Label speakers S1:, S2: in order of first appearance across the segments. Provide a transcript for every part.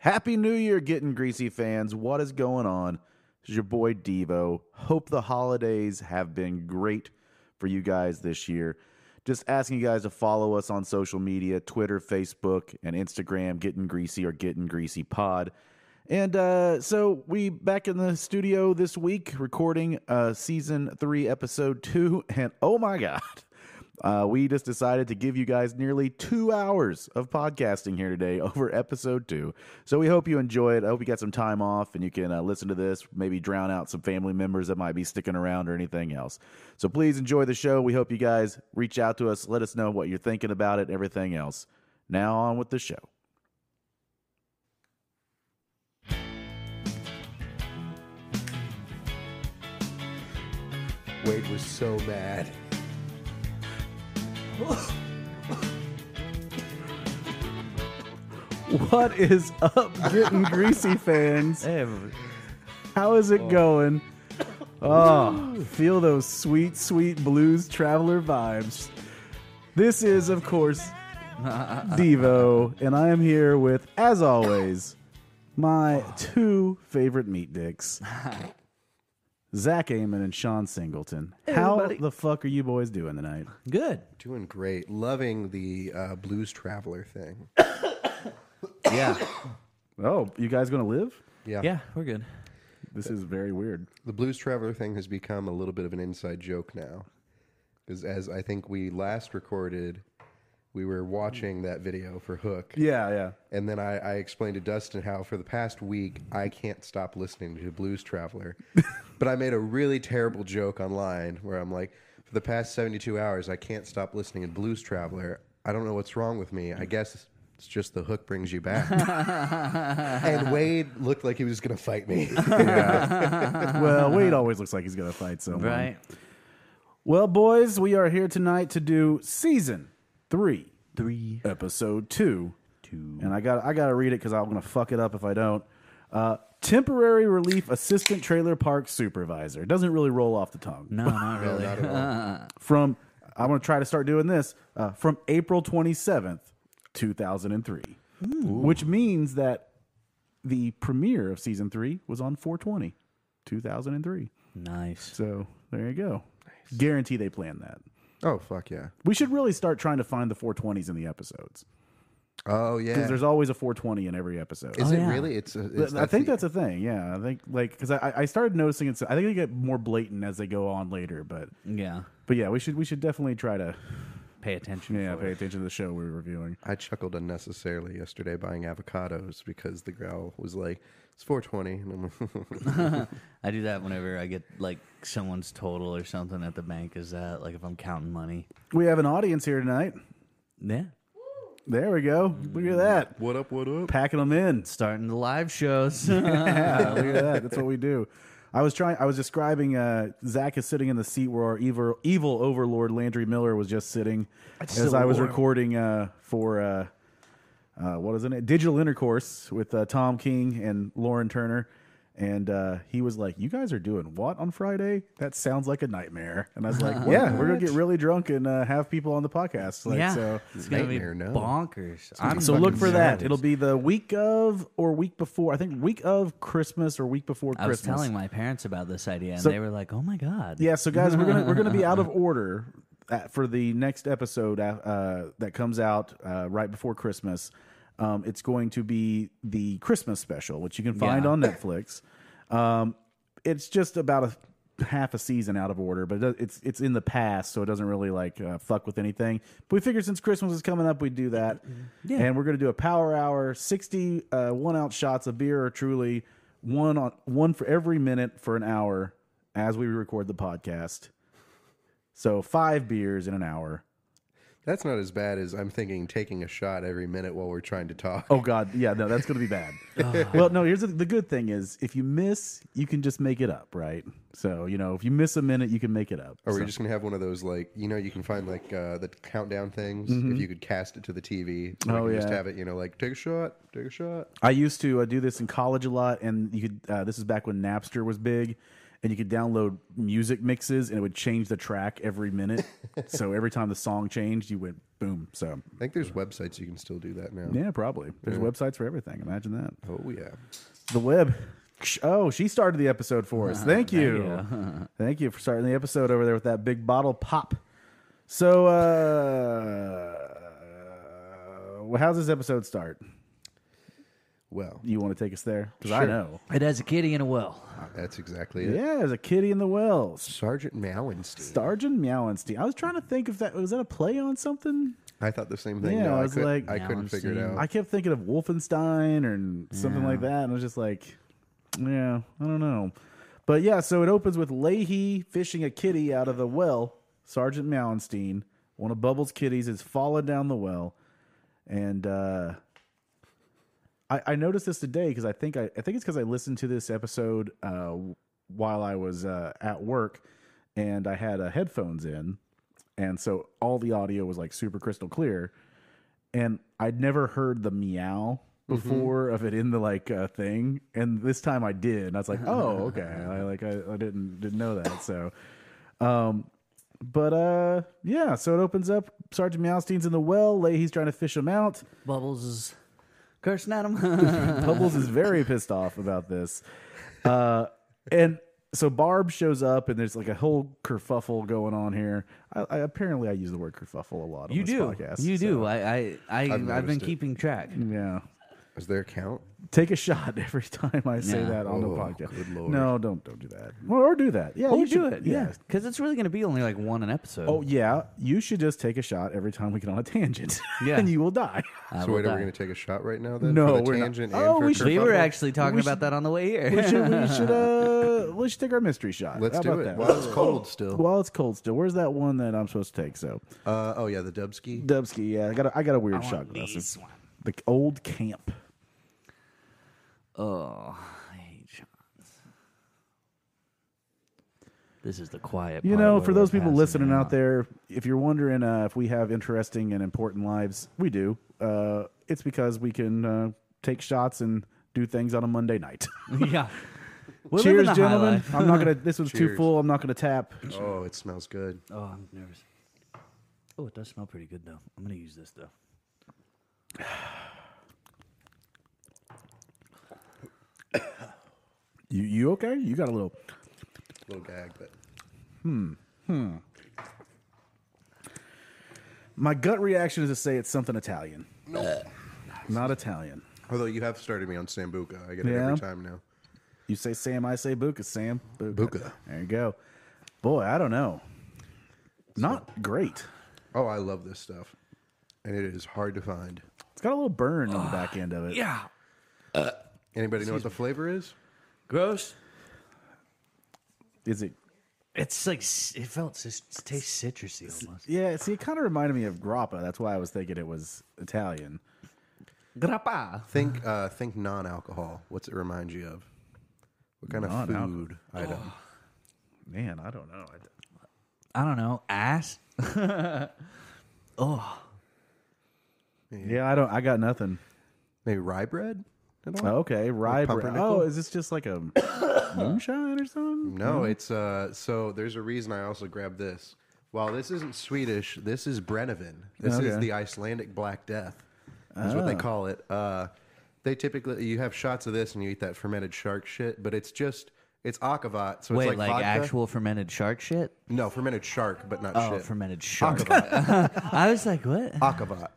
S1: Happy New Year, getting greasy fans. What is going on? This is your boy Devo. Hope the holidays have been great for you guys this year. Just asking you guys to follow us on social media Twitter, Facebook, and Instagram, Getting Greasy or Getting Greasy Pod. And uh, so we back in the studio this week recording uh, season three, episode two. And oh my God, uh, we just decided to give you guys nearly two hours of podcasting here today over episode two. So we hope you enjoy it. I hope you got some time off and you can uh, listen to this, maybe drown out some family members that might be sticking around or anything else. So please enjoy the show. We hope you guys reach out to us, let us know what you're thinking about it, and everything else. Now on with the show.
S2: Wade was so mad.
S1: What is up, getting greasy fans? How is it going? Oh, feel those sweet, sweet blues traveler vibes. This is, of course, Devo, and I am here with, as always, my two favorite meat dicks, Zach Amon and Sean Singleton. How the fuck are you boys doing tonight?
S3: Good.
S2: Doing great. Loving the uh, Blues Traveler thing.
S3: Yeah.
S1: Oh, you guys gonna live?
S2: Yeah.
S3: yeah, we're good.
S1: This is very weird.
S2: The Blues Traveler thing has become a little bit of an inside joke now. Because as I think we last recorded, we were watching that video for Hook.
S1: Yeah, yeah.
S2: And then I, I explained to Dustin how for the past week, I can't stop listening to Blues Traveler. but I made a really terrible joke online where I'm like, for the past 72 hours, I can't stop listening to Blues Traveler. I don't know what's wrong with me. I guess it's just the hook brings you back. and Wade looked like he was going to fight me.
S1: well, Wade always looks like he's gonna fight someone.
S3: Right.
S1: Well, boys, we are here tonight to do season three,
S3: Three.
S1: episode two,
S3: Two.
S1: and I got I gotta read it because I'm gonna fuck it up if I don't. Uh, temporary relief assistant trailer park supervisor doesn't really roll off the tongue.
S3: No, not
S2: No,
S3: really.
S2: not at all.
S1: From I'm gonna try to start doing this uh, from April 27th, 2003, which means that the premiere of season three was on 420, 2003.
S3: nice.
S1: So there you go. Guarantee they planned that.
S2: Oh, fuck yeah.
S1: We should really start trying to find the 420s in the episodes
S2: Oh,
S1: because
S2: yeah.
S1: there's always a 420 in every episode.
S2: Is
S3: Oh,
S2: it
S3: yeah.
S2: really? It's, a,
S1: I
S2: it's
S1: I think
S2: the-
S1: that's a thing. Yeah, I think like because I, I started noticing it's. I think they get more blatant as they go on later, but
S3: Yeah.
S1: but yeah, we should we should definitely try to
S3: Pay attention.
S1: yeah
S3: for
S1: pay
S3: it.
S1: attention to the show we're reviewing.
S2: I chuckled unnecessarily yesterday buying avocados because the growl was like, it's 420. And I'm like,
S3: I do that whenever I get like someone's total or something at the bank. Is that like if I'm counting money?
S1: We have an audience here tonight.
S3: Yeah.
S1: There we go. Look at that,
S2: what up, what up?
S1: packing them in.
S3: Starting the live shows.
S1: Yeah, Oh, look at that. That's what we do. I was trying. I was describing. Uh, Zach is sitting in the seat where our evil, evil overlord Landry Miller was just sitting as
S3: so
S1: I was
S3: warm.
S1: recording uh, for uh, uh, what is it? Digital intercourse with uh, Tom King and Lauren Turner, and uh, he was like, "You guys are doing what on Friday? That sounds like a nightmare." And I was like,
S3: Uh-huh.
S1: "Yeah, we're gonna get really drunk and uh, have people on the podcast." Like,
S3: yeah.
S1: So
S3: it's gonna be
S2: Nightmare, no.
S3: bonkers. I'm
S1: so look
S3: fucking
S1: for that.
S3: nervous.
S1: It'll be the week of or week before. I think week of Christmas or week before
S3: I was
S1: Christmas.
S3: telling my parents about this idea, and
S1: So-
S3: they were like, "Oh my god."
S1: Yeah, so guys, we're gonna we're gonna be out of order at, for the next episode uh, uh, that comes out uh, right before Christmas. Um, it's going to be the Christmas special, which you can find
S3: Yeah.
S1: on Netflix. Um, it's just about a half a season out of order, but it does, it's it's in the past, so it doesn't really like uh, fuck with anything. But we figured since Christmas is coming up, we'd do that.
S3: Yeah.
S1: And we're gonna do a power hour, sixty uh, one ounce shots of beer or truly one on one for every minute for an hour as we record the podcast. So five beers in an hour.
S2: That's not as bad as I'm thinking taking a shot every minute while we're trying to talk.
S1: Oh God, yeah, no, that's gonna be bad. well, no, here's the, the good thing is if you miss, you can just make it up, right? So you know, if you miss a minute, you can make it up.
S2: Or
S1: So-
S2: we're just gonna have one of those like you know you can find like uh, the countdown things if you could cast it to the TV. so I
S1: Mm-hmm. Oh,
S2: can just
S1: yeah.
S2: have it you know like take a shot, take a shot.
S1: I used to uh, do this in college a lot, and you could. Uh, this is back when Napster was big, and you could download music mixes, and it would change the track every minute. so every time the song changed, you went boom. So
S2: I think there's websites you can still do that now.
S1: yeah, probably there's websites for everything. Imagine that
S2: Oh yeah.
S1: the web. Oh, she started the episode for us. Thank Uh-huh, you. Thank you for starting the episode over there with that big bottle pop. So, uh, well, how's this episode start?
S2: Well,
S1: You want to take us there? Because I
S2: Sure.
S1: know.
S3: It has a kitty in a well.
S2: that's exactly it.
S1: Yeah, there's a kitty in the well.
S2: Sergeant Mowenstein.
S1: Sergeant Meowenstein. I was trying to think if that was that a play on something.
S2: I thought the same thing.
S1: Yeah,
S2: no,
S1: I
S2: I,
S1: was
S2: could,
S1: like,
S2: I couldn't figure it
S3: Mowenstein.
S2: out.
S1: I kept thinking of Wolfenstein or something like that, and I was just like, yeah, I don't know. But yeah, so it opens with Leahy fishing a kitty out of the well. Sergeant Mowenstein, one of Bubbles' kitties, has fallen down the well, and uh, I, I noticed this today because I think I, I think it's because I listened to this episode uh, while I was uh, at work, and I had uh, headphones in, and so all the audio was like super crystal clear, and I'd never heard the meow before of it in the like uh, thing, and this time I did, and I was like, oh okay, I like I, I didn't didn't know that so. um, But uh yeah, so it opens up. Sergeant Meowstein's in the well. Leahy's trying to fish him out.
S3: Bubbles is cursing at him.
S1: Bubbles is very pissed off about this. Uh, and so Barb shows up, and there's like a whole kerfuffle going on here. I, I, apparently, I use the word kerfuffle a lot. On
S3: you
S1: this
S3: do.
S1: Podcast,
S3: you do. I, I, I I've,
S2: noticed
S3: been
S2: it.
S3: keeping track.
S1: do. Yeah.
S2: Is there a count?
S1: Take a shot every time I say
S3: Yeah.
S1: that on the
S2: Oh,
S1: podcast.
S2: good lord.
S1: No, don't don't do that. Well, or do that. Yeah,
S3: Oh,
S1: you
S3: do
S1: should-
S3: it. Yeah. Because it's really going to be only like one an episode.
S1: Oh yeah, you should just take a shot every time we get on a tangent.
S3: Yeah.
S1: and you will die.
S3: I
S2: so
S3: will
S2: wait, are
S3: die.
S2: we going to take a shot right now? Then
S1: No,
S2: for the
S1: we're not.
S2: tangent
S1: Oh,
S2: and for
S1: we
S2: a
S1: should-
S3: We
S2: kerfuffle?
S3: were actually talking
S1: we should-
S3: about that on the way here.
S1: We should we should uh we should take our mystery shot.
S2: Let's
S1: How
S2: do
S1: about
S2: it
S1: That?
S2: while it's cold still.
S1: Well, it's cold still. Where's that one that I'm supposed to take? So
S2: Uh, oh yeah, the Dubski.
S1: Dubsky, yeah, I got a, I got a weird
S3: want
S1: shot glasses.
S3: this one.
S1: The old camp.
S3: Oh, I hate Johns. This is the quiet.
S1: You
S3: part
S1: know,
S3: where
S1: for those
S3: we're
S1: people
S3: passing
S1: listening
S3: it
S1: out there, if you're wondering uh, if we have interesting and important lives, we do. Uh, it's because we can uh, take shots and do things on a Monday night.
S3: yeah. We're living
S1: Cheers,
S3: the high
S1: gentlemen.
S3: life.
S1: I'm not gonna. This one's too
S2: Cheers.
S1: full. I'm not gonna tap.
S2: Oh, it smells good.
S3: Oh, I'm nervous. Oh, it does smell pretty good though. I'm gonna use this though.
S1: You you okay? You got a little.
S2: little gag, but
S1: My gut reaction is to say it's something Italian. No, not Italian.
S2: although you have started me on Sambuca, I get it
S1: Yeah.
S2: every time now.
S1: You say Sam, I say Buka. Sam, Buka.
S2: Buka.
S1: There you go. Boy, I don't know. Not great.
S2: Oh, I love this stuff, and it is hard to find.
S1: It's got a little burn on the back end of it.
S3: Yeah.
S2: Anybody know what the flavor is?
S3: Gross.
S1: Is it?
S3: It's like c- it felt. cis- It tastes citrusy almost.
S1: Yeah. See, it kind of reminded me of grappa. That's why I was thinking it was Italian.
S3: Grappa.
S2: Think, uh, think non-alcohol. What's it remind you of? What kind of
S1: Non-alcohol.
S2: food item?
S1: Man, I don't know. I-
S3: I don't know. Ass.
S1: Yeah, I don't. I got nothing. Oh,
S2: Maybe rye bread. At all?
S1: Okay, rye bread.
S2: pumpernickel?
S1: Oh, is this just like a moonshine or something?
S2: No,
S3: Mm-hmm.
S2: it's uh. So there's a reason I also grabbed this. While this isn't Swedish, this is Brennevin. This is
S1: Okay.
S2: the Icelandic Black Death. Is what they
S3: Ah.
S2: call it. Uh, they typically you have shots of this and you eat that fermented shark shit, but it's just it's akavat. So
S3: Wait,
S2: it's like,
S3: like,
S2: vodka.
S3: actual fermented shark shit?
S2: no fermented shark, but not
S3: Oh,
S2: shit.
S3: fermented shark.
S2: Akavat.
S3: I was like, what?
S2: akavat.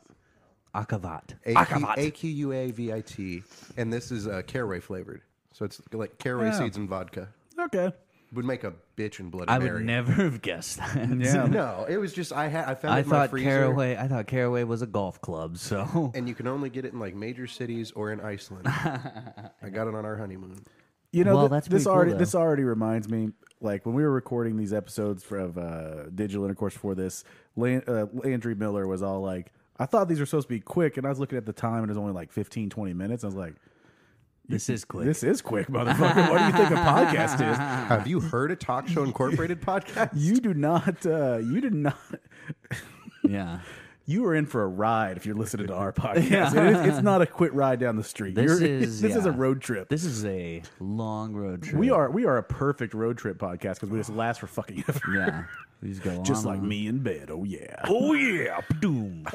S3: Akavat.
S2: A Q- A Q U A V I T, and this is uh, caraway flavored. So it's like caraway
S1: Yeah.
S2: seeds and vodka.
S1: Okay.
S2: Would make a bitch in Bloody
S3: Oh. I
S2: Mary.
S3: would never have guessed that.
S1: Yeah.
S2: No, it was just I had I found
S3: I
S2: it in my
S3: thought
S2: freezer.
S3: Caraway. I thought Caraway was a golf club. So
S2: and you can only get it in like major cities or in Iceland. I got it on our honeymoon.
S1: You know,
S3: Well,
S1: th-
S3: that's pretty
S1: this
S3: cool,
S1: already
S3: though.
S1: this already reminds me, like when we were recording these episodes for, of uh, digital intercourse for this, Lan- uh, Landry Miller was all like, "I thought these were supposed to be quick," and I was looking at the time, and it was only like 15, 20 minutes. I was like,
S3: this is quick.
S1: "This is quick, motherfucker! what do you think a podcast is?
S2: Have you heard a Talk Show Incorporated podcast?
S1: You do not, uh, you do not,
S3: yeah.
S1: you are in for a ride if you're listening to our podcast.
S3: Yeah.
S1: It is- it's not a quit ride down the street.
S3: This
S1: You're-
S3: is-
S1: this is a
S3: yeah.
S1: road trip.
S3: This is a long road trip.
S1: we are we are a perfect road trip podcast because we just last for fucking ever.
S3: Yeah. We just go
S1: Just
S3: on
S1: like
S3: and on.
S1: me in bed. Oh yeah.
S3: Oh yeah, doom.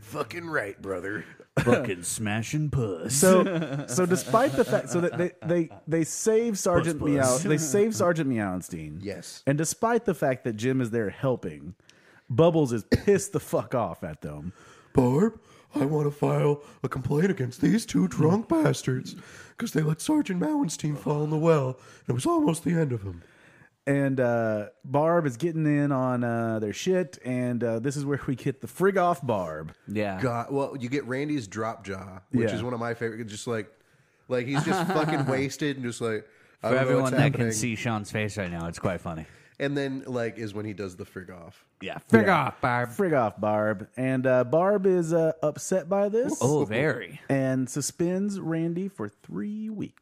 S2: Fucking right, brother.
S3: Fucking smashing puss.
S1: So, so despite the fact, so that they they they save Sergeant
S3: Puss,
S1: Meow,
S3: puss.
S1: they save Sergeant Meowenstein.
S2: Yes.
S1: And despite the fact that Jim is there helping, Bubbles is pissed the fuck off at them.
S2: Barb, I want to file a complaint against these two drunk bastards because they let Sergeant Mowenstein fall in the well, and it was almost the end of him.
S1: And uh, Barb is getting in on uh, their shit, and uh, this is where we get the frig off Barb.
S3: yeah.
S2: God, well, you get Randy's drop jaw, which
S1: Yeah.
S2: is one of my favorite. Just like, like he's just fucking wasted and just like I don't
S3: For
S2: know what's
S3: everyone that can
S2: happening.
S3: see Sean's face right now, it's quite funny.
S2: And then like is when he does the frig off.
S3: Yeah. Figure
S1: Yeah.
S3: off, Barb.
S1: Frig off Barb, and uh, Barb is uh, upset by this
S3: Oh, very.
S1: and suspends Randy for three weeks.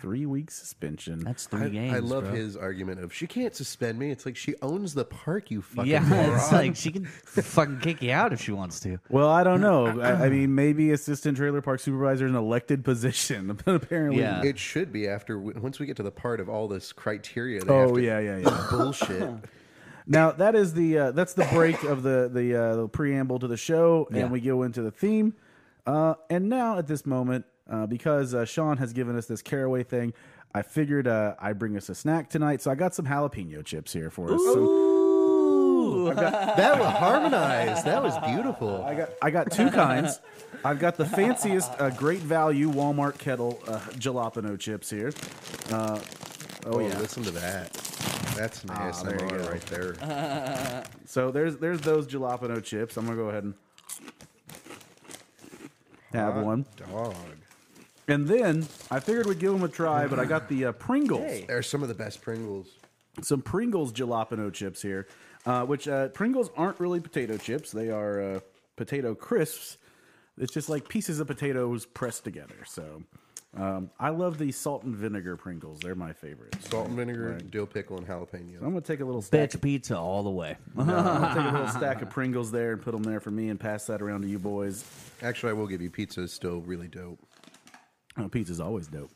S1: Three weeks suspension.
S3: That's three games.
S2: I, I love
S3: bro.
S2: his argument of she can't suspend me. It's like she owns the park. You fucking
S3: Yeah,
S2: moron.
S3: it's like she can fucking kick you out if she wants to.
S1: Well, I don't know. I, I mean, maybe assistant trailer park supervisor is an elected position, but apparently.
S3: Yeah.
S2: It should be after w- once we get to the part of all this criteria. They have
S1: Oh
S2: to
S1: yeah, yeah, yeah.
S2: bullshit.
S1: now that is the uh, that's the break of the the, uh, the preamble to the show, and
S3: Yeah.
S1: we go into the theme. Uh, and now at this moment, uh, because uh, Sean has given us this caraway thing, I figured uh, I bring us a snack tonight, so I got some jalapeno chips here for us. Some-
S2: that was harmonized. That was beautiful.
S1: I got I got two kinds. I've got the fanciest, uh, great value Walmart kettle uh, jalapeno chips here. Uh, oh
S2: oh,
S1: yeah,
S2: listen to that. That's an ASMR
S1: there you go.
S2: right there.
S1: So there's there's those jalapeno chips. I'm gonna go ahead and have
S2: Hot
S1: one,
S2: Dog.
S1: and then I figured we'd give them a try. But I got the uh, Pringles,
S2: They're some of the best Pringles.
S1: some Pringles jalapeno chips here, uh, which uh, Pringles aren't really potato chips. They are uh, potato crisps. It's just like pieces of potatoes pressed together. So um, I love the salt and vinegar Pringles. They're my favorites.
S2: Salt and vinegar, dill pickle, and jalapeno.
S1: I'm gonna take a little stack.
S3: Bitch pizza all the way.
S1: I'm gonna take a little stack of Pringles there and put them there for me, and pass that around to you boys.
S2: Actually, I will give you pizza is still really dope.
S1: Oh, pizza's always dope.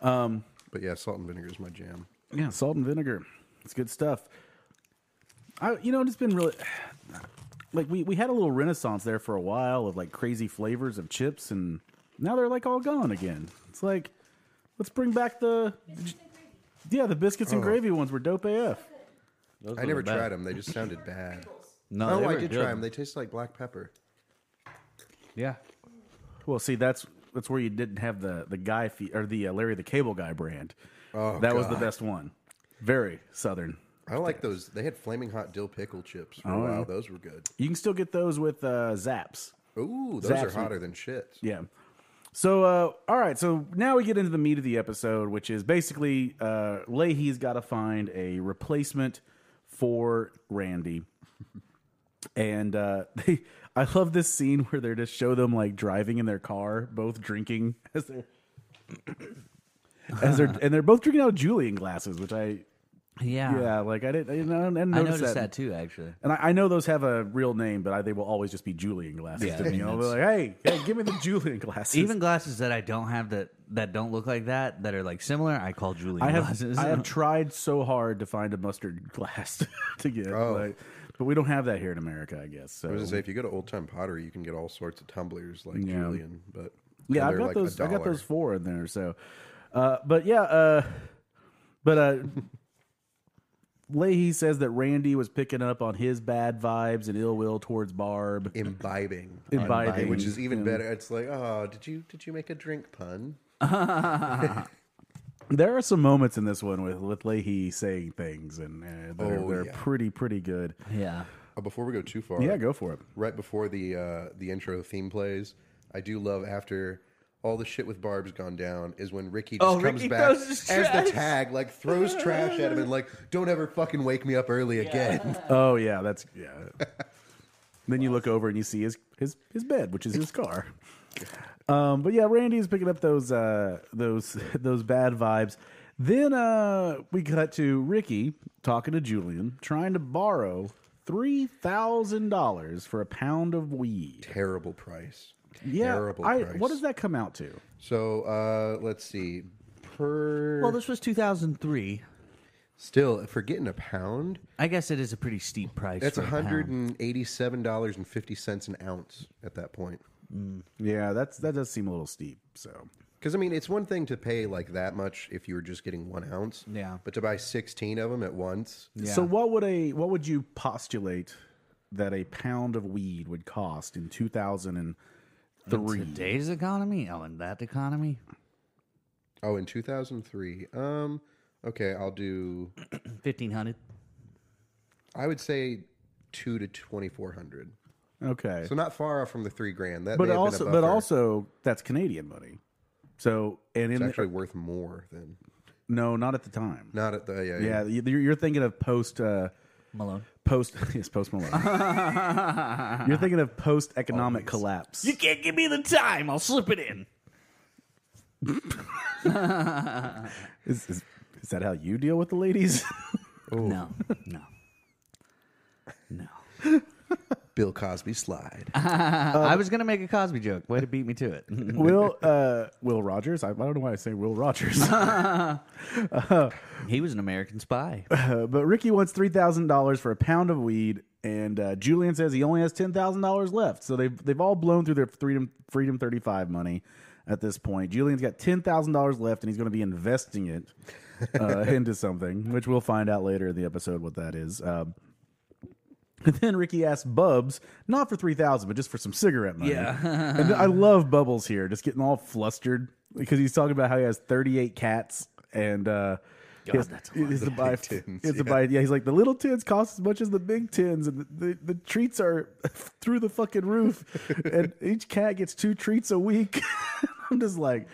S2: But yeah, salt and vinegar is my jam.
S1: Yeah, salt and vinegar. It's good stuff. I, you know, it's been really like we we had a little renaissance there for a while of like crazy flavors of chips, and now they're like all gone again. It's like let's bring back the yeah the biscuits
S2: Oh.
S1: and gravy ones were dope AF.
S3: Those
S2: I
S3: were
S2: never
S3: the best.
S2: tried them. They just sounded bad.
S3: No,
S2: oh,
S3: they
S2: I
S3: were
S2: did
S3: good.
S2: try them. They taste like black pepper.
S3: Yeah.
S1: Well, see, that's that's where you didn't have the the guy fee, or the uh, Larry the Cable Guy brand.
S2: Oh,
S1: that was the
S2: God.
S1: best one. Very southern.
S2: I like those. They had flaming hot dill pickle chips for
S1: Oh,
S2: a while.
S1: yeah.
S2: Those were good.
S1: You can still get those with uh, Zaps.
S2: Ooh, those
S1: Zaps
S2: are hotter than shits.
S1: Yeah. So, uh, all right. So now we get into the meat of the episode, which is basically uh, Leahy's got to find a replacement for Randy. And uh, they, I love this scene where they just show them like driving in their car, both drinking as they're, as they're, and they're both drinking out of Julian glasses, which I,
S3: Yeah.
S1: yeah, like I didn't, I didn't, I didn't
S3: I
S1: notice
S3: noticed that.
S1: that
S3: too, actually.
S1: and I, I know those have a real name, but I, they will always just be Julian glasses
S3: Yeah,
S1: to
S3: I
S1: me.
S3: mean,
S1: I'll be like, hey, hey, give me the Julian glasses.
S3: Even glasses that I don't have that that don't look like that that are like similar, I call Julian
S1: I have
S3: glasses.
S1: I have tried so hard to find a mustard glass to get,
S2: Oh.
S1: like, but we don't have that here in America, I guess. So
S2: I was gonna say if you go to old time pottery, you can get all sorts of tumblers like
S1: Yeah.
S2: Julian, but
S1: yeah, I've
S2: and they're
S1: got
S2: like a
S1: those. I got
S2: dollar.
S1: those four in there. So, uh, but yeah, uh, but uh, Leahy says that Randy was picking up on his bad vibes and ill will towards Barb.
S2: imbibing,
S1: Imbibing,
S2: which is even
S1: yeah.
S2: better. It's like, oh, did you did you make a drink pun?
S1: There are some moments in this one with with Leahy saying things, and uh, they're,
S2: Oh,
S1: they're
S2: yeah.
S1: pretty pretty good.
S3: yeah.
S2: Uh, before we go too far,
S1: Yeah, go for it.
S2: right before the uh, the intro theme plays, I do love after all the shit with Barb's gone down is when Ricky just
S3: Oh,
S2: comes
S3: Ricky
S2: back
S3: throws
S2: as
S3: his
S2: the
S3: trash.
S2: tag, like throws trash at him and like, don't ever fucking wake me up early again.
S1: Oh yeah, that's yeah. then you look over and you see his his his bed, which is his car. Um, but yeah, Randy is picking up those uh, those those bad vibes. Then uh, we cut to Ricky talking to Julian, trying to borrow three thousand dollars for a pound of weed.
S2: Terrible price.
S1: Yeah,
S2: Terrible
S1: I,
S2: price.
S1: what does that come out to?
S2: So uh, let's see. Per
S3: Well, this was 2003.
S2: still, if we're getting a pound,
S3: I guess it is a pretty steep price.
S2: that's
S3: for a pound.
S2: hundred and eighty-seven dollars and fifty cents an ounce at that point.
S1: Yeah, that's that does seem a little steep. So
S2: Because I mean, it's one thing to pay like that much if you were just getting one ounce.
S3: Yeah.
S2: But to buy sixteen of them at once,
S1: So what would a what would you postulate that a pound of weed would cost in 2003?
S3: Today's economy? Oh, in that economy?
S2: oh, in two thousand three. Um, okay, I'll do.
S3: 1500
S2: I would say two to twenty-four hundred.
S1: Okay.
S2: So not far off from the three grand. That
S1: but
S2: may have been a
S1: also but
S2: buffer.
S1: also that's Canadian money. So and in
S2: it's
S1: the-
S2: actually worth more than
S1: no, not at the time.
S2: not at the uh, yeah.
S1: Yeah, you- you're, you're thinking of post uh
S3: Malone.
S1: post yes, post Malone. you're thinking of post economic collapse.
S3: You can't give me the time. I'll slip it in.
S1: Is, is, is that how you deal with the ladies?
S3: No, no, no.
S2: Bill Cosby slide.
S1: Uh-huh.
S3: I was gonna make a Cosby joke. Way to beat me to it.
S1: Will uh Will Rogers? I, I don't know why I say Will Rogers.
S3: he was an American spy.
S1: Uh, but Ricky wants three thousand dollars for a pound of weed, and uh, Julian says he only has ten thousand dollars left. So they've they've all blown through their freedom freedom thirty five money at this point. Julian's got ten thousand dollars left, and he's going to be investing it uh, into something, which we'll find out later in the episode what that is. Um, and then Ricky asks Bubs, not for three thousand, but just for some cigarette money.
S3: Yeah.
S1: and I love Bubbles here, just getting all flustered because he's talking about how he has thirty eight cats and. uh God,
S3: that's a lot.
S1: is to buy f-
S2: tins,
S1: is to
S2: yeah.
S1: buy- yeah. he's like the little tins cost as much as the big tins, and the, the, the treats are through the fucking roof, and each cat gets two treats a week. I'm just like,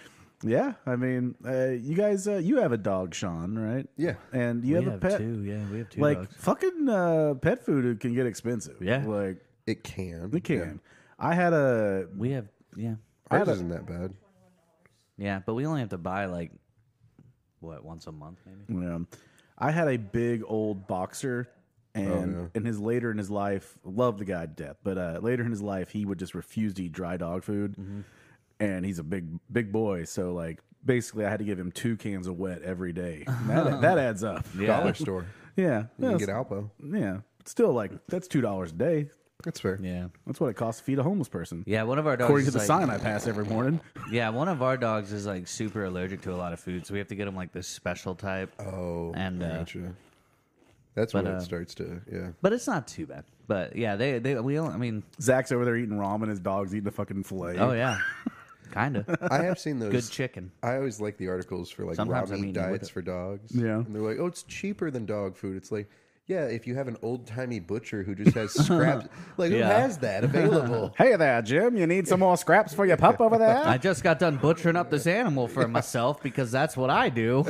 S1: yeah. I mean, uh, you guys, uh, you have a dog, Sean, right?
S2: Yeah.
S1: and you
S3: we
S1: have, a pet.
S3: two. Yeah, we have two
S1: Like
S3: dogs.
S1: fucking uh, pet food can get expensive.
S3: Yeah.
S1: like
S2: It can.
S1: it can. I had a
S3: We have yeah,
S2: Yeah. Ours isn't that bad.
S3: yeah, but we only have to buy like what once a month maybe.
S1: Yeah. I had a big old boxer and
S2: yeah.
S1: in his later in his life, love the guy to death, but uh, later in his life he would just refuse to eat dry dog food. And he's a big big boy, so like basically I had to give him two cans of wet every day. And That that adds up.
S2: Dollar store.
S1: Yeah.
S2: You
S1: Yeah.
S2: can get Alpo.
S1: yeah. Still like that's two dollars a day.
S2: That's fair.
S3: Yeah,
S1: That's what it costs to feed a homeless person.
S3: yeah. One of our dogs
S1: According to
S3: is
S1: the
S3: like,
S1: sign I pass every morning.
S3: Yeah, one of our dogs is like super allergic to a lot of food, so we have to get him like this special type.
S2: Oh,
S3: And, uh,
S2: gotcha. That's when
S3: uh,
S2: it starts to yeah.
S3: But it's not too bad. But yeah, they they we only, I mean
S1: Zach's over there eating ramen, his dog's eating a fucking filet.
S3: oh yeah, kind of
S2: I have seen those.
S3: good chicken.
S2: I always like the articles for like raw
S3: Sometimes I'm
S2: meat
S3: eating with
S2: diets
S3: it.
S2: for dogs.
S1: Yeah.
S2: and they're like, oh, it's cheaper than dog food. It's like. Yeah, if you have an old timey butcher who just has scraps, like who
S3: Yeah.
S2: has that available?
S1: Hey there, Jim. You need some more scraps for your pup over there?
S3: I just got done butchering up this animal for myself because that's what I do.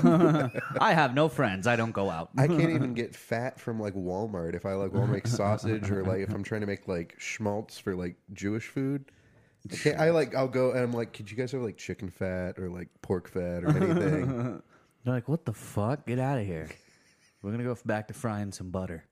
S3: I have no friends. I don't go out.
S2: I can't even get fat from like Walmart if I like want to make sausage or like if I'm trying to make like schmaltz for like Jewish food. I, can't- I like I'll go and I'm like, could you guys have like chicken fat or like pork fat or anything?
S3: They're like, what the fuck? Get out of here. We're gonna go back to frying some butter.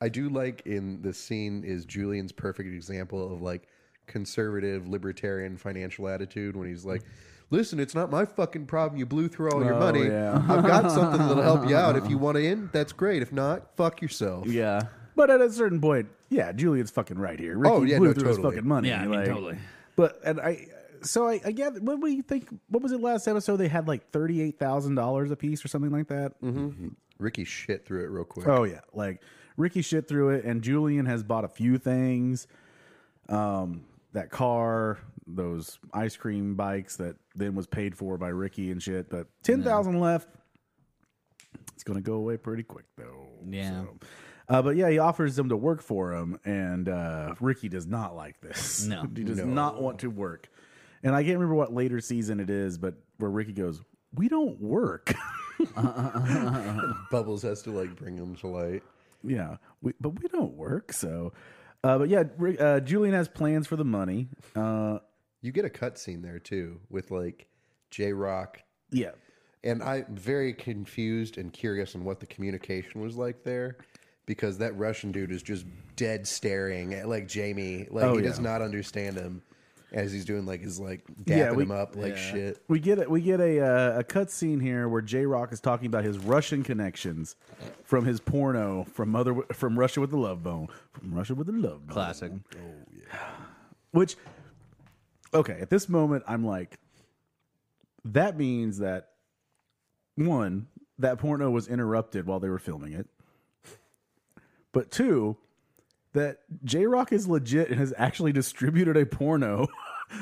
S2: I do like in this scene is Julian's perfect example of like conservative libertarian financial attitude when he's like, "Listen, it's not my fucking problem. You blew through all your
S1: Oh,
S2: money.
S1: yeah.
S2: I've got something that'll help you out. If you want to in, that's great. If not, fuck yourself."
S3: Yeah.
S1: But at a certain point, yeah, Julian's fucking right here. Ricky
S2: Oh, yeah,
S1: blew
S2: no,
S1: through his
S2: totally.
S1: fucking money.
S3: Yeah, I mean, totally.
S1: But and I, so I, I gather. What do you think? What was it last episode? They had like thirty eight thousand dollars a piece or something like that.
S2: Ricky shit through it real quick.
S1: Oh yeah, like Ricky shit through it, and Julian has bought a few things. Um, that car, those ice cream bikes that then was paid for by Ricky and shit. But ten thousand left. It's gonna go away pretty quick though.
S3: Yeah.
S1: So, Uh, but yeah, he offers them to work for him, and uh, Ricky does not like this.
S3: No.
S1: he does not want to work. And I can't remember what later season it is, but where Ricky goes, "We don't work."
S2: Bubbles has to like bring him to light.
S1: Yeah, we, but we don't work. So, uh, but yeah, Ri- uh, Julian has plans for the money. Uh,
S2: You get a cutscene there too with like J Rock.
S1: yeah,
S2: And I'm very confused and curious on what the communication was like there because that Russian dude is just dead staring at like Jamie. Like
S1: Oh,
S2: he does
S1: yeah.
S2: not understand him as he's doing like his like dapping
S1: Yeah, we-
S2: him up like shit.
S1: We get a, we get a uh, a cut scene here where J Rock is talking about his Russian connections from his porno from mother from Russia with the love bone from Russia with the love bone.
S3: Classic.
S2: Oh,
S1: Which okay, at this moment I'm like that means that one that porno was interrupted while they were filming it. But two that J Rock is legit and has actually distributed a porno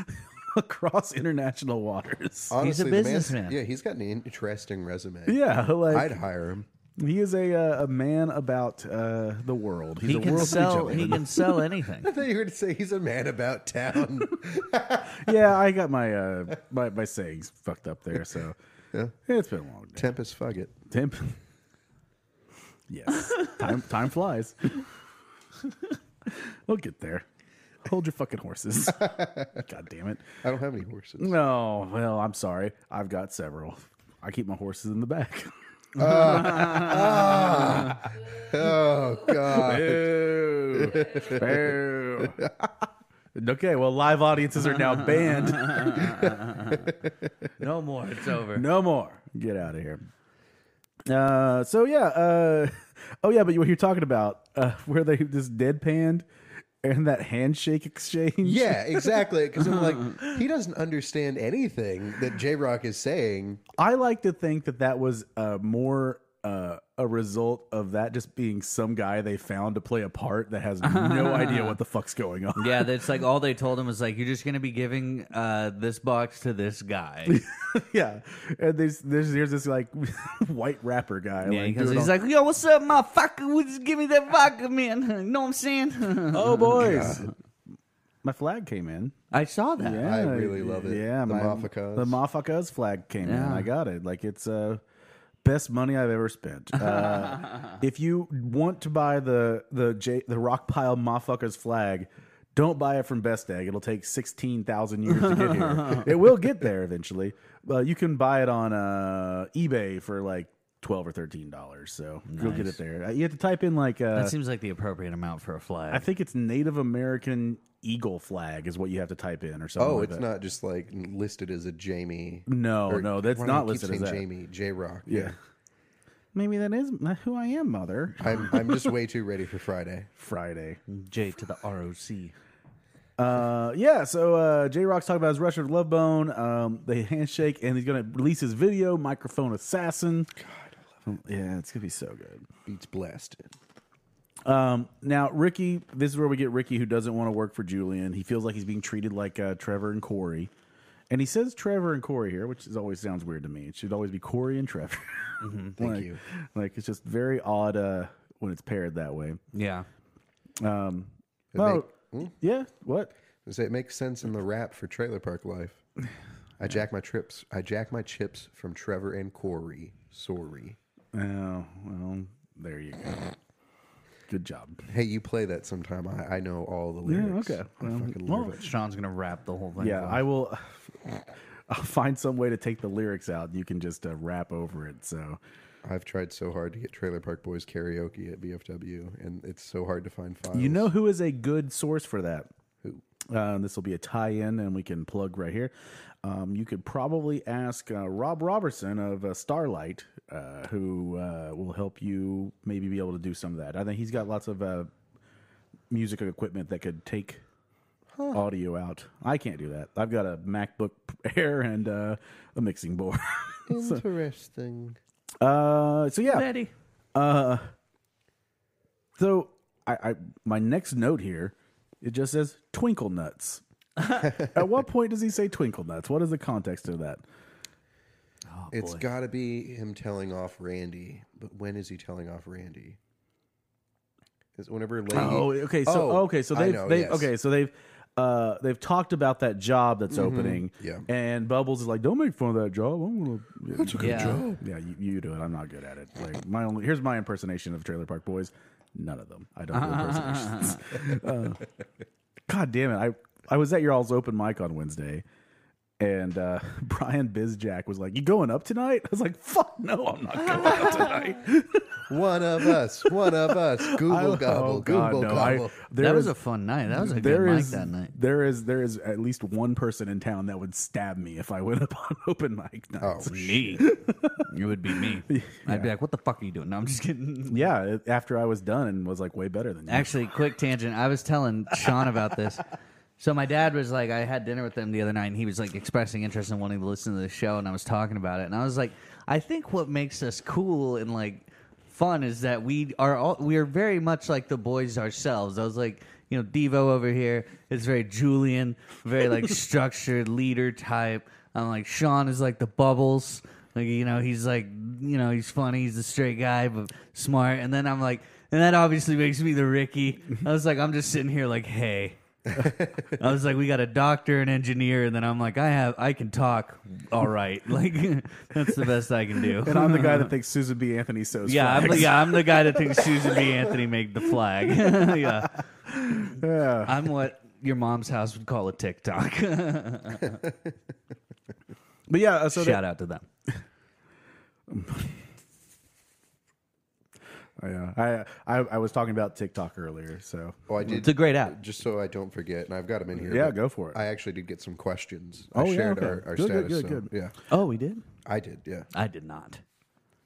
S1: across international waters.
S2: Honestly, the man's-
S3: businessman.
S2: Yeah, he's got an interesting resume.
S1: Yeah, like
S2: I'd hire him.
S1: He is a uh, a man about uh, the world. He's
S3: He
S1: a
S3: can
S1: world
S3: sell. He
S1: gentleman.
S3: can sell anything.
S2: I thought you were going to say he's a man about town.
S1: yeah, I got my uh, my my sayings fucked up there. So
S2: Yeah.
S1: it's been a long day.
S2: Tempest, fuck it.
S1: Temp. Yes, time time flies. we'll get there. Hold your fucking horses. God damn it.
S2: I don't have any horses.
S1: No, well, I'm sorry. I've got several. I keep my horses in the back.
S2: Oh god.
S1: Ew. Ew. okay, well, live audiences are now banned.
S3: No more. It's over.
S1: No more. Get out of here. Uh, so yeah. Uh, oh yeah. But what you're talking about uh, where they just deadpanned and that handshake exchange.
S2: yeah, exactly. Because I'm like, he doesn't understand anything that J Rock is saying.
S1: I like to think that that was uh, more uh, a result of that just being some guy they found to play a part that has no idea what the fuck's going on.
S3: Yeah, that's like all they told him was like, you're just gonna be giving uh, this box to this guy.
S1: yeah. And there's there's here's this like white rapper guy.
S3: Yeah,
S1: like,
S3: because
S1: doing
S3: he's
S1: all-
S3: like, yo, what's up, motherfucker? Would just give me that vodka, man. You know what I'm saying?
S1: oh boys, my flag came in.
S3: I saw that.
S1: Yeah,
S2: I really love it.
S1: Yeah,
S2: The
S1: my-
S2: Mafakas.
S1: The Mafakas flag came in.
S3: Yeah.
S1: I got it. Like it's uh best money I've ever spent. Uh, if you want to buy the the J, the Rockpile Mafakas flag. Don't buy it from Best Egg. It'll take sixteen thousand years to get here. it will get there eventually. But you can buy it on uh, eBay for like twelve or thirteen dollars. So you'll get it there. You have to type in like uh,
S3: That seems like the appropriate amount for a flag.
S1: I think it's Native American eagle flag is what you have to type in or something.
S2: Oh,
S1: like
S2: it's
S1: that.
S2: not just like listed as a Jamie.
S1: No,
S2: or-
S1: no, that's
S2: why do I
S1: not
S2: keep
S1: listed as
S2: saying
S1: that.
S2: Jamie J Rock.
S1: Yeah. Maybe that is who I am, mother.
S2: I'm I'm just way too ready for Friday.
S1: Friday.
S3: J to the ROC.
S1: Uh, yeah, so uh, J Rock's talking about his rush with Love Bone. Um, they handshake, and he's going to release his video, Microphone Assassin. God, Yeah, it's going to be so good.
S2: Beats blasted.
S1: Um, now, Ricky, this is where we get Ricky, who doesn't want to work for Julian. He feels like he's being treated like uh, Trevor and Corey. And he says Trevor and Corey here, which is always sounds weird to me. It should always be Corey and Trevor.
S2: Mm-hmm. Thank
S1: like,
S2: you.
S1: Like, it's just very odd uh, when it's paired that way.
S3: Yeah.
S2: It
S1: Oh,
S2: make- Hmm?
S1: yeah. What?
S2: Does it make sense in the rap for Trailer Park Life? I jack my trips. I jack my chips from Trevor and Corey. Sorry.
S1: Oh, well, there you go. Good job.
S2: Hey, you play that sometime. I, I know all the
S1: Yeah,
S2: lyrics.
S1: okay.
S2: I
S1: Well,
S2: fucking
S1: well,
S2: love it.
S3: Sean's gonna wrap the whole thing.
S1: Yeah,
S3: for us.
S1: I will. I'll find some way to take the lyrics out. You can just uh, rap over it. So,
S2: I've tried so hard to get Trailer Park Boys karaoke at BFW, and it's so hard to find files.
S1: you know who is a good source for that?
S2: Who?
S1: Uh, this will be a tie-in, and we can plug right here. Um, you could probably ask uh, Rob Robertson of uh, Starlight, uh, who uh, will help you maybe be able to do some of that. I think he's got lots of uh, music equipment that could take audio out. I can't do that. I've got a MacBook Air and uh, a mixing board.
S2: Interesting.
S1: uh, so yeah,
S3: Betty.
S1: So I, I my next note here, it just says twinkle nuts. At what point does he say twinkle nuts? What is the context of that? Oh,
S2: it's got to be him telling off Randy, but when is he telling off Randy? Is it whenever Lady?
S1: Oh, okay. So
S2: Oh,
S1: okay, so
S2: I
S1: they've,
S2: know,
S1: they've
S2: yes.
S1: okay, so they've uh they've talked about that job that's opening.
S2: Mm-hmm. Yeah.
S1: And Bubbles is like, Don't make fun of that job. I'm gonna That's a
S3: good Yeah. job.
S1: Yeah, you, you do it. I'm not good at it. Like my only here's my impersonation of Trailer Park Boys. None of them. I don't do impersonations. uh, God damn it. I I was at your all's open mic on Wednesday And uh, Brian Bizjack was like, "You going up tonight?" I was like, "Fuck no, I'm not going up tonight."
S2: One of us, one of us. Google
S1: I-
S2: gobble,
S1: oh, God,
S2: Google
S1: no. I-
S2: gobble.
S1: there
S3: that was
S1: is-
S3: a fun night. That was a good
S1: There
S3: mic
S1: is
S3: that night.
S1: there is there is at least one person in town that would stab me if I went up on open mic nights.
S3: Me. it would be me. I'd be like, what the fuck are you doing? No, I'm just kidding.
S1: Yeah, it- after I was done and was like way better than you.
S3: Actually, quick tangent. I was telling Sean about this. So my dad was like, I had dinner with him the other night, and he was like expressing interest in wanting to listen to the show, and I was talking about it, and I was like, I think what makes us cool and like fun is that we are all we are very much like the boys ourselves. I was like, you know, Devo over here is very Julian, very like structured leader type. I'm like Sean is like the bubbles. Like you know, he's like you know, he's funny, he's a straight guy, but smart. And then I'm like, and that obviously makes me the Ricky. I was like, I'm just sitting here like, hey. I was like, we got a doctor, an engineer, and then I'm like, I have, I can talk, all right. Like, that's the best I can do.
S1: and I'm the guy that thinks Susan B. Anthony so's
S3: yeah, I'm the,
S1: flags.
S3: yeah, I'm the guy that thinks Susan B. Anthony made the flag. yeah,
S1: Yeah.
S3: I'm what your mom's house would call a TikTok.
S1: But yeah, uh, so
S3: Shout out to them.
S1: that- yeah, I, I I was talking about TikTok earlier, so
S2: Oh, I
S3: It's a
S2: did.
S3: great app.
S2: Just so I don't forget, and I've got them in here.
S1: Yeah,
S2: but
S1: go for it.
S2: I actually did get some questions.
S1: Oh,
S2: I
S1: yeah,
S2: shared
S1: okay.
S2: our, our
S1: Good, good,
S2: status.
S1: good,
S2: so,
S1: good.
S2: Yeah,
S3: Oh, we did.
S2: I did. Yeah.
S3: I did not.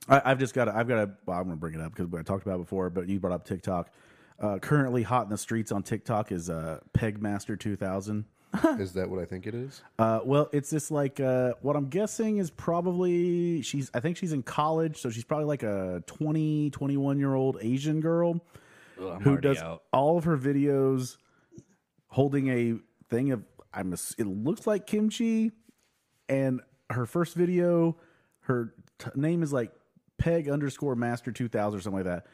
S1: I, I've just got to, I've got to, well, I'm going to bring it up because I talked about it before, but you brought up TikTok. Uh, currently hot in the streets on TikTok is uh, Pegmaster 2000.
S2: Is that what I think it is?
S1: Uh, well, it's this like uh, what I'm guessing is probably she's. I think she's in college, so she's probably like a 20, 21 year old Asian girl
S3: I'm
S1: who
S3: already
S1: does
S3: out.
S1: all of her videos holding a thing of. I'm. ass- It looks like kimchi, and her first video, her t- name is like Peg underscore Master two thousand or something like that.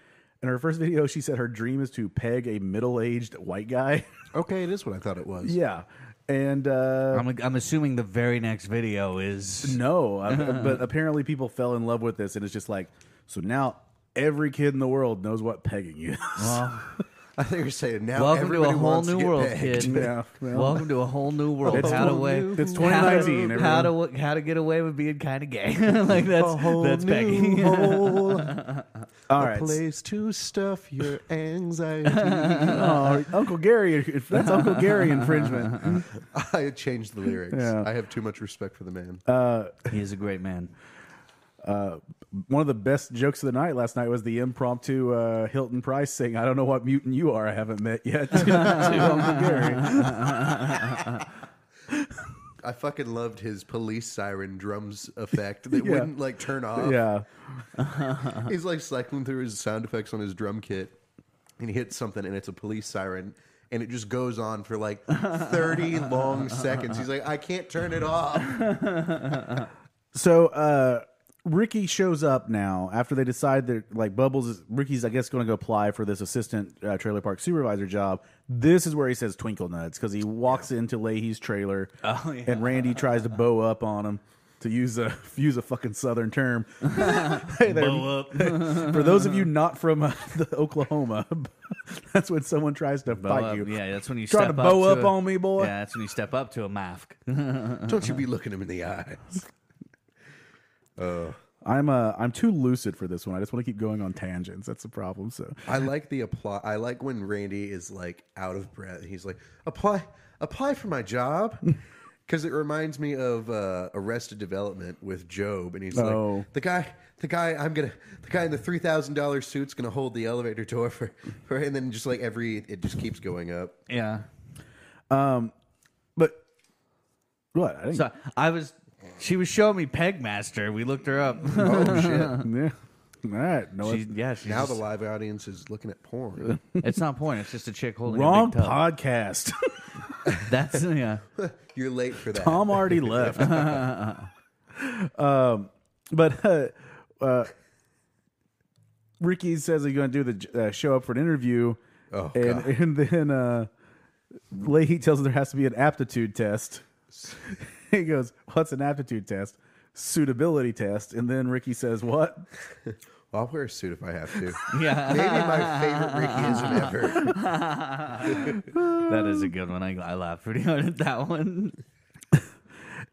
S1: In her first video, she said her dream is to peg a middle aged white guy.
S2: Okay, it is what I thought it was.
S1: yeah, and uh,
S3: I'm, I'm assuming the very next video is
S1: No, I- but apparently people fell in love with this, and it's just like so now every kid in the world knows what pegging is.
S2: I think you're saying now.
S3: welcome to a
S2: everybody
S3: whole
S2: wants
S3: new
S2: get
S3: world,
S2: pegged.
S3: kid.
S1: Yeah, well.
S3: welcome to a whole new world.
S1: It's
S3: how to
S1: whole
S3: way?
S1: new- It's
S3: How
S1: 2019,
S3: to, how to how to get away with being kind of gay? like that's that's pegging.
S2: hole,
S1: All right,
S2: to stuff your anxiety.
S1: Oh, Uncle Gary, that's Uncle Gary infringement.
S2: I changed the lyrics.
S1: Yeah.
S2: I have too much respect for the man.
S3: Uh, he is a great man.
S1: One of the best jokes of the night last night was the impromptu uh, Hilton Price saying, "I don't know what mutant you are. I haven't met yet." to Uncle Gary.
S2: I fucking loved his police siren drums effect that
S1: Yeah.
S2: wouldn't like turn off.
S1: Yeah,
S2: He's like cycling through his sound effects on his drum kit and he hits something and it's a police siren and it just goes on for like 30 long seconds. He's like, I can't turn it off.
S1: So uh, Ricky shows up now after they decide that like Bubbles is Ricky's I guess going to go apply for this assistant uh, trailer park supervisor job. This is where he says twinkle nuts because he walks into Leahy's trailer
S3: Oh, yeah.
S1: and Randy tries to bow up on him. To use a use a fucking southern term, Hey there. for those of you not from uh, the Oklahoma, that's when someone tries to
S3: Bow
S1: fight
S3: up.
S1: you.
S3: Yeah, that's when you
S1: Trying
S3: step
S1: to bow up,
S3: up, to a-
S1: on me, boy.
S3: Yeah, that's when you step up to a mafk.
S2: Don't you be looking him in the eyes.
S1: I'm uh, I'm too lucid for this one. I just want to keep going on tangents. That's the problem. So
S2: I like the apply. I like when Randy is like out of breath. He's like, apply, apply for my job. Because it reminds me of uh, Arrested Development with Job, and he's
S1: Oh.
S2: like, the guy, the guy, I'm gonna, the guy in the three thousand dollars suit's gonna hold the elevator door for, for, and then just like every, it just keeps going up.
S3: yeah.
S1: But what? I didn't.
S3: So I was. She was showing me Pegmaster. We looked her up.
S2: Oh shit!
S1: yeah. All right. No,
S3: she, yeah, she's
S2: now
S3: just,
S2: the live audience is looking at porn.
S3: it's not porn. It's just a chick
S1: it's-
S3: holding a
S1: wrong
S3: big tub.
S1: podcast.
S3: That's yeah.
S2: You're late for that.
S1: Tom already left. um, but uh, uh, Ricky says he's going to do the uh, show up for an interview,
S2: Oh,
S1: and
S2: God.
S1: and then uh, Leahy tells him there has to be an aptitude test. he goes, "What's an aptitude test?" Suitability test, and then Ricky says, "What?"
S2: I'll wear a suit if I have to.
S3: Yeah.
S2: Maybe my favorite Rickyism ever.
S3: That is a good one. I, I laughed pretty hard at that one.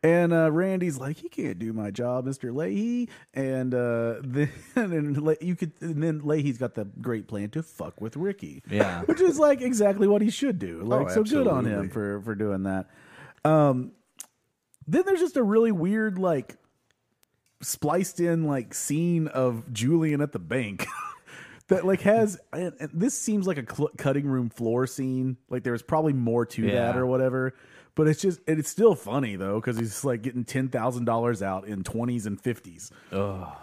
S1: And uh, Randy's like, he can't do my job, Mister Leahy. And uh, then and Le- you could, and then Leahy's got the great plan to fuck with Ricky.
S3: Yeah.
S1: which is like exactly what he should do. Like, so good on him
S2: absolutely.
S1: for for doing that. Um, then there's just a really weird like spliced in like scene of Julian at the bank that like has and, and this seems like a cl- cutting room floor scene like there was probably more to
S3: Yeah.
S1: that or whatever but it's just and it's still funny though cuz he's like getting $10,000 out in 20s and 50s
S3: I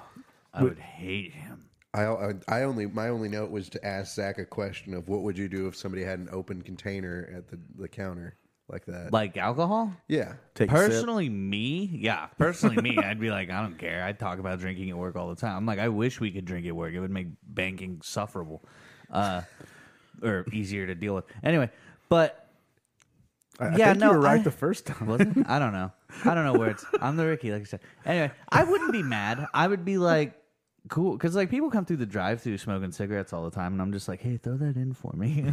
S3: would hate him.
S2: I, I I only my only note was to ask Zach a question of what would you do if somebody had an open container at the, the counter like that.
S3: Like alcohol?
S2: yeah,
S1: take a sip.
S3: Personally, me, yeah. Personally, me, I'd be like, I don't care. I talk about drinking at work all the time. I'm like, I wish we could drink at work. It would make banking sufferable, uh, or easier to deal with. Anyway, but
S1: I, I
S3: yeah,
S1: think
S3: no,
S1: you were right
S3: I-
S1: the first time
S3: was it? I don't know. I don't know where it's. I'm the Ricky, like I said. Anyway, I wouldn't be mad. I would be like, cool, because like people come through the drive-through smoking cigarettes all the time, and I'm just like, hey, throw that in for me.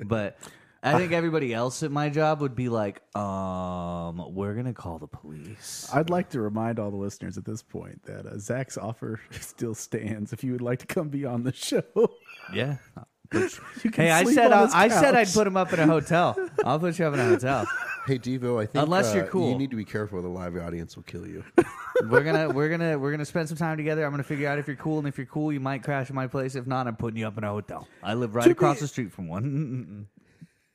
S3: but I think everybody else at my job would be like, um, we're gonna call the police.
S1: I'd like to remind all the listeners at this point that uh, Zach's offer still stands. If you would like to come be on the show,
S3: Yeah.
S1: you can
S3: Hey, I
S1: sleep
S3: said
S1: on
S3: I,
S1: his
S3: I said I'd
S1: couch.
S3: put him up in a hotel. I'll put you up in a hotel.
S2: Hey Devo, I think
S3: Unless you're
S2: uh,
S3: cool.
S2: you need to be careful. The live audience will kill you.
S3: We're gonna we're gonna we're gonna spend some time together. I'm gonna figure out if you're cool, and if you're cool, you might crash at my place. If not, I'm putting you up in a hotel. I live right
S1: To
S3: across
S1: be-
S3: the street from one.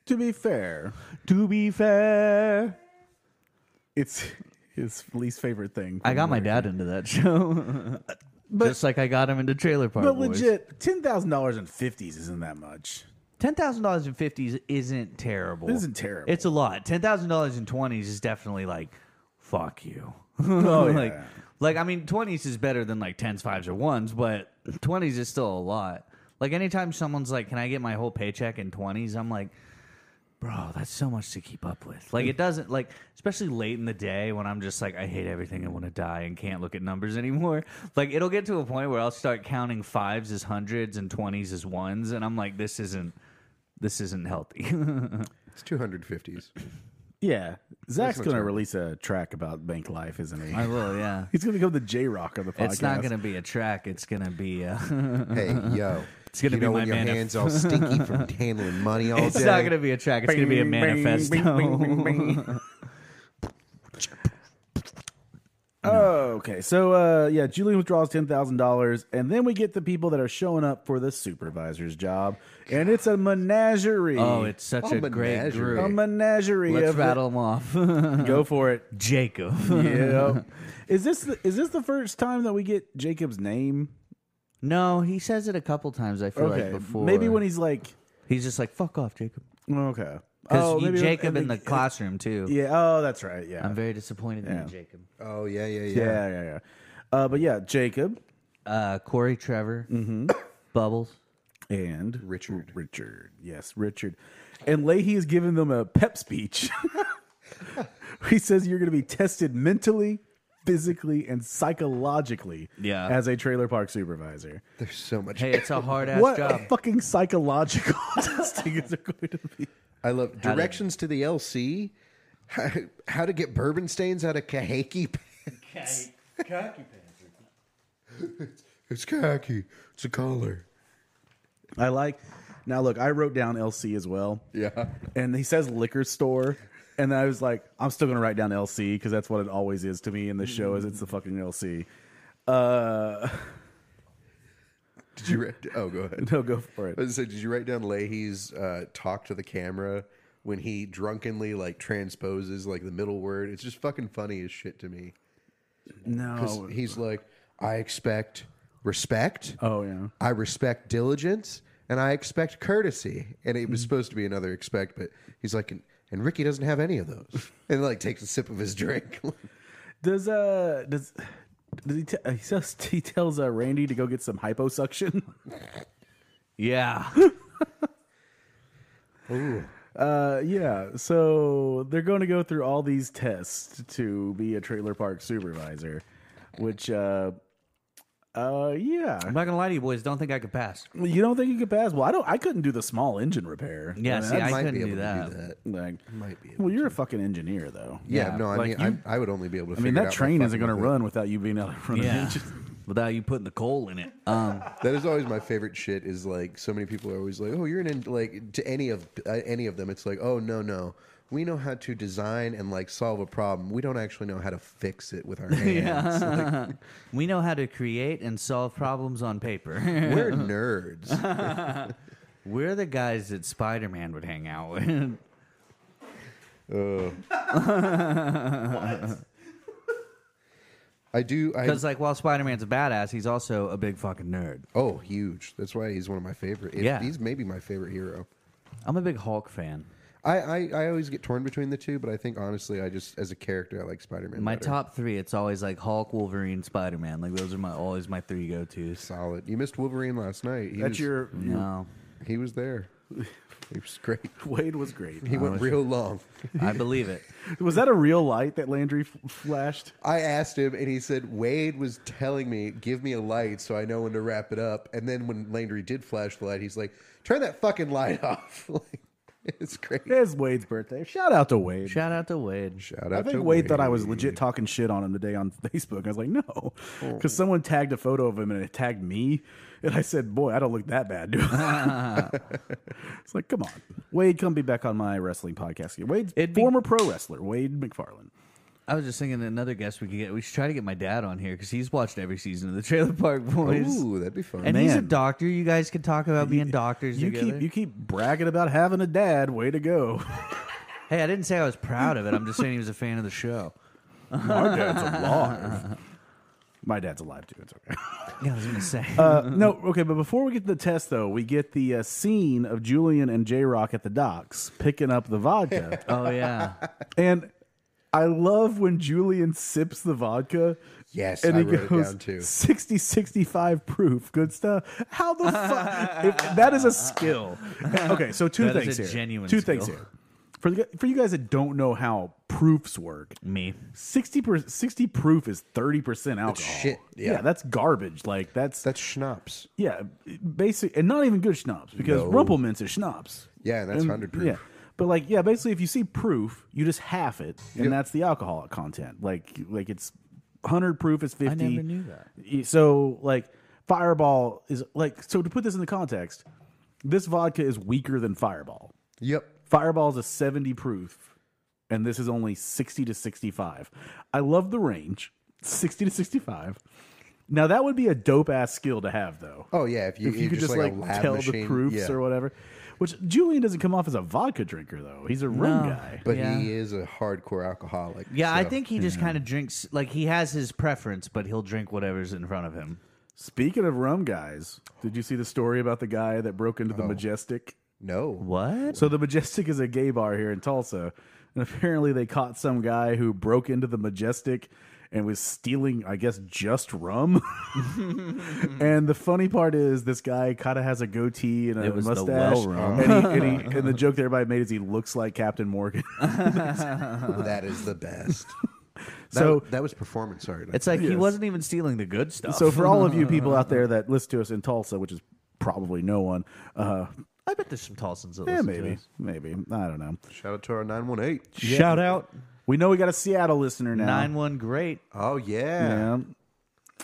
S1: To be fair,
S3: to be fair,
S1: it's his least favorite thing.
S3: I
S1: from
S3: got my
S1: there.
S3: dad into that show,
S1: But-
S3: just like I got him into Trailer Park
S1: But
S3: Boys.
S1: legit, ten thousand dollars in fifties isn't that much.
S3: ten thousand dollars in fifties isn't terrible.
S1: It isn't terrible.
S3: It's a lot. Ten thousand dollars in twenties is definitely like, fuck you.
S1: yeah.
S3: like, like I mean, twenties is better than like tens, fives, or ones, but twenties is still a lot. Like anytime someone's like, "Can I get my whole paycheck in 20s? I'm like, "Bro, that's so much to keep up with." Like it doesn't like, especially late in the day when I'm just like, "I hate everything. I want to die and can't look at numbers anymore." Like it'll get to a point where I'll start counting fives as hundreds and twenties as ones, and I'm like, "This isn't, this isn't healthy."
S2: It's two hundred fifties.
S1: yeah, Zach's
S2: no
S1: gonna
S2: trouble.
S1: release a track about bank life, isn't he?
S3: I will, yeah.
S1: He's gonna become the J Rock of the podcast.
S3: It's not going to be a track. It's going to be. A
S2: Hey yo, it's
S3: gonna
S2: you
S3: be
S2: know
S3: my
S2: when your
S3: manif-
S2: hands all stinky from handling money all
S3: it's
S2: day.
S3: not going to be a track. It's going to be a
S1: Bing, bing,
S3: manifesto.
S1: bing, bing, bing, bing. Oh, okay. So, uh, yeah, Julian withdraws ten thousand dollars, and then we get the people that are showing up for the supervisor's job, and it's a menagerie.
S3: oh, it's such
S2: Oh,
S3: a great
S2: menagerie.
S1: a
S3: group.
S1: menagerie.
S3: Let's
S1: of
S3: rattle them off.
S1: Go for it.
S3: Jacob.
S1: Yeah. is this the, is this the first time that we get Jacob's name?
S3: No, he says it a couple times. I feel like before.
S1: Maybe when he's like,
S3: he's just like "fuck off, Jacob."
S1: okay. Oh,
S3: Because
S1: maybe
S3: Jacob
S1: I
S3: in the
S1: think-
S3: classroom too.
S1: Yeah. Oh, that's right. Yeah.
S3: I'm very disappointed in
S1: Yeah.
S3: you, Jacob.
S2: Oh yeah, yeah, yeah.
S1: yeah. Yeah. Yeah. Uh, but yeah, Jacob
S3: Uh, Corey Trevor, Bubbles.
S1: and
S2: Richard.
S1: Richard. Yes, Richard. And Leahy is giving them a pep speech. he says you're going to be tested mentally, physically, and psychologically.
S3: Yeah.
S1: As a trailer park supervisor,
S2: There's so much.
S3: Hey, it's a hard ass
S1: what
S3: job.
S1: fucking psychological testing is it going to be?
S2: I love directions to the LC. How, how to get bourbon stains out of kahaki pants. It's khaki. It's a collar.
S1: I like. Now look, I wrote down LC as well.
S2: Yeah.
S1: And he says liquor store, and then I was like, I'm still gonna write down LC because that's what it always is to me in the show. Is it's the fucking LC. Uh,
S2: Did you? Re- oh, go ahead.
S1: no, go for it.
S2: I was gonna say, did you write down Leahy's uh, talk to the camera when he drunkenly like transposes like the middle word? It's just fucking funny as shit to me. 'Cause
S1: No.
S2: He's like, I expect respect.
S1: Oh yeah.
S2: I respect diligence, and I expect courtesy. And it was supposed to be another expect, but he's like, and, and Ricky doesn't have any of those. And like takes a sip of his drink.
S1: Does uh does. Does he, t- he, says, he tells uh, Randy to go get some hyposuction.
S3: Yeah.
S1: Uh, yeah, so they're going to go through all these tests to be a trailer park supervisor, which uh, Uh, yeah.
S3: I'm not gonna lie to you boys. Don't think I could pass.
S1: You don't think you could pass? Well, I don't. I couldn't do the small engine repair.
S3: Yeah,
S1: mean,
S3: see,
S1: that's
S3: I
S2: might be
S3: couldn't do
S2: able to do
S3: that.
S2: that.
S1: like,
S2: Might be. able-
S1: well, you're a fucking engineer though.
S2: Yeah,
S3: Yeah,
S2: no, I
S1: like
S2: mean,
S1: you-
S2: I, I would only be able to.
S1: I mean, that
S2: figure it out by
S1: train isn't
S2: fucking
S1: going to
S2: with it.
S1: run without you being out in front of the
S3: Yeah.
S1: engine.
S3: Without you putting the coal in it. Um,
S2: That is always my favorite shit. Is like so many people are always like, "Oh, you're an in-, like to any of uh, any of them." It's like, "Oh no, no, we know how to design and like solve a problem. We don't actually know how to fix it with our hands. Like,
S3: we know how to create and solve problems on paper.
S2: we're nerds."
S3: We're the guys that Spider Man would hang out with.
S2: I do. I
S3: Because, like, while Spider Man's a badass, he's also a big fucking nerd.
S2: oh, huge. That's why he's one of my favorite. If-
S3: Yeah.
S2: he's maybe my favorite hero.
S3: I'm a big Hulk fan.
S2: I, I I always get torn between the two, but I think honestly, I just as a character, I like Spider Man.
S3: My top three, it's always like Hulk, Wolverine, Spider Man. Like, those are my always my three go tos.
S2: solid. You missed Wolverine last night. He
S1: That's
S2: was,
S1: your, your-
S3: No.
S2: He was there. He was great.
S1: Wade was great. Uh,
S2: He went real long.
S3: I believe it.
S1: Was that a real light that Landry f- flashed?
S2: I asked him, and he said Wade was telling me, "Give me a light so I know when to wrap it up." And then when Landry did flash the light, he's like, "Turn that fucking light off!" like, it's great.
S1: It's Wade's birthday. Shout out to Wade.
S3: Shout out to Wade.
S2: Shout out
S1: I think
S2: to
S1: Wade, thought I was legit talking shit on him today on Facebook. I was like, no,
S3: Hmm.
S1: because someone tagged a photo of him and it tagged me, and I said, "Boy, I don't look that bad, do I?" it's like, come on, Wade, come be back on my wrestling podcast. again. Wade's
S3: It'd be-
S1: former pro wrestler, Wade McFarlane.
S3: I was just thinking another guest we could get. We should try to get my dad on here because he's watched every season of the Trailer Park Boys.
S2: Ooh, that'd be fun.
S3: and he's a
S1: man.
S3: doctor. You guys could talk about being doctors
S1: You
S3: together.
S1: keep you keep bragging about having a dad. Way to go!
S3: hey, I didn't say I was proud of it. I'm just saying he was a fan of the show.
S1: my dad's alive. My dad's alive too. It's okay.
S3: Yeah, I was gonna say.
S1: Uh,
S2: Mm-hmm.
S1: no, okay, but before we get to the test, though, we get the uh, scene of Julian and J Rock at the docks picking up the vodka. Uh,
S3: oh yeah.
S1: And I love when Julian sips the vodka.
S2: Yes,
S1: and
S2: I
S1: he
S2: wrote it
S1: goes
S2: down, too.
S1: 60 65 proof. Good stuff. How the fuck? That is a skill. Okay, so two
S3: That is
S1: things
S3: a
S1: here.
S3: genuine
S1: two things
S3: skill.
S1: here. For, the, for you guys that don't know how proofs work,
S3: Me.
S1: 60, per, 60 proof is 30% alcohol.
S2: shit, yeah.
S1: that's garbage. Like, that's,
S2: That's schnapps.
S1: yeah, basic, and not even good schnapps because
S2: No.
S1: Rumpelmintz is schnapps.
S2: Yeah, that's
S1: And-
S2: 100 proof.
S1: Yeah, but like, yeah, basically, if you see proof, you just half it, and that's the alcoholic content. Like, like it's hundred proof is fifty.
S3: never knew that.
S1: Y- So like, Fireball is like. So to put this into context, this vodka is weaker than Fireball.
S2: Yep.
S1: Fireball is a seventy proof, and this is only sixty to sixty-five. I love the range, sixty to sixty-five. Now that would be a dope ass skill to have, though
S2: Oh yeah, if you,
S1: if you could just,
S2: a
S1: like,
S2: lab
S1: tell
S2: machine,
S1: the proofs
S2: yeah.
S1: or whatever. Which Julian doesn't come off as a vodka drinker though. He's a rum guy.
S2: But
S3: Yeah.
S2: he is a hardcore alcoholic.
S3: Yeah, I
S2: so-
S3: think he just kind of drinks like he has his preference, but he'll drink whatever's in front of him.
S1: Speaking of rum guys, did you see the story about the guy that broke into
S2: Oh.
S1: the Majestic?
S2: no.
S3: What?
S1: So the Majestic is a gay bar here in Tulsa, and apparently they caught some guy who broke into the Majestic and was stealing, I guess, just rum. and the funny part is, this guy kind of has a goatee and a
S3: It was the
S1: mustache,
S3: well rum.
S1: and, he, and, he, and the joke that everybody made is he looks like Captain Morgan.
S2: that is the best.
S1: so
S2: that, that was performance art.
S3: It's like he
S1: Yes.
S3: wasn't even stealing the good stuff.
S1: So for all of you people out there that listen to us in Tulsa, which is probably no one, uh,
S3: I bet there's some Tulsans that
S1: yeah,
S3: listen
S1: maybe,
S3: to us.
S1: maybe I don't know.
S2: shout out to our nine one eight.
S3: Shout out
S1: We know we got a Seattle listener now.
S3: nine one great.
S2: Oh yeah,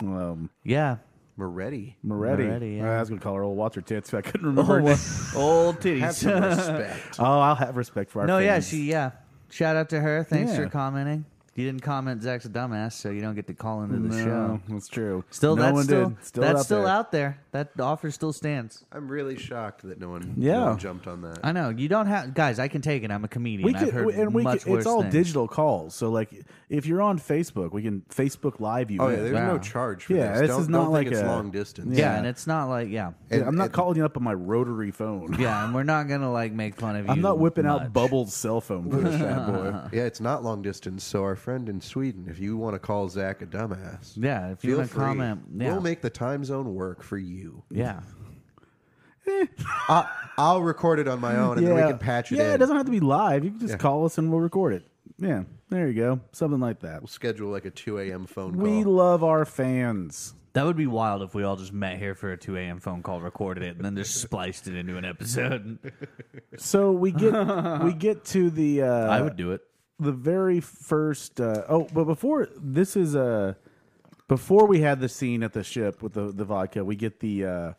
S1: Yeah. Um,
S3: Yeah.
S2: Moretti.
S1: Moretti. Ah,
S3: Moretti, yeah.
S1: I was gonna call her old Watch Her Tits. but I couldn't
S3: Oh,
S1: remember. her name.
S3: old
S2: Have
S3: titties.
S2: some respect.
S1: Oh, I'll have respect for our.
S3: no, yeah,
S1: fans.
S3: she yeah. Shout out to her. Thanks
S1: Yeah.
S3: for commenting. You didn't comment Zach's a dumbass, so you don't get to call into the
S1: No,
S3: show.
S1: That's true.
S3: Still
S1: no
S3: that's
S1: one
S3: still,
S1: did. Still
S3: that's
S1: out
S3: still
S1: there.
S3: out there. That offer still stands.
S2: I'm really shocked that no one,
S1: Yeah.
S2: no one jumped on that.
S3: I know. You don't have guys, I can take it. I'm a comedian.
S1: We
S3: I've
S1: can,
S3: heard
S1: we- and we
S3: much
S1: can,
S3: worse
S1: it's all
S3: things.
S1: digital calls. So like, if you're on Facebook, we can Facebook Live you.
S2: oh yeah,
S1: in.
S2: there's
S3: Wow.
S2: no charge for
S1: Yeah,
S2: this.
S1: this
S2: don't,
S1: is
S2: don't
S1: not
S2: think
S1: like
S2: it's
S1: a-
S2: long distance.
S3: Yeah,
S1: Yeah.
S3: and it's not like yeah,
S1: Yeah, I'm not
S2: and-
S1: calling you up on my rotary phone.
S3: yeah, and we're not gonna like make fun of you.
S1: I'm not whipping
S3: much.
S1: out Bubble's cell phone for this bad boy.
S3: Uh-huh.
S2: Yeah, it's not long distance. So our friend in Sweden, if you want to call Zach a dumbass,
S3: Yeah, if you
S2: feel
S3: wanna
S2: free.
S3: comment, yeah.
S2: We'll make the time zone work for you.
S3: Yeah,
S2: I, I'll record it on my own, and then we can patch it
S1: yeah,
S2: in.
S1: it doesn't have to be live. You can just
S2: Yeah.
S1: call us and we'll record it. Yeah, there you go. Something like that.
S2: We'll schedule like a 2 a.m. phone
S1: We
S2: call.
S1: love our fans.
S3: That would be wild if we all just met here for a 2 a.m. phone call, recorded it, and then just spliced it into an episode.
S1: So we get we get to the uh,
S3: I would do it.
S1: the very first. Uh, oh, but before this is Uh, before we had the scene at the ship with the, the vodka, we get the uh,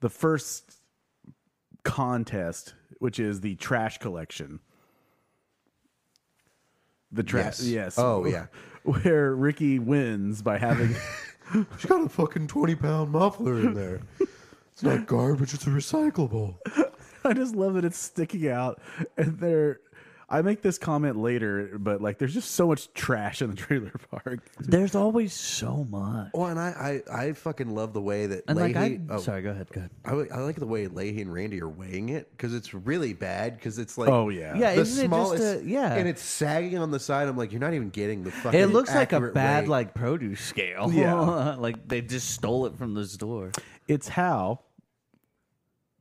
S1: the first contest, which is the trash collection. The trash,
S2: Yes.
S1: yes.
S2: Oh, yeah.
S1: where Ricky wins by having
S2: She got a fucking 20 pound muffler in there. It's not garbage, it's recyclable.
S1: I just love that it's sticking out, and they're. I make this comment later, but like, there's just so much trash in the trailer park.
S3: There's always so much.
S2: Oh, and I, I, I fucking love the way that
S3: And like, I
S2: Leahy- oh,
S3: sorry, go ahead, go ahead.
S2: I, li- I like the way Leahy and Randy are weighing it because it's really bad because it's like
S1: Oh, yeah.
S3: Yeah,
S2: the
S3: isn't it just
S2: smallest
S3: a- yeah.
S2: and it's sagging on the side. I'm like you're not even getting the fucking.
S3: It looks like a
S2: accurate
S3: bad
S2: weight.
S3: like produce scale.
S1: Yeah.
S3: like they just stole it from the store.
S1: It's how.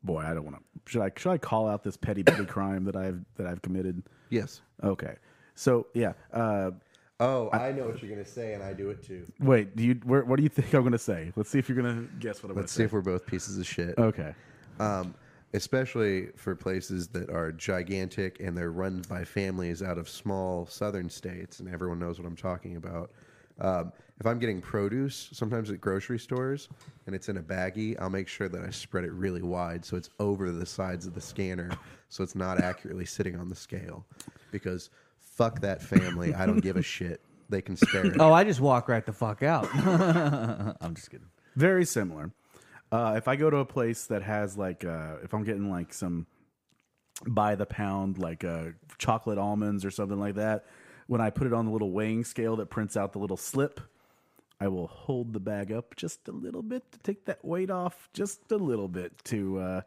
S1: Boy, I don't want to. Should I should I call out this petty petty crime that I've that I've committed?
S2: yes.
S1: Okay, so yeah. Uh,
S2: Oh, I know what you're gonna say, and I do it too.
S1: wait, do you? Where, what do you think I'm gonna say? Let's see if you're gonna guess what I'm
S2: Let's see
S1: gonna
S2: if we're both pieces of shit.
S1: say. okay.
S2: Um, especially for places that are gigantic and they're run by families out of small southern states, and everyone knows what I'm talking about. Um, if I'm getting produce, sometimes at grocery stores, and it's in a baggie, I'll make sure that I spread it really wide so it's over the sides of the scanner, so it's not accurately sitting on the scale. Because fuck that family, I don't give a shit. They can spare it.
S3: Oh, I just walk right the fuck out. I'm just kidding.
S1: Very similar. Uh, if I go to a place that has like, uh, if I'm getting like some by the pound, like uh, chocolate almonds or something like that, when I put it on the little weighing scale that prints out the little slip, I will hold the bag up just a little bit to take that weight off, just a little bit to uh,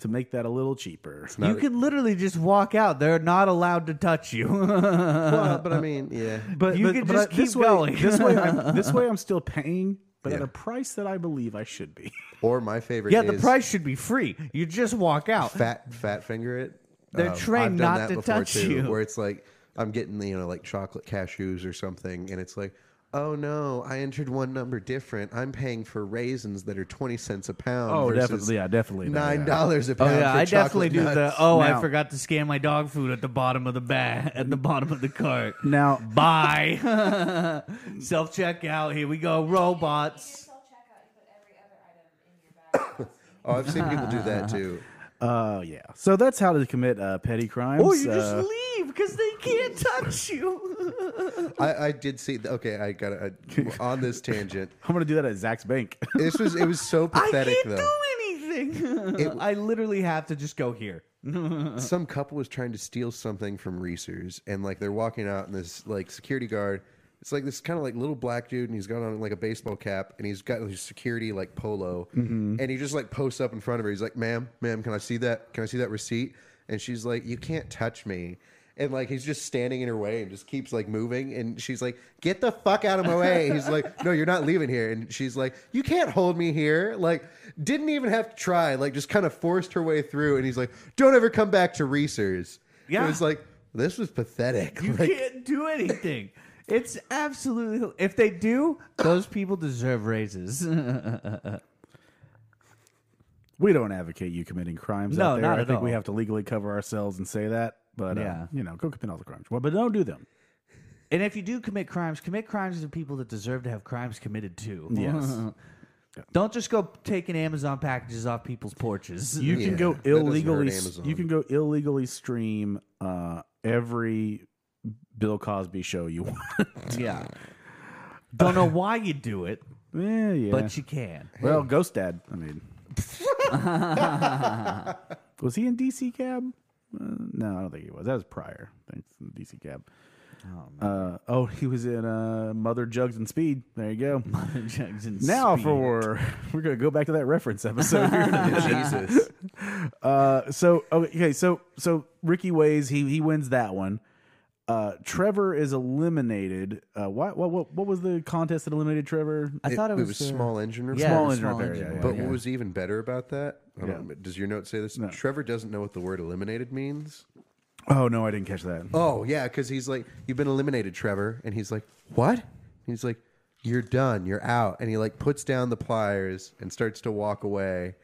S1: to make that a little cheaper.
S3: You can literally just walk out. They're not allowed to touch you.
S2: Well, but I mean, yeah.
S1: But
S3: You
S1: but-
S3: can
S1: but
S3: just
S1: I- this
S3: keep
S1: way,
S3: going.
S1: this way, I'm, this way, I'm still paying, but at
S2: Yeah.
S1: a price that I believe I should be.
S2: Or my favorite.
S3: yeah, the
S2: is-
S3: price should be free. You just walk out.
S2: fat fat finger it. Um,
S3: They're trained
S2: I've done
S3: not
S2: that
S3: to
S2: before,
S3: touch you.
S2: Where it's like I'm getting you know like chocolate cashews or something, and it's like, oh no, I entered one number different. I'm paying for raisins that are twenty cents a pound.
S1: Oh,
S2: versus
S1: definitely, yeah, definitely, no, yeah.
S2: nine dollars a
S3: Oh
S2: pound.
S3: yeah,
S2: for
S3: I definitely
S2: chocolate
S3: do the.
S2: nuts.
S3: Oh, I
S1: Now-
S3: forgot to scan my dog food at the bottom of the bag at the bottom of the cart.
S1: Now,
S3: Bye. Self checkout. Here we go, robots.
S4: Self-checkout, you put every other item in your bag.
S2: Oh, I've seen people do that too.
S1: uh, yeah, so that's how to commit uh, petty crimes.
S3: Or Oh, you just
S1: Uh,
S3: leave because they can't touch you.
S2: I, I did see. Okay, I got to on this tangent.
S1: I'm gonna do that at Zach's bank.
S2: This was it was so
S3: I
S2: pathetic
S3: can't
S2: though.
S3: do anything.
S2: It-
S3: I literally have to just go here.
S2: some couple was trying to steal something from Reese's, and like they're walking out, and this like security guard, it's like this kind of like little black dude, and he's got on like a baseball cap, and he's got his security like polo, and he just like posts up in front of her. He's like, "Ma'am, ma'am, can I see that? Can I see that receipt?" And she's like, "You can't touch me." And like he's just standing in her way and just keeps like moving. And she's like, "Get the fuck out of my way!" He's like, "No, you're not leaving here." And she's like, "You can't hold me here." Like, didn't even have to try. Like, just kind of forced her way through. And he's like, "Don't ever come back to Reese's."
S3: Yeah.
S2: it was like this was pathetic.
S3: You
S2: like,
S3: can't do anything. It's absolutely. If they do, those people deserve raises.
S1: We don't advocate you committing crimes
S3: No,
S1: out there.
S3: not
S1: I
S3: at
S1: think we
S3: all.
S1: have to legally cover ourselves and say that. But uh,
S3: Yeah.
S1: you know, go commit all the crimes. Well, but don't do them.
S3: and if you do commit crimes, commit crimes to people that deserve to have crimes committed to.
S1: Yes.
S3: Don't just go taking Amazon packages off people's porches.
S1: You
S2: Yeah,
S1: can go
S2: that doesn't hurt
S1: illegally.
S2: Amazon.
S1: You can go illegally stream uh, every Bill Cosby show you want.
S3: yeah. Don't know why you do it,
S1: yeah, Eh, yeah.
S3: but you can.
S1: well, Ghost Dad. I mean, was he in DC Cab? Uh, no, I don't think he was. That was prior. Thanks, DC Cab. Oh, uh, oh, he was in uh, Mother Jugs and Speed. There you go.
S3: Jackson
S1: Now
S3: Speed.
S1: for we're gonna go back to that reference episode. We're gonna-
S2: Jesus.
S1: uh, so okay, so so Ricky weighs he he wins that one. Uh, Trevor is eliminated. Uh, what what what what was the contest that eliminated Trevor?
S3: I thought it was, uh,
S2: small engine repair.
S3: Yeah,
S1: small
S3: the
S1: engine
S3: small
S1: repair.
S3: engine
S1: yeah, yeah,
S2: But
S1: yeah.
S2: what was even better about that? I don't
S1: Yeah.
S2: remember- Does your note say this? Trevor doesn't know what the word eliminated means.
S1: oh no, I didn't catch that.
S2: Oh yeah, because he's like, "You've been eliminated, Trevor," and he's like, "What?" And he's like, you're done, you're out. And he like puts down the pliers and starts to walk away.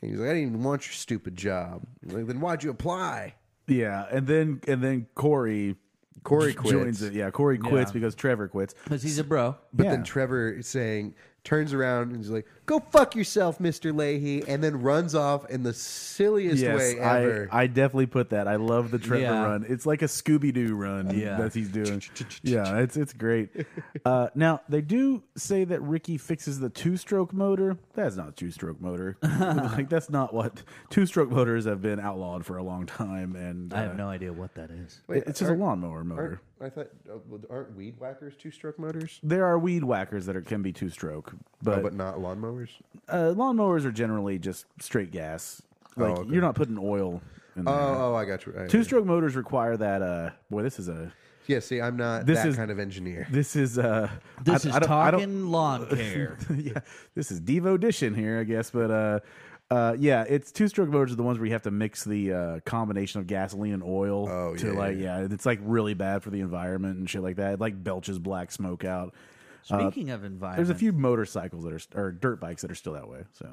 S2: And he's like, I didn't even want your stupid job. He's like, then why'd you apply?
S1: Yeah, and then and then Corey
S2: Corey
S1: j- joins
S2: quits.
S1: it. Yeah, Corey quits
S3: Yeah.
S1: because Trevor quits.
S3: because he's a bro.
S2: But
S1: Yeah.
S2: then Trevor is saying, turns around and he's like, go fuck yourself, Mr. Leahy. And then runs off in the silliest
S1: Yes,
S2: way
S1: I,
S2: ever.
S1: I definitely put that. I love the Trevor
S3: Yeah.
S1: run. It's like a Scooby Doo run
S3: Yeah.
S1: that he's doing. yeah, it's it's great. Uh, now they do say that Ricky fixes the two stroke motor. That's not two stroke motor. like that's not what two stroke motors have been outlawed for a long time. And
S3: I have
S1: uh,
S3: no idea what that is.
S1: it- it's just a lawnmower
S2: Aren't,
S1: motor.
S2: I thought, uh, aren't weed whackers two stroke motors?
S1: There are weed whackers that are, can be two stroke,
S2: Oh,
S1: but
S2: but not lawnmowers?
S1: uh, lawnmowers are generally just straight gas. Like
S2: Oh, okay.
S1: you're not putting oil. in there.
S2: Oh, oh, I got you. I-
S1: Two stroke motors require that. Uh, boy, this is a
S2: Yeah, see, I'm not
S1: This
S2: that
S1: is-
S2: kind of engineer.
S1: this is uh
S3: This
S1: I-
S3: is
S1: I don't- I don't-
S3: talking lawn care.
S1: yeah, this is Devo Dition here, I guess. But uh, uh, yeah, it's two stroke motors are the ones where you have to mix the uh, combination of gasoline and oil
S2: Oh,
S1: to
S2: yeah,
S1: like
S2: yeah.
S1: yeah. it's like really bad for the environment and shit like that. It like belches black smoke out.
S3: Speaking of environment,
S1: Uh, There's a few motorcycles that are st- or dirt bikes that are still that way. So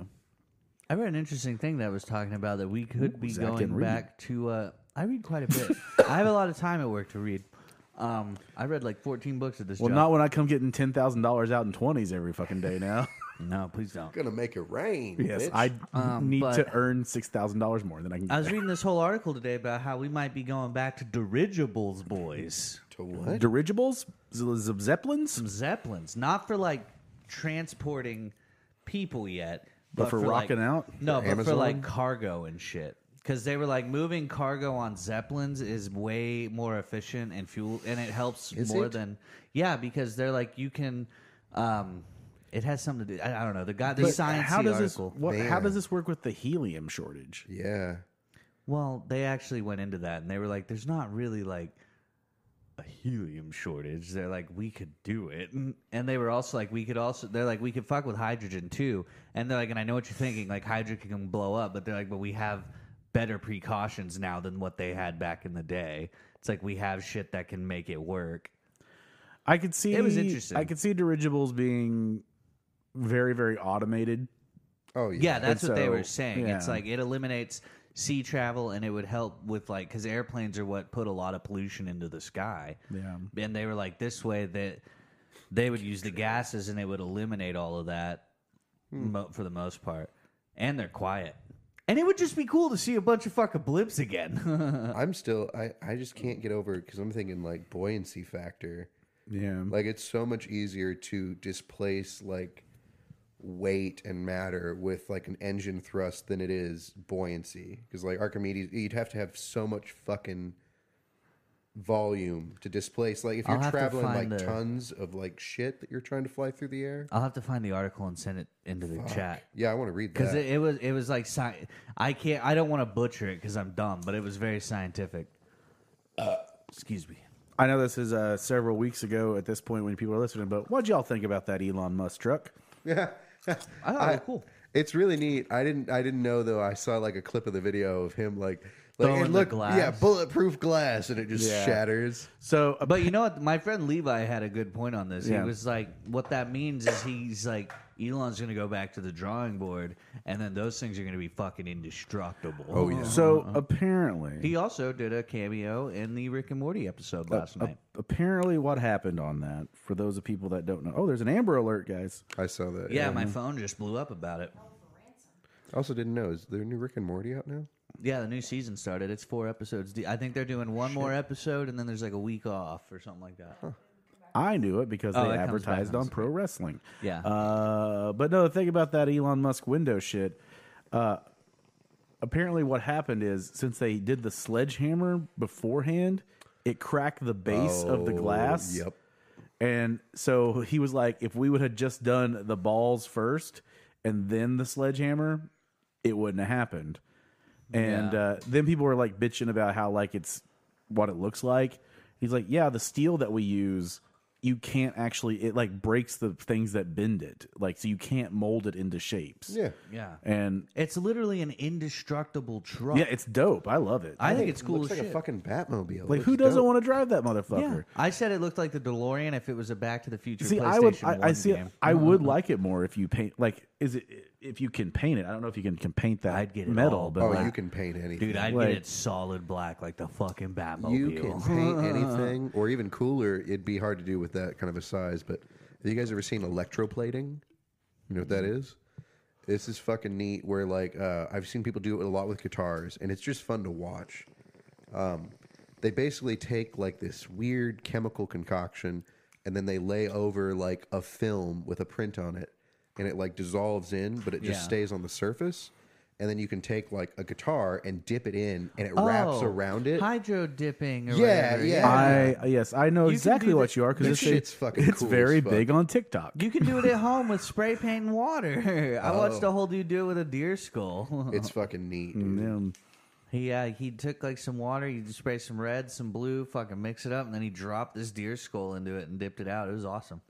S3: I read an interesting thing that was talking about that we could be
S1: Zach
S3: going
S1: can read.
S3: back to. Uh, I read quite a bit. I have a lot of time at work to read. Um, I read like 14 books at this
S1: well, not
S3: job.
S1: when I come getting ten thousand dollars out in twenties every fucking day now.
S3: no, please don't.
S2: gonna make it rain.
S1: yes,
S2: bitch.
S1: I
S3: Um,
S1: need to
S3: but-
S1: earn six thousand dollars more than I can.
S3: I was reading this whole article today about how we might be going back to dirigibles, boys.
S2: to what?
S1: Dirigibles, Z- Z- zeppelins.
S3: Some Zeppelins, not for like transporting people yet,
S1: But for
S3: like-
S1: rocking out?
S3: No,
S2: For
S3: but for
S2: Amazon?
S3: like cargo and shit. Because they were like moving cargo on Zeppelins is way more efficient and fuel, and it helps
S2: Is
S3: more
S2: it?
S3: than yeah. Because they're like you can, um, it has something to do. I, I don't know. The guy, the science
S1: how does
S3: article.
S1: this what, how
S2: Man.
S1: does this work with the helium shortage?
S2: Yeah.
S3: Well, they actually went into that and they were like, there's not really like a helium shortage. They're like, we could do it. And, and they were also like, we could also, they're like, we could fuck with hydrogen too. And they're like, and I know what you're thinking, like hydrogen can blow up, but they're like, but we have better precautions now than what they had back in the day. It's like, we have shit that can make it work.
S1: I could see
S3: It was interesting.
S1: I could see dirigibles being very very automated.
S2: Oh yeah.
S3: Yeah, that's
S1: And
S3: what they were
S1: so-
S3: saying. It's
S1: yeah.
S3: like it eliminates sea travel and it would help with like because airplanes are what put a lot of pollution into the sky.
S1: Yeah.
S3: and they were like this way that they would use the gases and it would eliminate all of that
S1: Hmm.
S3: mo- for the most part. And they're quiet, and it would just be cool to see a bunch of fucking blips again.
S2: I'm still. I I just can't get over because I'm thinking like buoyancy factor.
S1: Yeah.
S2: Like it's so much easier to displace like weight and matter with like an engine thrust than it is buoyancy. Because like Archimedes, you'd have to have so much fucking volume to displace. Like if
S3: I'll
S2: you're
S3: have to
S2: traveling like
S3: find the-
S2: tons of like shit that you're trying to fly through the air.
S3: I'll have to find the article and send it into the chat.
S2: Yeah, I want to read that.
S3: Because it, it was it was like sci- I can't I don't want to butcher it because I'm dumb, but it was very scientific.
S1: Uh.
S3: Excuse me.
S1: I know this is uh, several weeks ago at this point when people are listening, but what'd y'all think about that Elon Musk truck?
S3: I thought it
S2: Oh,
S3: was cool.
S2: It's really neat. I didn't I didn't know though. I saw like a clip of the video of him like like
S3: Throwing
S2: and
S3: the
S2: look
S3: glass.
S2: yeah bulletproof glass and it just
S1: Yeah.
S2: shatters.
S1: So uh,
S3: But you know what? My friend Levi had a good point on this.
S1: Yeah.
S3: He was like, what that means is he's like, Elon's going to go back to the drawing board, and then those things are going to be fucking indestructible. Oh, yeah.
S1: so apparently
S3: He also did a cameo in the Rick and Morty episode last
S1: oh.
S3: night.
S1: apparently what happened on that for those of people that don't know. Oh, there's an Amber Alert, guys.
S2: I saw that.
S3: yeah, my phone just blew up about it.
S2: I also didn't know. Is there a new Rick and Morty out now?
S3: Yeah, the new season started. It's four episodes. The- I think they're doing one more episode, and then there's like a week off or something like that.
S1: I knew it because
S3: Oh,
S1: they
S3: that comes back
S1: advertised
S3: on
S1: on pro wrestling.
S3: Yeah.
S1: Uh, but no, the thing about that Elon Musk window shit, uh, apparently what happened is since they did the sledgehammer beforehand, it cracked the base of the
S3: Oh,
S1: glass.
S2: Yep.
S1: And so he was like, if we would have just done the balls first and then the sledgehammer, it wouldn't have happened. And
S3: Yeah.
S1: uh, then people were like bitching about how like it's what it looks like. He's like, yeah, the steel that we use you can't actually it like breaks the things that bend it. Like so you can't mold it into shapes.
S2: Yeah.
S3: Yeah.
S1: And
S3: It's literally an indestructible truck.
S1: yeah, it's dope. I love it.
S3: I think
S2: Hey,
S3: it's cool
S2: Looks
S3: as
S2: like
S3: shit.
S2: a fucking Batmobile.
S1: like who
S2: Looks
S1: doesn't
S2: dope.
S1: want to drive that
S3: yeah.
S1: motherfucker?
S3: I said it looked like the DeLorean if it was a Back to the Future
S1: See,
S3: PlayStation
S1: I would, I, I
S3: 1
S1: see,
S3: game. Mm-hmm.
S1: I would like it more if you paint. Like, is it if you can paint it? I don't know if you can, can paint that
S3: I'd get it
S1: metal,
S3: all.
S1: but
S2: Oh,
S1: like,
S2: you can paint anything.
S3: Dude, I'd
S1: Like-
S3: get it solid black like the fucking Batmobile.
S2: You can paint anything, or even cooler, it'd be hard to do with that kind of a size. But have you guys ever seen electroplating? You know what that is? This is fucking neat. Where like uh, I've seen people do it a lot with guitars, and it's just fun to watch. Um, they basically take like this weird chemical concoction, and then they lay over like a film with a print on it, and it like dissolves in, but it just
S3: Yeah.
S2: stays on the surface. And then you can take like a guitar and dip it in, and it wraps
S3: Oh,
S2: around it.
S3: Hydro dipping. Or
S2: Yeah,
S3: whatever.
S2: yeah.
S1: I yes, I know
S3: You can
S1: exactly
S3: do
S1: what
S3: that-
S1: you are because
S2: That
S1: it's
S2: shit's fucking
S1: It's
S2: cool
S1: very
S2: as fuck.
S1: big on TikTok.
S3: You can do it at home with spray paint and water.
S2: Oh.
S3: I watched a whole dude do it with a deer skull.
S2: It's fucking neat. dude.
S1: Um,
S3: He uh, he took like some water, he sprayed some red, some blue, fucking mix it up, and then he dropped this deer skull into it and dipped it out. It was awesome,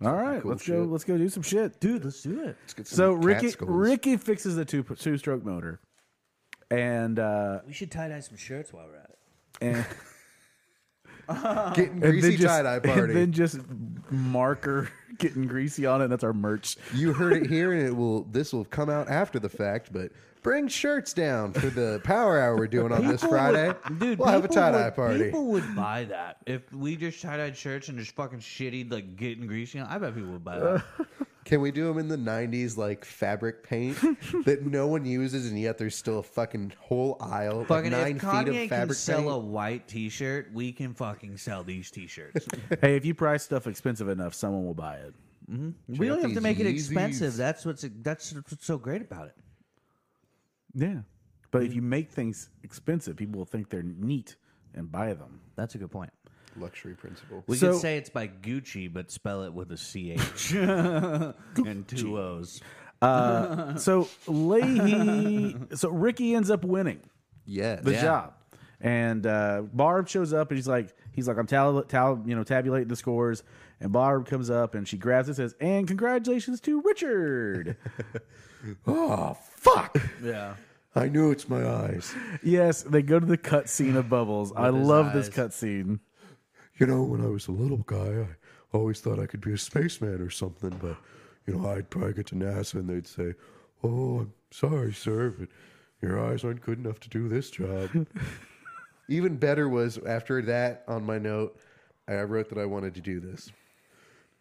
S1: all right,
S2: cool
S1: let's go.
S2: shit.
S1: Let's go do some shit, dude.
S3: Let's do it.
S2: Let's get some
S1: So
S2: cat
S1: Ricky
S2: skulls.
S1: Ricky fixes the two two stroke motor, and uh,
S3: We should tie dye some shirts while we're at it.
S1: and,
S2: getting
S1: and then
S2: greasy
S1: just
S2: tie dye
S1: and
S2: party.
S1: then just marker getting greasy on it. And that's our merch.
S2: you heard it here, and it will. This will come out after the fact, but bring shirts down for the power hour we're doing on this Friday.
S3: dude,
S2: we'll have a
S3: people
S2: tie dye
S3: would-
S2: party.
S3: People would buy that if we just tie dyed shirts and just fucking shitty like getting greasy. I bet people would buy that.
S2: Can we do them in the '90s like fabric paint that no one uses, and yet there's still a fucking whole aisle, like
S3: fucking
S2: nine
S3: if
S2: feet
S3: Kanye
S2: of
S3: can
S2: fabric
S3: sell a
S2: paint?
S3: white T-shirt, we can fucking sell these T-shirts.
S1: hey, if you price stuff expensive enough, someone will buy it.
S3: we don't
S2: out
S3: have to
S2: these
S3: make it
S2: Yeezys.
S3: expensive. That's what's that's what's so great about it.
S1: Yeah, but if you make things expensive, people will think they're neat and buy them.
S3: That's a good point.
S2: Luxury principle.
S3: We
S1: So-
S3: could say it's by Gucci, but spell it with a CH and two O's.
S2: Uh-huh.
S1: So Leahy, so Ricky ends up winning
S2: Yes.
S1: the
S3: Yeah.
S1: job, and uh, Barb shows up and he's like, he's like, I'm tal- tal- you know tabulating the scores, and Barb comes up and she grabs it, says, and congratulations to Richard.
S2: Oh fuck!
S3: Yeah.
S2: I knew it's my eyes.
S1: yes, they go to the cutscene of Bubbles. I
S3: his
S1: love this
S3: eyes.
S1: cutscene.
S2: You know, when I was a little guy, I always thought I could be a spaceman or something, but, you know, I'd probably get to NASA and they'd say, Oh, I'm sorry, sir, but your eyes aren't good enough to do this job. Even better was after that on my note, I wrote that I wanted to do this.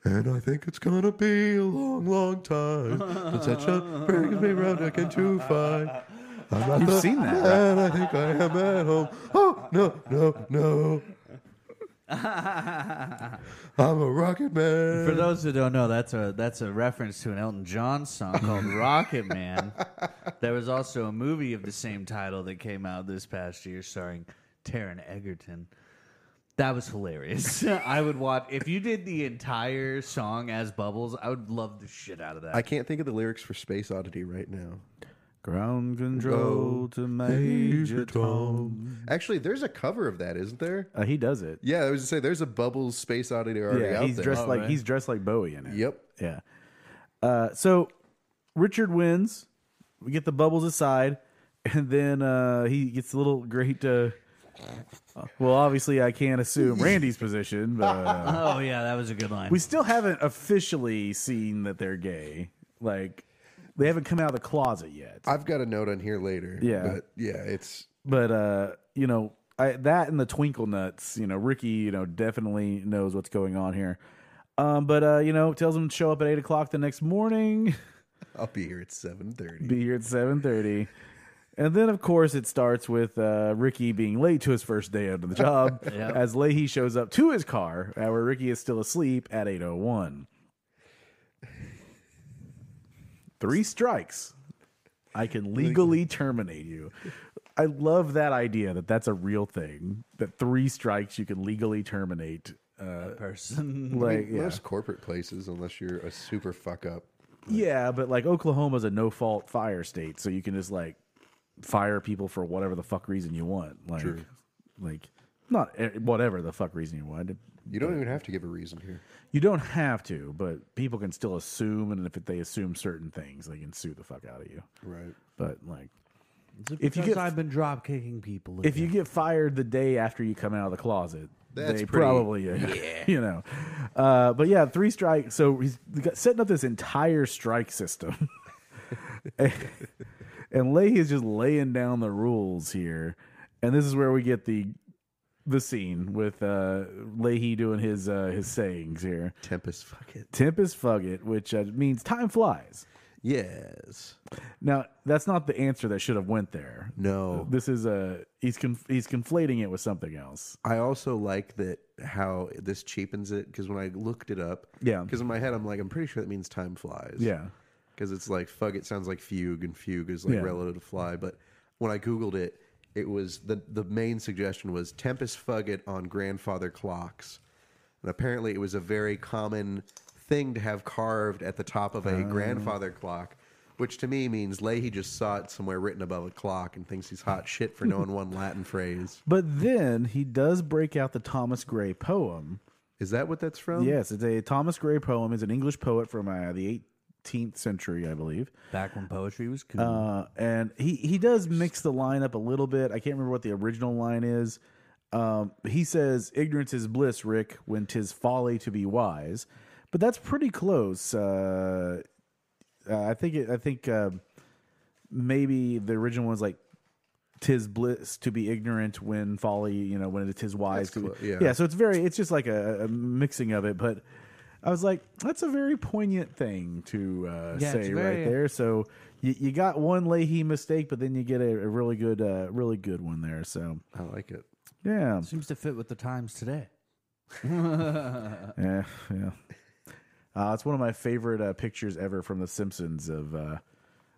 S2: And I think it's gonna be a long, long time since that shot brings me round again to find. I'm not
S1: You've
S2: the
S1: seen that,
S2: man I think I am at home. Oh no, no, no! I'm a rocket man.
S3: For those who don't know, that's a that's a reference to an Elton John song called Rocket Man. There was also a movie of the same title that came out this past year starring Taron Egerton. That was hilarious. I would watch if you did the entire song as Bubbles. I would love the shit out of that.
S2: I can't think of the lyrics for Space Oddity right now.
S1: Ground control to Major Tom.
S2: Mm-hmm. Actually, there's a cover of that, isn't there?
S1: Uh, he does it.
S2: Yeah, I was gonna say there's a Bubbles Space Oddity already
S1: Yeah,
S2: out
S1: he's
S2: there. Oh,
S1: dressed like
S3: right.
S1: he's dressed like Bowie in it.
S2: Yep.
S1: Yeah. Uh, so Richard wins. We get the bubbles aside, and then uh, he gets a little great. Uh, well, obviously, I can't assume Randy's position, but uh,
S3: oh yeah, that was a good line.
S1: we still haven't officially seen that they're gay. Like they haven't come out of the closet yet.
S2: I've got a note on here later.
S1: Yeah.
S2: But yeah, it's
S1: But uh, you know I, that and the Twinkle Nuts. You know Ricky. You know definitely knows what's going on here. Um, but uh, you know tells him to show up at eight o'clock the next morning.
S2: I'll be here at seven thirty.
S1: be here at 7.30 and then of course it starts with uh, ricky being late to his first day under the job
S3: Yeah.
S1: as leahy shows up to his car uh, where ricky is still asleep at 8.01 three strikes i can legally terminate you i love that idea that that's a real thing that three strikes you can legally terminate
S3: That person.
S1: like yeah.
S2: Most corporate places, unless you're a super fuck up.
S1: Yeah, but like Oklahoma's a no fault fire state, so you can just like fire people for whatever the fuck reason you want. Like like Not eh, whatever the fuck reason you wanted.
S2: You don't even have to give a reason here.
S1: You don't have to, but people can still assume, and if they assume certain things, they can sue the fuck out of you.
S2: Right.
S1: But like,
S3: Is it
S1: If you
S3: because
S1: get-
S3: I've been drop kicking people.
S1: if you get fired the day after you come out of the closet,
S2: That's
S1: they
S2: pretty-
S1: probably, uh, you know. Uh, but yeah, three strike. So he's got- setting up this entire strike system, and, and Leahy is just laying down the rules here, and this is where we get the the scene with uh, Leahy doing his uh, his sayings here.
S2: Tempest, fuck it.
S1: Tempest fug it, which uh, means time flies.
S2: Yes.
S1: Now that's not the answer that should have went there.
S2: No.
S1: this is a he's conf- he's conflating it with something else.
S2: I also like that how this cheapens it because when I looked it up,
S1: Yeah.
S2: because in my head I'm like I'm pretty sure that means time flies,
S1: Yeah.
S2: because it's like fuck it sounds like fugue and fugue is like
S1: Yeah.
S2: relative to fly, but when I googled it, it was the the main suggestion was tempest fug it on grandfather clocks, and apparently it was a very common thing to have carved at the top of
S3: Ah.
S2: a grandfather clock. Which to me means Leahy just saw it somewhere written above a clock and thinks he's hot shit for knowing one Latin phrase.
S1: But then he does break out the Thomas Gray poem.
S2: Is that what that's from?
S1: Yes, it's a Thomas Gray poem. Is an English poet from uh, the 18th century, I believe.
S3: back when poetry was cool,
S1: Uh, and he he does mix the line up a little bit. I can't remember what the original line is. Um, he says, "Ignorance is bliss, Rick, when 'tis folly to be wise." But that's pretty close. Uh, uh, I think it, I think uh, maybe the original one's like, "Tis bliss to be ignorant when folly, you know, when it is wise."
S2: That's
S1: to be-"
S2: clo- yeah.
S1: yeah. So it's very, it's just like a, a mixing of it. But I was like, that's a very poignant thing to uh,
S3: Yeah, it's
S1: say
S3: very-
S1: right there. So you, you got one Leahy mistake, but then you get a, a really good, uh, really good one there. So
S2: I like it.
S1: yeah,
S3: seems to fit with the times today.
S1: yeah, Eh, yeah. Uh, it's one of my favorite uh, pictures ever from The Simpsons of uh,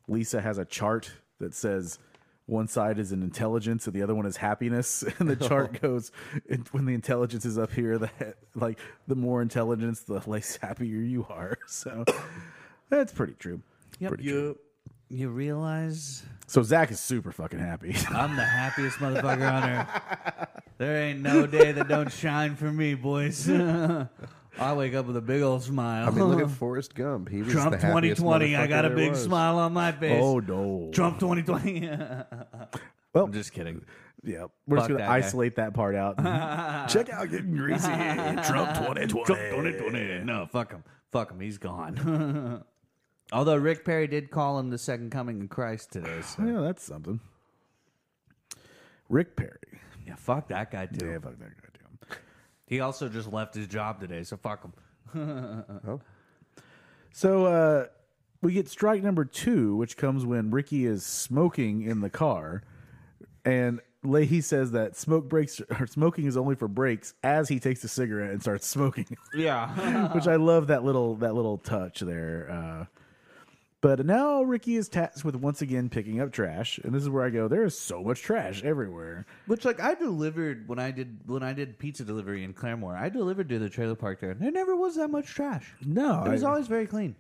S1: Lisa has a chart that says one side is an intelligence and the other one is happiness, and the chart goes "And when the intelligence is up here, that like the more intelligence, the less happier you are. So that's pretty true. Pretty true.
S3: You realize
S1: So Zach is super fucking happy.
S3: I'm the happiest motherfucker on earth. There ain't no day that don't shine for me, boys. I wake up with a big old smile.
S2: I mean, look at Forrest Gump. He was
S3: Uh-huh. Trump
S2: the happiest
S3: 2020. I
S2: motherfucker
S3: got a
S2: there
S3: big
S2: was.
S3: smile on my face.
S1: oh no.
S3: Trump 2020.
S1: Well-
S3: I'm just kidding.
S1: Yeah, we're just
S3: Fuck
S1: gonna
S3: that guy.
S1: isolate that part out. Check out getting greasy. Trump twenty twenty.
S3: Trump 2020. No, fuck him. Fuck him. He's gone. Although Rick Perry did call him the second coming of Christ today. So.
S1: Yeah, that's something. Rick Perry.
S3: Yeah, fuck that guy, too.
S1: Yeah, fuck that guy. damn.
S3: He also just left his job today, so fuck him.
S1: So uh, we get strike number two, which comes when Ricky is smoking in the car, and Leahy says that smoke breaks or smoking is only for breaks as he takes a cigarette and starts smoking.
S3: Yeah.
S1: which I love that little that little touch there. Uh, but now Ricky is tasked with once again picking up trash, and this is where I go. There is so much trash everywhere.
S3: Which like I delivered when I did when I did pizza delivery in Claremore. I delivered to the trailer park there. and There never was that much trash.
S1: No,
S3: It was
S1: I-
S3: always very clean.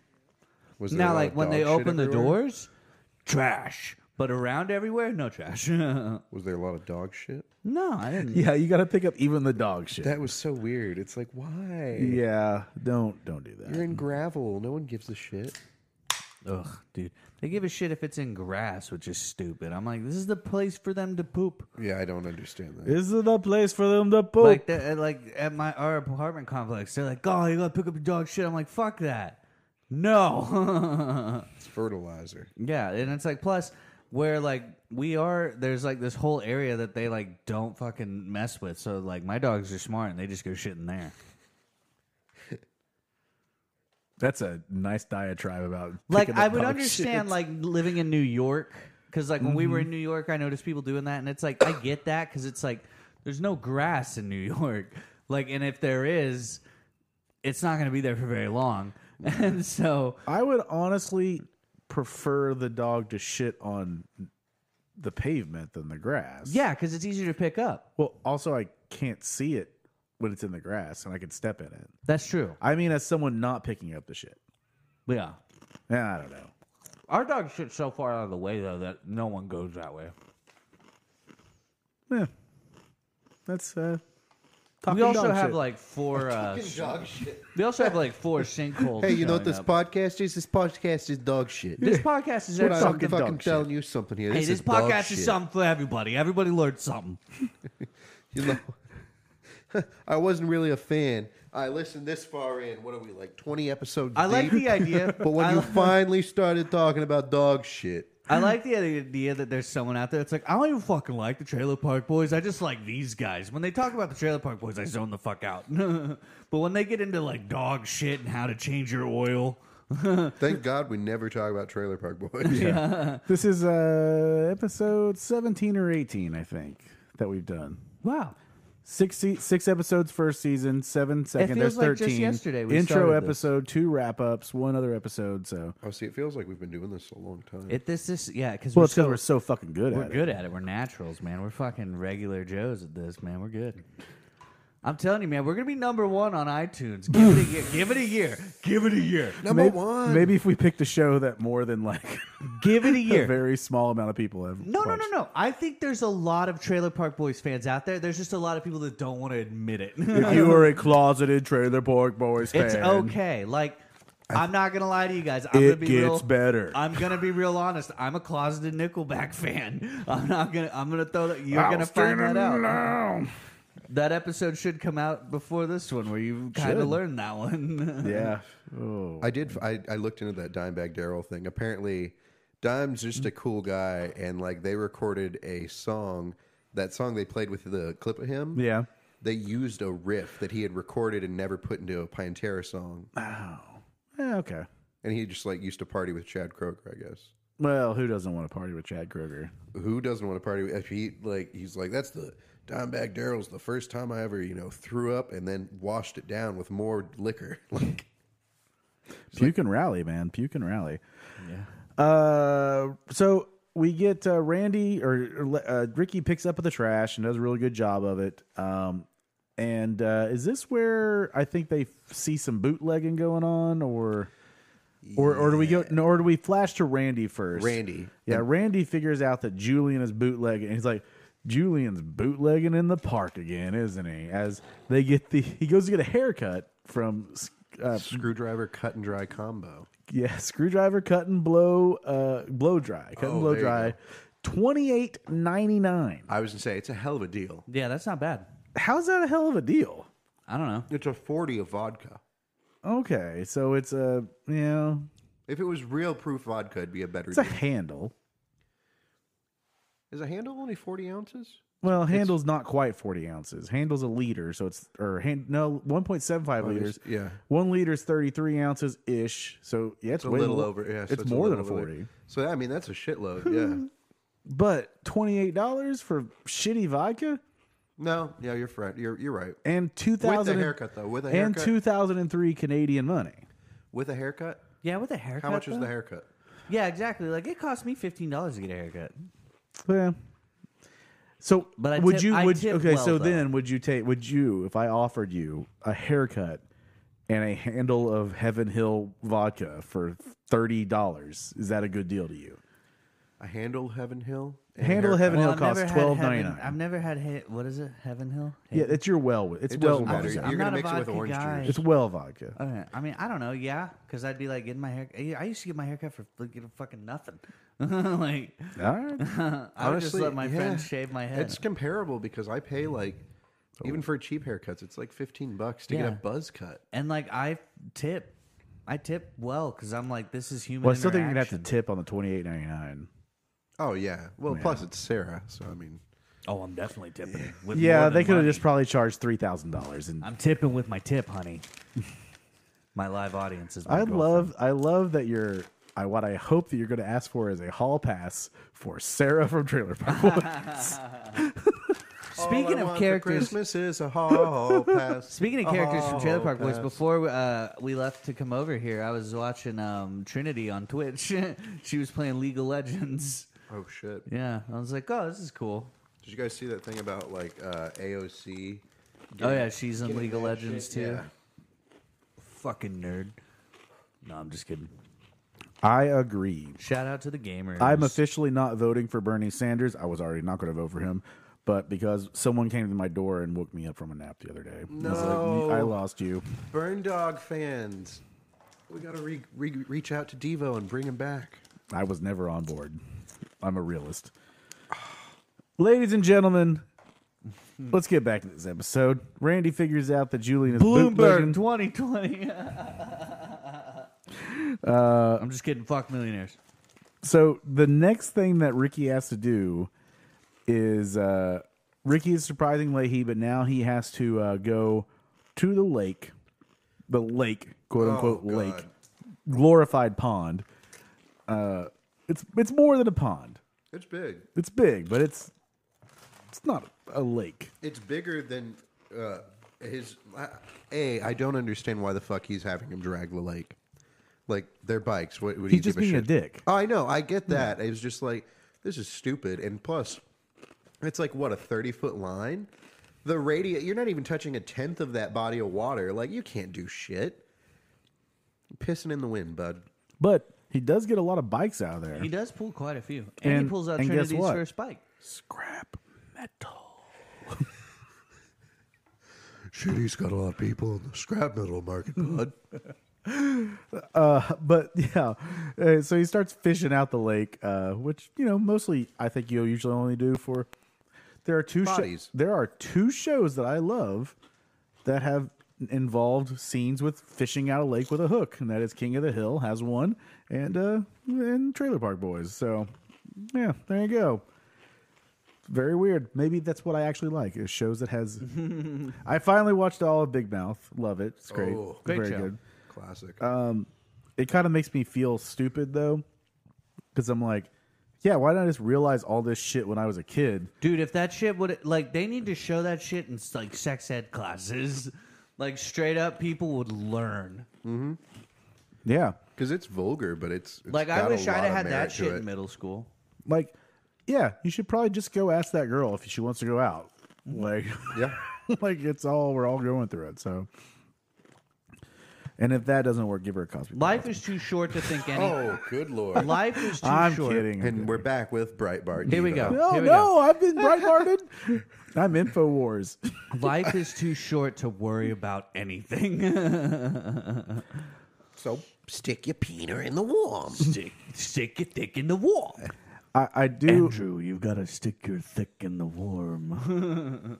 S2: Was there a
S3: Now
S2: lot
S3: like
S2: of
S3: when
S2: dog
S3: they
S2: shit
S3: open the
S2: everywhere?
S3: doors, trash. But around everywhere, no trash. no,
S2: Was there a lot of dog shit?
S3: I didn't.
S1: Yeah, you got to pick up even the dog shit.
S2: That was so weird. It's like, why?
S1: yeah, don't don't do that.
S2: You're in gravel. No one gives a shit.
S3: Ugh, dude. They give a shit if it's in grass, which is stupid. I'm like, this is the place for them to poop.
S2: Yeah, I don't understand that.
S1: This is the place for them to poop.
S3: Like that, like at my our apartment complex, they're like, "Oh, you gotta pick up your dog shit." I'm like, "Fuck that." No.
S2: It's fertilizer.
S3: Yeah, and it's like plus where like we are there's like this whole area that they like don't fucking mess with. So like my dogs are smart and they just go shit in there.
S1: That's a nice diatribe about.
S3: Like
S1: picking up
S3: I would
S1: dog
S3: understand
S1: shit.
S3: like living in New York cuz like when we were in New York I noticed people doing that and it's like I get that cuz it's like there's no grass in New York. Like and if there is it's not going to be there for very long. And so
S1: I would honestly prefer the dog to shit on the pavement than the grass.
S3: yeah, cuz it's easier to pick up.
S1: Well, also I can't see it when it's in the grass, and I can step in it.
S3: That's true.
S1: I mean, as someone not picking up the shit.
S3: Yeah.
S1: Yeah, I don't know.
S3: Our dog shit's so far out of the way though that no one goes that way.
S1: Eh. that's uh,
S3: We
S1: talking
S3: also
S1: dog
S3: have
S1: shit.
S3: like four. Uh, sh-
S2: Dog shit.
S3: we also have like four sinkholes.
S2: Hey, you know
S3: showing
S2: what this
S3: up.
S2: podcast is? This podcast is dog shit.
S3: This podcast is
S2: That's what
S3: every-
S2: I'm
S1: fucking
S2: fucking,
S1: dog shit.
S2: telling you something here.
S3: Hey,
S2: This,
S3: this
S2: is dog
S3: podcast
S2: shit.
S3: is something for everybody. Everybody learned something.
S2: You know, I wasn't really a fan. I listened this far in. What are we like? Twenty episodes.
S3: I like
S2: deep?
S3: the idea,
S2: But when
S3: I
S2: you
S3: li-
S2: finally started talking about dog shit,
S3: I like the idea that there's someone out there that's like, I don't even fucking like the Trailer Park Boys. I just like these guys. When they talk about the Trailer Park Boys, I zone the fuck out. but when they get into like dog shit and how to change your oil,
S2: thank God we never talk about Trailer Park Boys.
S1: This is uh, episode 17 or 18, I think, that we've done.
S3: wow.
S1: Six, se- six episodes first season, seven second. There's
S3: feels like just
S1: 13.
S3: yesterday we
S1: Intro
S3: started this.
S1: episode, two wrap ups, one other episode. So,
S2: Oh, see, it feels like we've been doing this a long time.
S3: It this this yeah because
S1: well,
S3: we're,
S1: it's because
S3: so,
S1: we're so fucking good
S3: we're
S1: at
S3: good at it. We're naturals, man. We're fucking regular Joes at this, man. We're good. I'm telling you, man, we're gonna be number one on iTunes. Give it a year. Give it a year. Give it a year.
S1: it.
S2: Number
S1: maybe,
S2: one.
S1: Maybe if we picked a show that more than like
S3: Give it a
S1: a
S3: year.
S1: very small amount of people have.
S3: No, no, no,
S1: watched.
S3: no. I think there's a lot of Trailer Park Boys fans out there. There's just a lot of people that don't want to admit it.
S1: If you are a closeted Trailer Park Boys fan,
S3: it's okay. Like, I'm not gonna lie to you guys. I'm gonna
S1: It
S3: be
S1: gets
S3: real,
S1: better.
S3: I'm gonna be real honest. I'm a closeted Nickelback fan. I'm not gonna. I'm gonna throw that. You're
S1: I'll
S3: gonna
S1: stand
S3: find that out.
S1: alone.
S3: That episode should come out before this one, where you kind
S1: Should.
S3: of learned that one.
S1: Yeah. Oh.
S2: I did. I, I looked into that Dimebag Daryl thing. Apparently, Dime's just a cool guy, and like they recorded a song. That song they played with the clip of him.
S1: Yeah.
S2: They used a riff that he had recorded and never put into a Pantera song,
S1: Eh, okay.
S2: and he just like used to party with Chad Kroger, I guess.
S1: Well, who doesn't want to party with Chad Kroger?
S2: Who doesn't want to party? with- If he like, he's like, that's the Dimebag Daryl's the first time I ever you know threw up and then washed it down with more liquor. Like,
S1: Puke and rally, man. Puke and rally. Yeah. Uh, so we get uh, Randy or, or le- uh, Ricky picks up the trash and does a really good job of it. Um, and uh, is this where I think they f- see some bootlegging going on, or or or do we go? No, or do we flash to Randy first?
S2: Randy.
S1: Yeah, Randy figures out that Julian is bootlegging. and He's like, Julian's bootlegging in the park again, isn't he? As they get the, he goes to get a haircut from uh,
S2: screwdriver cut and dry combo.
S1: yeah, screwdriver, cut and blow, uh, blow dry, cut and
S2: Oh,
S1: blow
S2: there you
S1: dry,
S2: go.
S1: twenty eight ninety nine.
S2: I was gonna say it's a hell of a deal.
S3: yeah, that's not bad.
S1: How's that a hell of a deal?
S3: I don't know.
S2: It's a 40 of vodka.
S1: Okay, so it's a you know
S2: If it was real proof vodka, it'd be a better
S1: it's a
S2: deal.
S1: handle.
S2: Is a handle only 40 ounces?
S1: Well, handle's not quite forty ounces. Handle's a liter, so it's or hand no one point seven five liters.
S2: Oh, there's- yeah.
S1: one liter's thirty three ounces ish. So yeah, it's,
S2: It's a
S1: way
S2: little
S1: more-
S2: over. Yeah, so
S1: it's,
S2: a
S1: more than a
S2: little over
S1: forty.
S2: there. So, I mean, that's a shitload. Yeah.
S1: But twenty eight dollars for shitty vodka
S2: no, yeah, you're, fri- you're, you're right.
S1: and two
S2: With a
S1: thousand
S2: haircut, though. With a
S1: and
S2: haircut.
S1: two thousand and three Canadian money.
S2: with a haircut?
S3: Yeah, with a haircut.
S2: How much was
S3: though?
S2: the haircut?
S3: Yeah, exactly. Like it cost me fifteen dollars to get a haircut.
S1: Yeah. So,
S3: But I
S1: would
S3: tip-
S1: you?
S3: I
S1: Would
S3: tip
S1: okay?
S3: well,
S1: so
S3: though.
S1: then, would you take? Would you, if I offered you a haircut and a handle of Heaven Hill vodka for thirty dollars, is that a good deal to you?
S2: A handle, Heaven Hill? and a
S1: Handle of
S2: haircut.
S1: Heaven Hill
S3: Well, I've
S1: costs
S3: never had
S1: twelve ninety
S3: Heaven- I've
S1: nine.
S3: never had he- what is it? Heaven Hill.
S1: Yeah, it's your well. It's
S2: It
S1: well.
S2: doesn't matter.
S1: Vodka.
S2: You're
S3: not
S2: going
S3: a
S2: to mix it with
S3: vodka
S2: orange
S3: guy.
S2: juice.
S1: It's well vodka.
S3: Okay. I mean, I don't know. Yeah, because I'd be like getting my hair. I used to get my hair cut for like, getting fucking nothing. like
S1: All right.
S3: I would just let my
S2: yeah.
S3: friends shave my head.
S2: It's comparable because I pay
S1: Mm-hmm.
S2: like, even for cheap haircuts, it's like 15 bucks to get
S3: Yeah.
S2: a buzz cut.
S3: and like I tip, I tip well because I'm like this is human.
S1: Well, I still think you're gonna have to
S3: interaction.
S1: tip on the twenty eight ninety nine.
S2: Oh, yeah. Well, plus it's Sarah. So, I mean.
S3: Oh, I'm definitely tipping. With more
S1: Yeah,
S3: than
S1: they could have
S3: money.
S1: just probably charged three thousand dollars and
S3: I'm tipping with my tip, honey. my live audience is. My
S1: I
S3: girlfriend.
S1: love I love that you're I what I hope that you're going to ask for is a hall pass for Sarah from Trailer Park Boys.
S3: Speaking of characters,
S2: Christmas is a hall pass.
S3: Speaking of characters from Trailer
S1: Oh,
S3: Park Boys, before uh, we left to come over here, I was watching um, Trinity on Twitch. she was playing League of Legends.
S2: Oh shit!
S3: Yeah, I was like, oh, this is cool.
S2: Did you guys see that thing about like uh, AOC?
S3: oh yeah, she's in League of Legends
S2: shit,
S3: too.
S2: yeah.
S3: Fucking nerd. No, I'm just kidding.
S1: I agree.
S3: Shout out to the gamers.
S1: I'm officially not voting for Bernie Sanders. I was already not going to vote for him, But because someone came to my door and woke me up from a nap the other day, I, was
S2: No.
S1: like, "You- I lost you.
S2: Burn Dog fans, we got to re- re- reach out to Devo and bring him back.
S1: I was never on board. I'm a realist. Ladies and gentlemen, let's get back to this episode. Randy figures out that Julian is
S3: Bloomberg
S1: bootlegging-
S3: 2020. Uh, I'm just kidding. Fuck millionaires.
S1: So the next thing that Ricky has to do is uh, Ricky is surprising Leahy, but now he has to uh, go to the lake, the lake, quote unquote
S2: Oh, God.
S1: lake, glorified pond. Uh, it's it's more than a pond.
S2: It's big.
S1: It's big, but it's it's not a lake.
S2: It's bigger than uh, his. I- A, I don't understand why the fuck he's having him drag the lake. Like their bikes. What, what do
S1: He's
S2: you give
S1: just being a
S2: shit?
S1: dick.
S2: Oh, I know. I get that. It was just like this is stupid. And plus, it's like what a thirty foot line. The radio. You're not even touching a tenth of that body of water. Like you can't do shit. Pissing in the wind, bud.
S1: But he does get a lot of bikes out of there.
S3: He does pull quite a few, and, he
S1: And-
S3: pulls out
S1: and guess
S3: Trinity's
S1: what?
S3: first bike.
S1: Scrap metal.
S2: Shit, he's got a lot of people in the scrap metal market, Oh, bud.
S1: but yeah, uh, so he starts fishing out the lake, uh, which you know mostly I think you'll usually only do for. There are two shows.
S2: Bodies.
S1: There are two shows that I love that have involved scenes with fishing out a lake with a hook, and that is King of the Hill has one, and uh, and Trailer Park Boys. So yeah, there you go. Very weird. Maybe that's what I actually like is shows that has. I finally watched all of Big Mouth. Love it. It's great.
S2: Oh,
S3: great
S1: Very
S3: show.
S1: good
S2: Classic.
S1: it kind of makes me feel stupid though because i'm like yeah why didn't i just realize all this shit when i was a kid
S3: Dude, if that shit would like, they need to show that shit in like sex ed classes. Like straight up, people would learn.
S1: yeah
S2: Because it's vulgar, but it's, it's
S3: Like I
S2: got a
S3: wish I'd
S2: lot
S3: have
S2: of
S3: had
S2: merit
S3: that
S2: to
S3: shit
S2: it.
S3: in middle school.
S1: like yeah you should probably just go ask that girl if she wants to go out like
S2: Yeah,
S1: like it's all we're all going through it so and if that doesn't work give her a cosby
S3: Life is too short to think any.
S2: Oh, good lord!
S3: Life is too
S1: i'm
S3: short.
S1: kidding
S2: and we're back with Breitbart.
S3: Here we
S2: Devo.
S3: go.
S1: no
S3: Here we
S1: no i've been breitbarted i'm infowars
S3: Life is too short to worry about anything.
S2: So stick your peener in the warm.
S3: stick, stick it thick in the wall.
S1: i i do
S3: Andrew, you've got to stick your thick in the warm.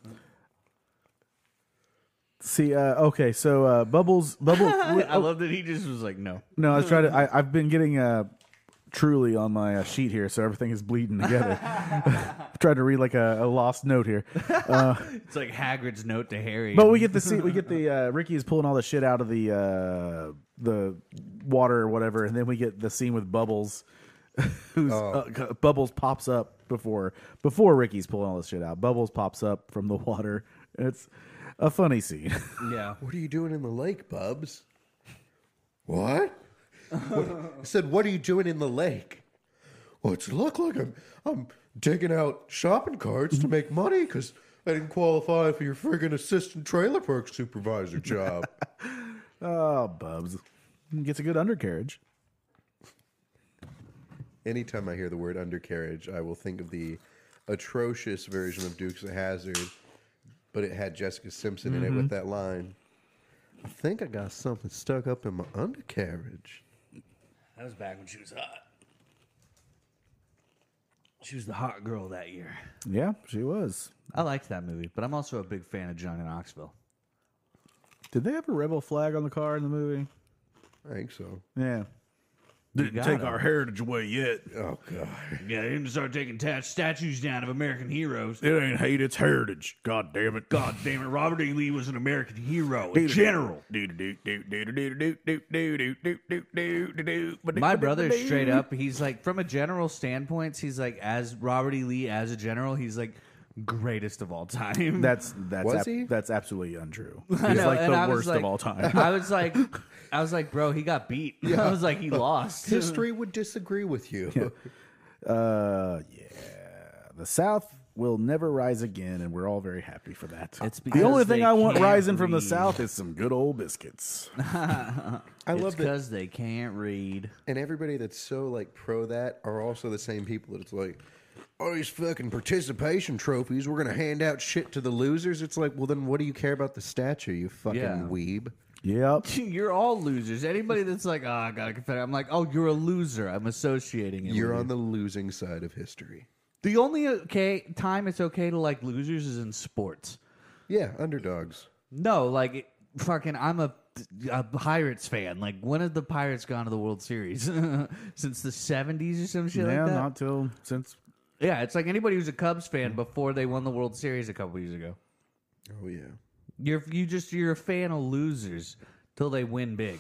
S1: see uh okay so uh bubbles bubble
S3: I love that he just was like, no.
S1: No, I was trying to. I, I've been getting uh, truly on my uh, sheet here, so everything is bleeding together. tried to read like a, a lost note here,
S3: It's like Hagrid's note to Harry.
S1: but we get the see. We get the uh, Ricky is pulling all the shit out of the uh, the water or whatever, and then we get the scene with Bubbles. Who's, uh, Bubbles pops up before before Ricky's pulling all this shit out. Bubbles pops up from the water. It's a funny scene.
S3: yeah.
S2: What are you doing in the lake, Bubs? What? What- I said, what are you doing in the lake? Well, it's look like I'm I'm digging out shopping carts to make money because I didn't qualify for your friggin' assistant trailer park supervisor job.
S1: oh, Bubs gets a good undercarriage.
S2: Anytime I hear the word undercarriage, I will think of the atrocious version of Dukes of Hazard, but it had Jessica Simpson in it with that line. I think I got something stuck up in my undercarriage.
S3: That was back when she was hot. She was the hot girl that year.
S1: Yeah, she was.
S3: I liked that movie, but I'm also a big fan of Johnny Knoxville.
S1: Did they have a rebel flag on the car in the movie?
S2: I think so.
S1: Yeah.
S3: Didn't take our hair.
S2: Oh god.
S3: Yeah, they didn't start taking ta- statues down of American heroes.
S5: It ain't hate, it's heritage. God damn it.
S3: God damn it, Robert E. Lee was an American hero, a
S5: Dude,
S3: general. My
S5: My
S3: brother, straight up, he's like, from a general standpoint, he's like, as Robert E. Lee as a general, he's like, greatest of all time.
S1: That's that's
S2: Was
S1: ab-
S2: he?
S1: that's absolutely untrue. He's
S3: I know,
S1: like
S3: and
S1: the
S3: I was
S1: worst
S3: like-
S1: of all time.
S3: I was like, I was like, bro, he got beat. I was like, he lost.
S2: History would disagree with you.
S1: Uh, yeah, the South will never rise again, and we're all very happy for that.
S3: It's
S1: the
S3: because
S1: only thing
S3: they
S1: I want
S3: can't
S1: rising from the
S3: breathe.
S1: South is some good old biscuits.
S2: I
S3: It's
S2: love that
S3: because they can't read.
S2: and everybody that's so like pro that are also the same people that's like all these fucking participation trophies. We're gonna hand out shit to the losers. It's like, well, then what do you care about the statue, you fucking
S3: Yeah.
S2: weeb?
S1: Yep.
S3: You're all losers. Anybody that's like, oh, I gotta confess, I'm like, oh, you're a loser. I'm associating it.
S2: You're
S3: with
S2: on the losing side of history.
S3: you. the only okay time it's okay to like losers is in sports.
S2: Yeah, underdogs.
S3: No, like it- fucking, I'm a, a Pirates fan. Like, when have the Pirates gone to the World Series? Since the '70s or some shit
S1: yeah,
S3: like that.
S1: not till since
S3: yeah, it's like anybody who's a Cubs fan before they won the World Series a couple years ago.
S2: Oh yeah.
S3: You're you just you're a fan of losers till they win big.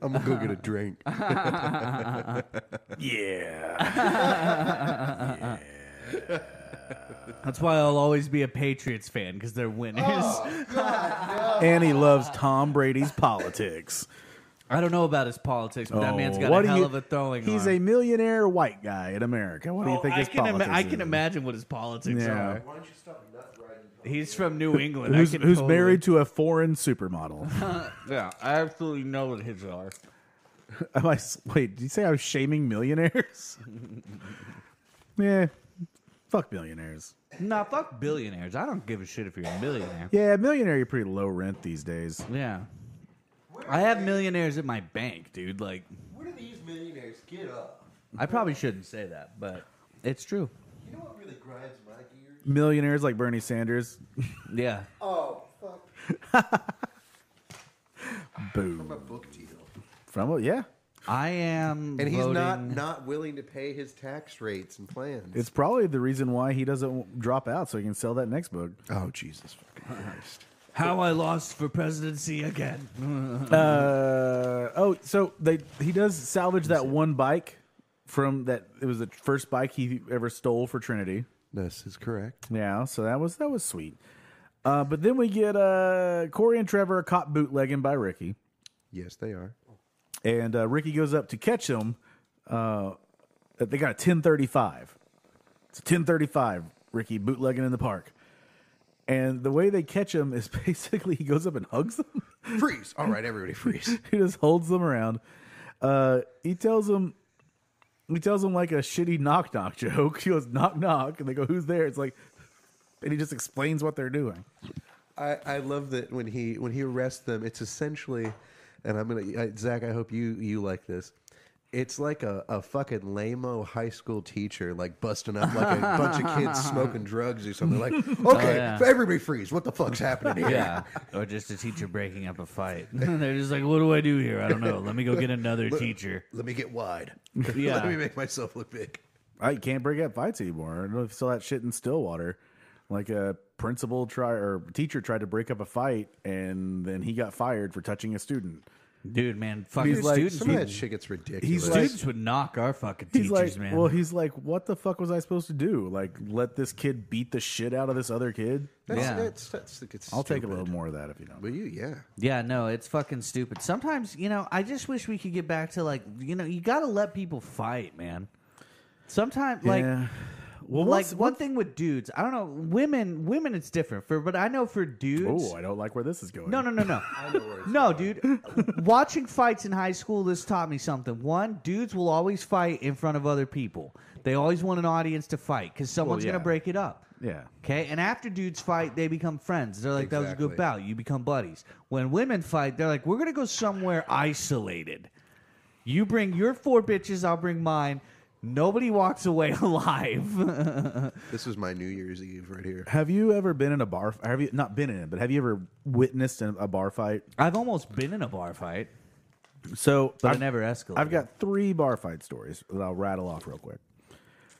S2: I'm gonna go get a drink.
S5: Yeah.
S3: That's why I'll always be a Patriots fan because they're winners.
S1: Oh. and he loves Tom Brady's politics.
S3: I don't know about his politics, but that man's got
S1: Oh, what
S3: a
S1: do
S3: hell
S1: you-
S3: of a throwing.
S1: He's a
S3: arm. Oh,
S1: millionaire white guy in America. What do you think
S3: I
S1: his
S3: can,
S1: politics
S3: ima- I
S1: is?
S3: can imagine what his politics
S1: Yeah.
S3: are. He's from New England.
S1: Who's,
S3: I can
S1: who's
S3: totally-
S1: married to a foreign supermodel?
S3: Yeah, I absolutely know what his are.
S1: Am I? s- Wait, did you say I was shaming millionaires? yeah, fuck millionaires.
S3: Nah, fuck billionaires. I don't give a shit if you're a millionaire.
S1: Yeah, millionaire, you're pretty low rent these days.
S3: Yeah. I have millionaires at my bank, dude. Like,
S2: Where do these millionaires get up?
S3: I probably shouldn't say that, but it's true.
S2: You know what really grinds my gears?
S1: Millionaires like Bernie Sanders.
S3: Yeah.
S2: Oh, fuck.
S1: Boom.
S2: A book deal.
S1: From a- yeah,
S3: I am.
S2: And he's not
S3: voting-
S2: not willing to pay his tax rates and plans.
S1: it's probably the reason why he doesn't drop out, so he can sell that next book.
S2: oh Jesus fucking Christ.
S3: How I lost for presidency again.
S1: Uh, oh, so they he does salvage that one bike from that. It was the first bike he ever stole for Trinity.
S2: This is correct.
S1: Yeah, so that was that was sweet. Uh, but then we get uh, Corey and Trevor are caught bootlegging by Ricky,
S2: Yes, they are.
S1: and uh, Ricky goes up to catch them. Uh, they got a ten thirty five. It's a ten thirty five. Ricky bootlegging in the park, and the way they catch him is basically he goes up and hugs them.
S2: Freeze. All right, everybody freeze.
S1: he just holds them around. Uh, he tells them, he tells them like a shitty knock knock joke. He goes knock knock, and they go, "Who's there?" It's like, and he just explains what they're doing.
S2: I, I love that when he when he arrests them, it's essentially, and I'm gonna I, Zach. I hope you you like this. It's like a, a fucking lameo high school teacher like busting up like a bunch of kids smoking drugs or something. Like, okay,
S3: Oh, yeah.
S2: everybody freeze. What the fuck's happening here?
S3: Yeah, or just a teacher breaking up a fight. They're just like, "What do I do here? I don't know. Let me go get another teacher."
S2: Let me get wide.
S3: Yeah.
S2: Let me make myself look big.
S1: I can't break up fights anymore. I don't know if you saw that shit in Stillwater. Like a principal try or teacher tried to break up a fight, and then he got fired for touching a student.
S3: Dude, man, fucking
S1: He's like,
S3: students,
S2: Some of
S3: would,
S2: that shit gets ridiculous.
S1: he's like-
S3: students would knock our fucking
S1: He's
S3: teachers,
S1: like,
S3: man.
S1: well, he's like, what the fuck was I supposed to do? Like, let this kid beat the shit out of this other kid?
S2: that's,
S3: Yeah.
S2: that's, that's, it's
S1: I'll take a
S2: stupid.
S1: little more of that if you don't.
S2: Will you? Yeah.
S3: yeah, no, it's fucking stupid. Sometimes, you know, I just wish we could get back to like, you know, you gotta let people fight, man. Sometimes, like,
S1: yeah.
S3: well,
S1: well,
S3: like
S1: once-
S3: one thing with dudes, I don't know, women, women, it's different for, but I know for dudes,
S1: Oh, I don't like where this is going.
S3: No, no, no, no.
S2: where it's
S3: no, dude. Watching fights in high school, this taught me something. One, dudes will always fight in front of other people. They always want an audience to fight because someone's
S1: yeah.
S3: going to break it up.
S1: Yeah.
S3: Okay. And after dudes fight, they become friends. They're like, that was a
S2: Exactly.
S3: good bout. You become buddies. When women fight, they're like, we're going to go somewhere isolated. You bring your four bitches, I'll bring mine. Nobody walks away alive.
S2: This is my New Year's Eve right here.
S1: Have you ever been in a bar? Have you not been in it? But have you ever witnessed a a bar fight?
S3: I've almost been in a bar fight,
S1: So,
S3: but
S1: I've-
S3: I never escalated.
S1: I've got three bar fight stories that I'll rattle off real quick.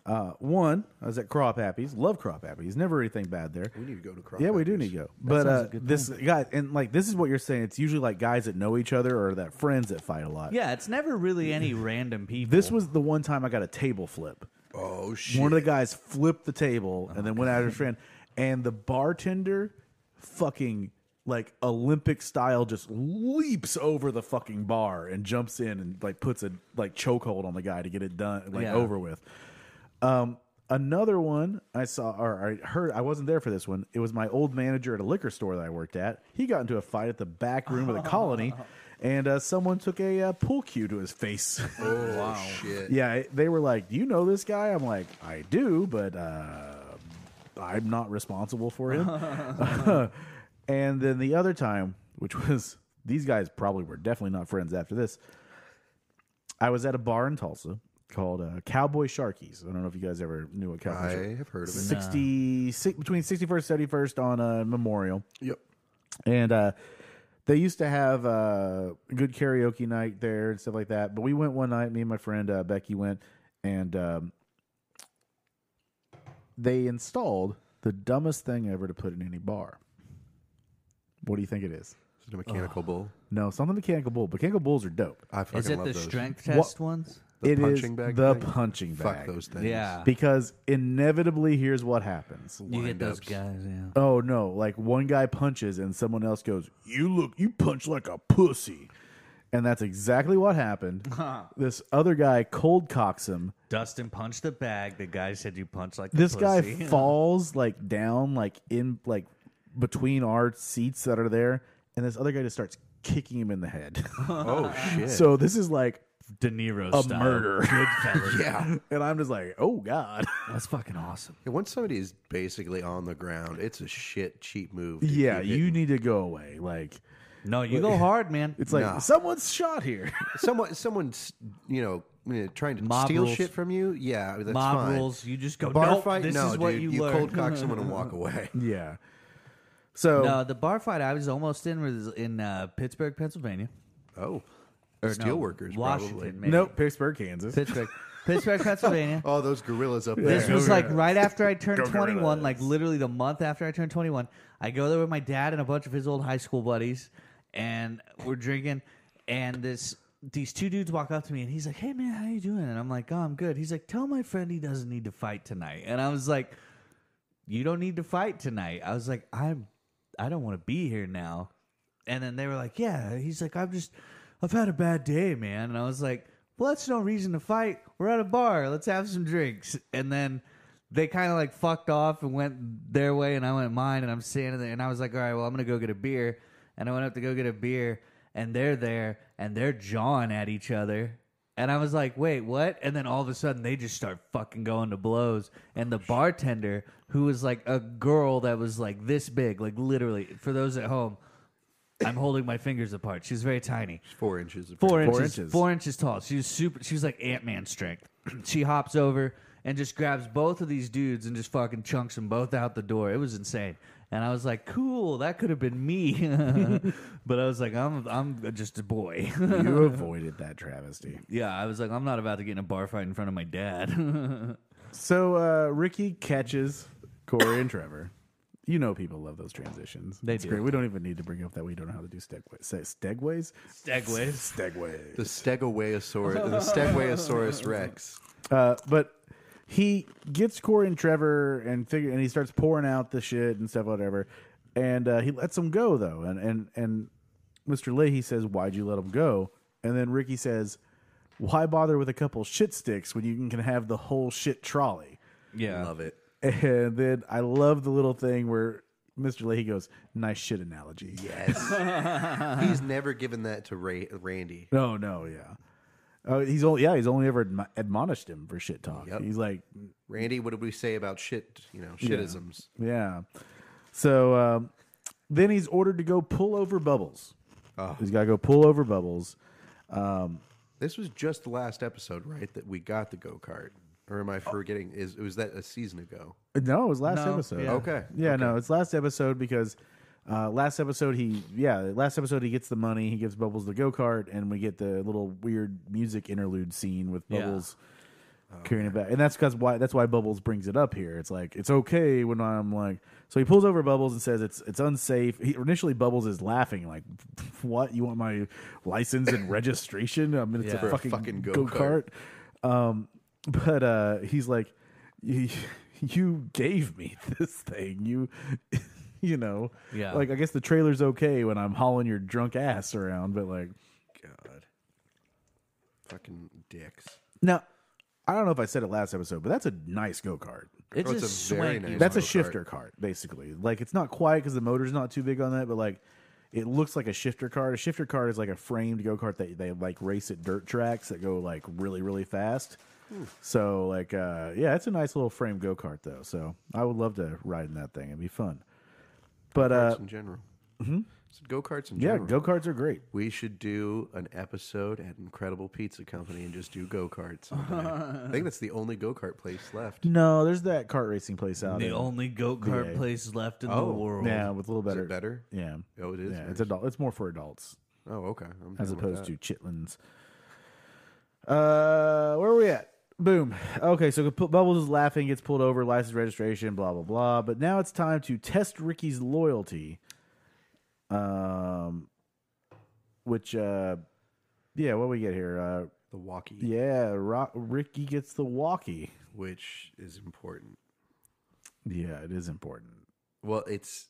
S1: Uh, one, I was at Crop Happy's. Love Crop Happy's. Never anything bad there.
S2: We need to go to Crop
S1: Yeah, we do
S2: Happy's.
S1: need to go. But uh, this guy and like this is what you're saying. It's usually like guys that know each other or that friends that fight a lot.
S3: Yeah, it's never really any random people.
S1: This was the one time I got a table flip.
S2: Oh shit!
S1: One of the guys flipped the table and then went out of his friend, and the bartender, fucking like Olympic style, just leaps over the fucking bar and jumps in and like puts a like chokehold on the guy to get it done like
S3: Yeah.
S1: over with. Um, Another one I saw or I heard I wasn't there for this one. It was my old manager at a liquor store that I worked at. He got into a fight at the back room of the colony, and uh, someone took a uh, pool cue to his face.
S2: Oh shit!
S1: yeah, they were like, "Do you know this guy?" I'm like, "I do, but uh, I'm not responsible for him." and then the other time, which was these guys probably were definitely not friends after this. I was at a bar in Tulsa called uh, Cowboy Sharkies. I don't know if you guys ever knew what Cowboy. Sharkies
S2: I have heard of it.
S1: 60, si- between 61st and 71st on uh, Memorial.
S2: Yep.
S1: And uh, they used to have uh, good karaoke night there and stuff like that. But we went one night, me and my friend uh, Becky went, and um, they installed the dumbest thing ever to put in any bar. What do you think it is?
S2: It's a mechanical bull.
S1: No, it's not the mechanical bull. Mechanical bulls are dope.
S2: I fucking
S3: Is it
S2: love
S3: the
S2: those.
S3: strength test ones?
S2: The
S1: It is
S2: punching bag.
S1: the
S2: thing?
S1: punching
S2: Fuck
S1: bag.
S2: those things.
S3: Yeah.
S1: Because inevitably, here's what happens.
S3: You get those
S2: windups.
S3: guys, yeah.
S1: Oh no! Like one guy punches and someone else goes,
S5: You look, you punch like a pussy.
S1: and that's exactly what happened. this other guy cold cocks him.
S3: Dustin punched the bag. The guy said you punch like
S1: This guy falls like down, like in like between our seats that are there, and this other guy just starts kicking him in the head.
S2: Oh shit!
S1: so this is like,
S3: De Niro a
S1: murder.
S2: yeah.
S1: and I'm just like, oh god,
S3: That's fucking awesome.
S2: Yeah, Once somebody is basically on the ground, it's a shit cheap move. to
S1: yeah,
S2: keep
S1: you
S2: hitting.
S1: need to go away. Like
S3: No, you go hard, man.
S1: it's like
S2: Nah.
S1: someone's shot here.
S2: someone someone's you know eh, trying to
S3: Mob
S2: steal
S3: rules.
S2: shit from you. Yeah, that's
S3: Mob
S2: fine.
S3: rules. You just go.
S2: Bar
S3: "Nope,
S2: fight?
S3: This
S2: no,
S3: is
S2: dude.
S3: what you,
S2: you
S3: learn.
S2: cold cock someone and walk away.
S1: yeah. So
S3: No, the bar fight I was almost in was in uh, Pittsburgh, Pennsylvania.
S2: Oh,
S3: Or no,
S2: steelworkers,
S3: Washington,
S2: probably.
S3: maybe.
S1: nope, Pittsburgh, Kansas.
S3: Pittsburgh, Pittsburgh, Pennsylvania.
S2: Oh, those gorillas up there.
S3: This was like right after I turned
S5: Go
S3: 21,
S5: Gorillas.
S3: like literally the month after I turned 21. I go there with my dad and a bunch of his old high school buddies, and we're drinking. And this these two dudes walk up to me, and he's like, "Hey man, how you doing?" And I'm like, "Oh, I'm good." He's like, "Tell my friend he doesn't need to fight tonight." And I was like, "You don't need to fight tonight." I was like, "I'm, I don't want to be here now." And then they were like, "Yeah." He's like, "I'm just, I've had a bad day, man." And I was like, "Well, that's no reason to fight. We're at a bar. Let's have some drinks." And then they kind of like fucked off and went their way, and I went mine. And I'm standing there, and I was like, "All right, well, I'm gonna go get a beer." And I went up to go get a beer, and they're there, and they're jawing at each other. And I was like, wait, what? And then all of a sudden they just start fucking going to blows. And the bartender, who was like a girl that was like this big, like literally, for those at home, I'm holding my fingers apart. She's very tiny.
S2: Four inches. of-
S3: Four, inches,
S1: inches.
S3: Four inches tall. She was super. She was like Ant Man strength. she hops over and just grabs both of these dudes and just fucking chunks them both out the door. It was insane. And I was like, cool, that could have been me. but I was like, I'm I'm just a boy.
S1: you avoided that travesty.
S3: yeah, I was like, I'm not about to get in a bar fight in front of my dad.
S1: So uh, Ricky catches Corey and Trevor. You know, people love those transitions.
S3: They
S1: It's
S3: do.
S1: Great. We don't even need to bring up that we don't know how to do stegways. Se- stegways.
S3: Segways.
S1: Stegways.
S2: The Stegosaurus, the Stegosaurus Rex.
S1: Uh, but he gets Corey and Trevor and figure, and he starts pouring out the shit and stuff, whatever. And uh, he lets them go though, and and and Mr. Leahy says, "Why'd you let them go?" And then Ricky says, "Why bother with a couple shit sticks when you can- can have the whole shit trolley?"
S3: yeah.
S2: Love it.
S1: And then I love the little thing where Mr. Leahy goes, nice shit analogy.
S2: Yes.
S3: Uh-huh.
S2: He's never given that to Ray, Randy.
S1: No, no, yeah. Oh, he's only yeah. He's only ever admo- admonished him for shit talk.
S2: Yep.
S1: He's like,
S2: Randy, what did we say about shit? You know, shitisms.
S1: yeah. So um, then he's ordered to go pull over Bubbles. He's got to go pull over Bubbles.
S2: This was just the last episode, right? That we got the go kart, or
S1: Oh.
S2: am I forgetting? Is was that a season ago?
S1: No, it was last
S3: No,
S1: episode.
S3: yeah.
S2: Okay.
S1: Yeah, no, it's last episode because uh, last episode he yeah last episode he gets the money. He gives Bubbles the go kart, and we get the little weird music interlude scene with
S3: Yeah.
S1: Bubbles. uh, Carrying it back, and that's because why that's why Bubbles brings it up here. It's like it's okay when I'm like, so he pulls over Bubbles and says it's it's unsafe. He, initially, Bubbles is laughing like, "What? You want my license and registration? I mean, it's
S3: Yeah.
S1: a
S3: For a
S1: fucking,
S2: fucking
S1: go
S2: go-kart.
S1: kart." Um, but uh, he's like, "You- "You gave me this thing. You, you know,
S3: Yeah.
S1: Like, I guess the trailer's okay when I'm hauling your drunk ass around, but like,
S2: God. Fucking dicks.
S1: now, I don't know if I said it last episode, but that's a nice go kart.
S3: It's,
S2: Oh, it's
S3: a
S2: a very
S3: swanky.
S2: nice
S1: That's a
S2: go-kart.
S1: shifter cart, basically. Like it's not quite because the motor's not too big on that, but like it looks like a shifter cart. A shifter cart is like a framed go kart that they like race at dirt tracks that go like really really fast. So like uh, yeah, it's a nice little framed go kart though. So I would love to ride in that thing. It'd be fun. But uh, Mm-hmm.
S2: Go-karts in general. Go karts in
S1: yeah,
S2: general.
S1: go karts are great.
S2: We should do an episode at Incredible Pizza Company and just do go karts. I think that's the only go kart place left.
S1: No, there's that kart racing place out.
S3: The
S1: in-
S3: only go kart
S1: Yeah.
S3: place left in
S2: Oh.
S3: the world.
S1: yeah, with a little
S2: Is
S1: better.
S2: it better?
S1: Yeah.
S2: Oh, it is.
S1: Yeah,
S2: nice.
S1: it's adult. It's more for adults.
S2: oh, okay. I'm
S1: as
S2: down with
S1: opposed
S2: that.
S1: to chitlins. Uh, where are we at? Boom. Okay, so Pu- Bubbles is laughing, gets pulled over, license registration, blah blah blah. But now it's time to test Ricky's loyalty. Um, which uh, yeah, what we get here? Uh,
S2: the walkie,
S1: yeah, Ro- Ricky gets the walkie.
S2: which is important.
S1: Yeah, it is important.
S2: Well, it's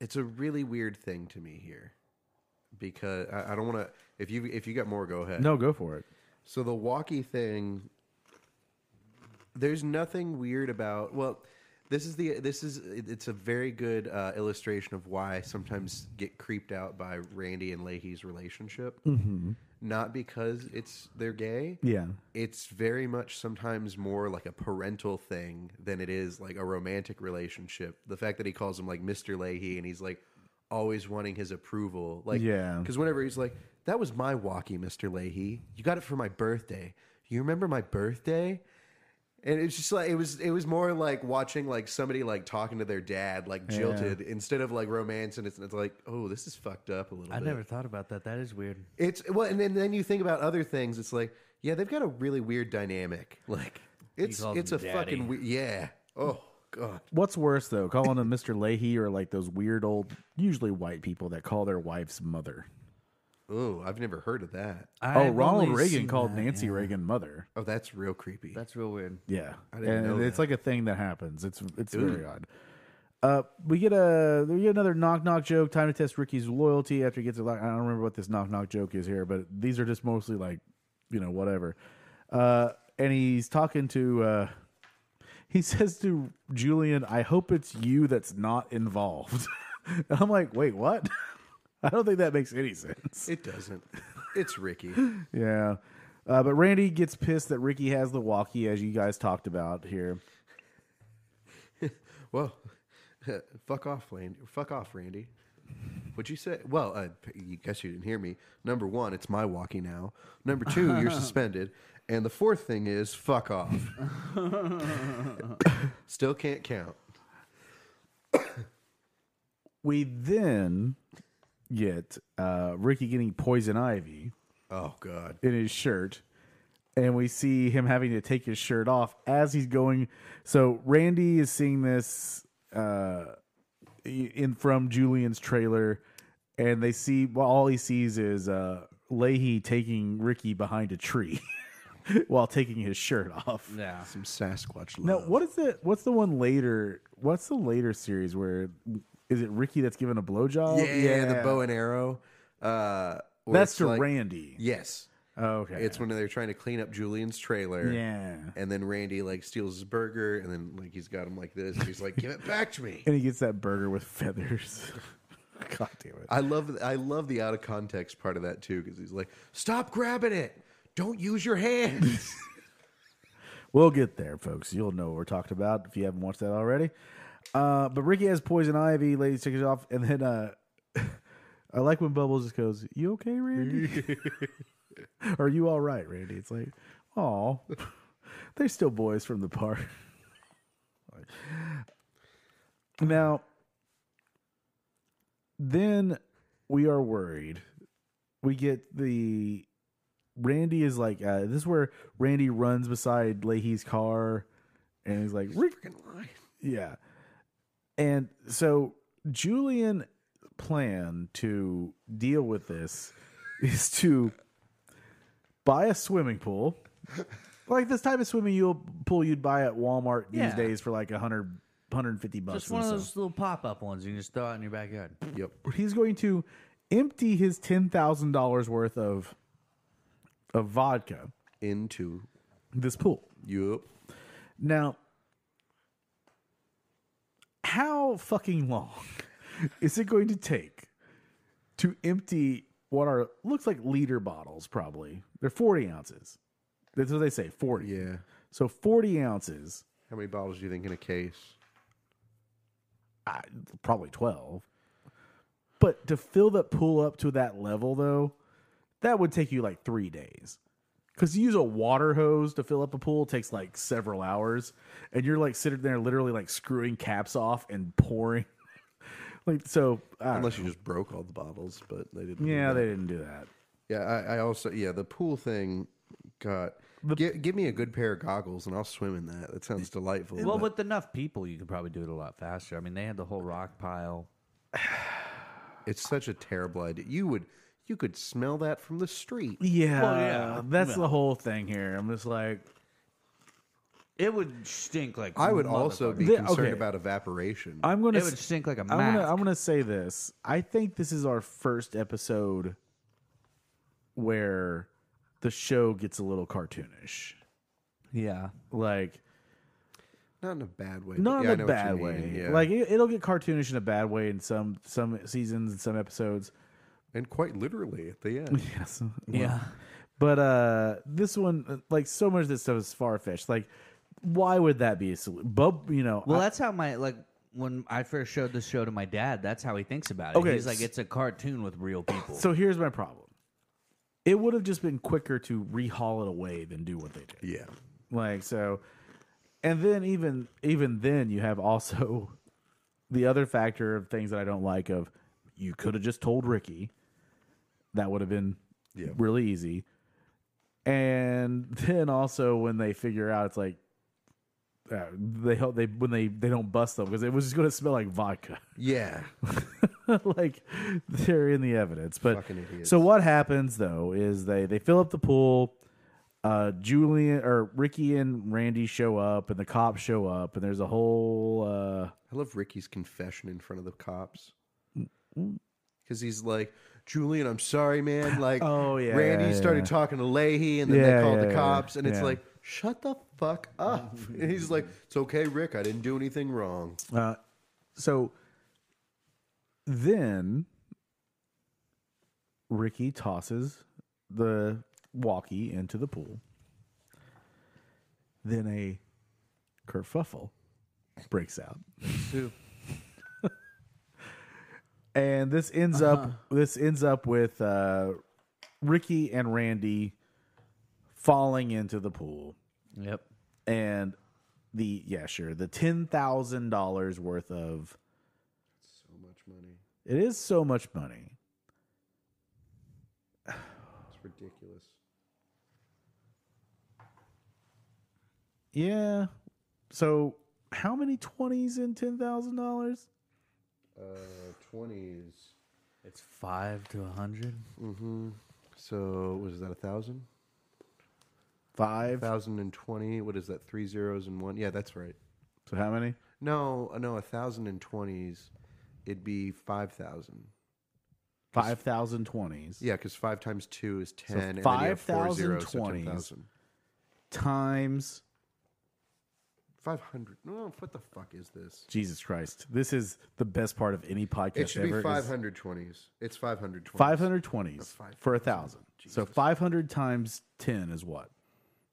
S2: it's a really weird thing to me here because I, I don't want to. If you if you got more, go ahead.
S1: No, go for it.
S2: So the walkie thing, there's nothing weird about. Well, this is the this is it's a very good uh, illustration of why I sometimes get creeped out by Randy and Leahy's relationship. Mm-hmm. Not because it's they're gay.
S1: Yeah,
S2: It's very much sometimes more like a parental thing than it is like a romantic relationship. The fact that he calls him like Mr. Leahy and he's like always wanting his approval. Like,
S1: Yeah.
S2: Because whenever he's like, that was my walkie, Mr. Leahy. You got it for my birthday. You remember my birthday? And it's just like it was it was more like watching like somebody like talking to their dad, like jilted, instead of like romance and it's, it's like, oh, this is fucked up a little
S3: I
S2: bit.
S3: never thought about that. That is weird.
S2: It's well, and then, then you think about other things. It's like, yeah, they've got a really weird dynamic. Like it's
S3: calls
S2: it's a
S3: him daddy.
S2: fucking we- yeah. Oh god.
S1: What's worse though, calling him Mr. Leahy or like those weird old, usually white people that call their wife's mother.
S2: Oh, I've never heard of that.
S1: Oh,
S3: I've
S1: Ronald
S3: only
S1: Reagan
S3: seen
S1: called
S3: that,
S1: Nancy
S3: yeah.
S1: Reagan mother.
S2: Oh, that's real creepy.
S3: That's real weird.
S1: Yeah,
S2: didn't
S1: and
S2: know
S1: it's
S2: that.
S1: like a thing that happens. It's it's very
S2: Ooh.
S1: odd. Uh, we get a we get another knock knock joke. Time to test Ricky's loyalty after he gets a lot. I don't remember what this knock knock joke is here, but these are just mostly like you know whatever. Uh, and he's talking to uh, he says to Julian, "I hope it's you that's not involved." and I'm like, wait, what? I don't think that makes any sense.
S2: it doesn't. It's Ricky.
S1: Yeah. Uh, but Randy gets pissed that Ricky has the walkie, as you guys talked about here.
S2: Well, fuck off, Randy. Fuck off, Randy. What'd you say? Well, I you guess you didn't hear me. Number one, it's my walkie now. Number two, you're suspended. And the fourth thing is fuck off. Still can't count.
S1: We then get uh, Ricky getting poison ivy
S2: Oh God.
S1: in his shirt, and we see him having to take his shirt off as he's going. So Randy is seeing this uh, in from Julian's trailer, and they see well, all he sees is uh, Leahy taking Ricky behind a tree while taking his shirt off.
S3: Yeah.
S2: Some Sasquatch love.
S1: Now, what is the what's the one later? What's the later series where is it Ricky that's given a blowjob?
S2: Yeah, the bow and arrow. Uh, where
S1: That's
S2: it's
S1: to
S2: like-
S1: Randy.
S2: Yes,
S1: Oh, okay,
S2: it's when they're trying to clean up Julian's trailer.
S1: yeah,
S2: and then Randy like steals his burger, and then like he's got him like this. And he's like, "Give it back to me."
S1: and he gets that burger with feathers. God damn it!
S2: I love I love the out of context part of that too because he's like, "Stop grabbing it! Don't use your hands."
S1: We'll get there, folks. You'll know what we're talking about if you haven't watched that already. Uh, but Ricky has poison ivy. Ladies, take it off, and then uh, I like when Bubbles just goes, "You okay, Randy? Are you all right, Randy?" It's like, oh, they're still boys from the park. now, then we are worried. We get the Randy is like uh, this is where Randy runs beside Leahy's car, and he's like, "Rick,
S2: Freaking lie.
S1: yeah." And so Julian plan to deal with this is to buy a swimming pool, like this type of swimming you'll, pool you'd buy at Walmart these
S3: Yeah.
S1: days for like 100, 150 bucks.
S3: Just
S1: or
S3: one of
S1: so.
S3: those little pop up ones you can just throw out in your backyard.
S2: Yep.
S1: He's going to empty his ten thousand dollars worth of of vodka.
S2: Into
S1: this pool.
S2: Yup.
S1: Now, how fucking long is it going to take to empty what are looks like liter bottles? Probably they're forty ounces. That's what they say, forty.
S2: Yeah.
S1: So forty ounces,
S2: How many bottles do you think in a case?
S1: I, probably twelve. But to fill that pool up to that level, though, that would take you like three days. Because to use a water hose to fill up a pool takes like several hours, and you're like sitting there literally like screwing caps off and pouring. like so, I don't
S2: Unless you just broke all the bottles, but they didn't.
S1: know.
S2: do
S1: yeah,
S2: that.
S1: they didn't do that.
S2: Yeah, I, I also yeah the pool thing. God, give, give me a good pair of goggles and I'll swim in that. That sounds delightful.
S3: Well,
S2: but-
S3: with enough people, you could probably do it a lot faster. I mean, they had the whole rock pile.
S2: It's such a terrible idea. You would you could smell that from the street.
S1: Yeah,
S3: yeah,
S1: that's the whole thing here. I'm just like,
S3: It would stink like
S2: I would also be
S1: The-
S2: concerned
S1: okay.
S2: about evaporation.
S1: I'm gonna
S3: It would
S1: s-
S3: stink like a
S1: I'm gonna,
S3: mask.
S1: I'm gonna say this. I think this is our first episode where the show gets a little cartoonish.
S3: yeah.
S1: Like
S2: not in a bad way. but
S1: not
S2: yeah, I
S1: in
S2: know
S1: a
S2: what you
S1: bad
S2: mean,
S1: way.
S2: Yeah.
S1: Like it, it'll get cartoonish in a bad way in some some seasons and some episodes.
S2: and quite literally at the end.
S1: Yes.
S3: Yeah.
S1: But uh this one, like so much of this stuff is far fetched. Like, why would that be a solution? Bub, you know.
S3: Well,
S1: I-
S3: that's how my like when I first showed the show to my dad. That's how he thinks about it.
S1: Okay,
S3: He's like,
S1: s-
S3: it's a cartoon with real people.
S1: so here's my problem. It would have just been quicker to rehaul it away than do what they did.
S2: Yeah.
S1: like so and then even even then you have also the other factor of things that i don't like of you could have just told ricky that would have been
S2: Yeah.
S1: really easy and then also when they figure out it's like uh, they help they when they they don't bust them because it was just going to smell like vodka
S2: Yeah.
S1: like they're in the evidence. But
S2: Fucking idiots.
S1: so what happens though is they they fill up the pool. Uh, Julian or Ricky and Randy show up, and the cops show up, and there's a whole uh,
S2: I love Ricky's confession in front of the cops.
S1: Mm,
S2: Because he's like, Julian, I'm sorry, man. Like,
S1: Oh, yeah,
S2: Randy
S1: yeah,
S2: started
S1: yeah.
S2: talking to Leahy, and then
S1: Yeah,
S2: they called
S1: yeah,
S2: the
S1: yeah,
S2: cops, and it's
S1: yeah.
S2: like, shut the fuck up. and he's like, it's okay, Rick. I didn't do anything wrong.
S1: Uh, so then Ricky tosses the walkie into the pool. Then a kerfuffle breaks out. and this ends
S2: Uh-huh.
S1: up this ends up with uh, Ricky and Randy falling into the pool
S3: yep.
S1: and the yeah sure the ten thousand dollars worth of
S2: So much money.
S1: it is so much money
S2: It's ridiculous.
S1: yeah so how many 20s in ten thousand dollars
S2: Uh, 20s.
S3: It's five to a hundred.
S2: So, was that a thousand?
S1: five
S2: Thousand and twenty. What is that? Three zeros and one. Yeah, that's right.
S1: so how many
S2: No, uh, no, a thousand and twenties. It'd be five thousand.
S1: five thousand twenties
S2: Yeah, because five times two is ten. and then you have four
S1: 5,000
S2: zeros, so
S1: 20s.
S2: 10,000.
S1: times
S2: 500. No, what the fuck is this?
S1: jesus christ this is the best part of any podcast
S2: It should
S1: ever
S2: be
S1: is-
S2: five hundred twenties. It's five hundred twenties.
S1: 520s
S2: Five
S1: for a thousand. So 500 times 10 is what?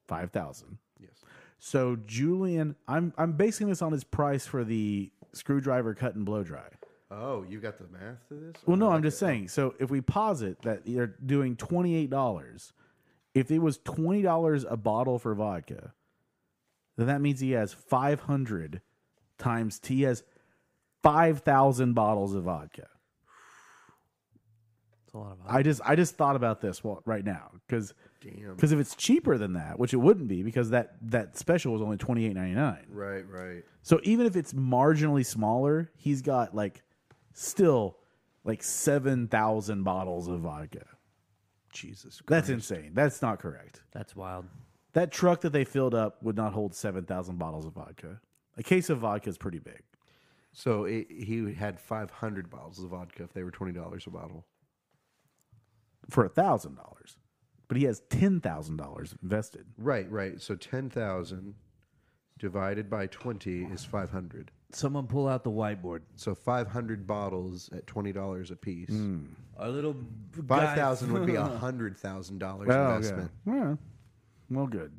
S1: 5,000.
S2: Yes.
S1: So Julian, I'm I'm basing this on his price for the screwdriver cut and blow dry.
S2: Oh, you got the math to this?
S1: Well, no,
S2: Oh,
S1: I'm just saying. So if we posit that you're doing $28, if it was $20 a bottle for vodka, then that means he has 500 times he has 5,000 bottles of vodka.
S3: It's a lot of.
S1: I just I just thought about this wa- right now because
S2: Damn.
S1: because if it's cheaper than that, which it wouldn't be because that that special was only twenty eight ninety nine.
S2: Right, right.
S1: So even if it's marginally smaller, he's got like still like seven thousand bottles of vodka.
S2: Jesus. Christ.
S1: That's insane. That's not correct.
S3: That's wild.
S1: That truck that they filled up would not hold seven thousand bottles of vodka. A case of vodka is pretty big.
S2: So it, he had five hundred bottles of vodka if they were twenty dollars a bottle.
S1: for a thousand dollars, but he has ten thousand dollars invested.
S2: Right, right. So 10,000 divided by 20 is 500.
S3: Someone pull out the whiteboard.
S2: So 500 bottles at $20 a piece.
S1: Hmm.
S3: Our little
S2: 5,000 would be a $100,000 investment.
S1: Yeah. Well, good.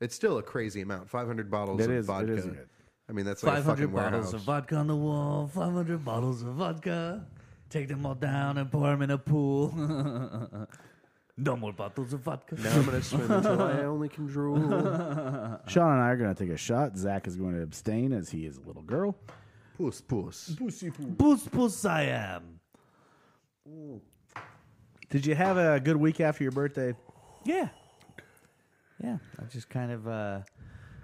S2: It's still a crazy amount. 500 bottles
S1: It
S2: of
S1: is- it
S2: vodka.
S1: is good.
S2: I mean, that's like
S3: Five
S2: a fucking
S3: hundred bottles
S2: warehouse.
S3: of vodka on the wall. Five hundred bottles of vodka. Take them all down and pour them in a pool. no more bottles of vodka.
S2: now I'm going to swim until I only can drool.
S1: Sean and I are going to take a shot. Zach is going to abstain as he is a little girl.
S2: Puss, puss.
S3: Puss puss I am.
S1: Did you have a good week after your birthday?
S3: Yeah. Yeah. I just kind of uh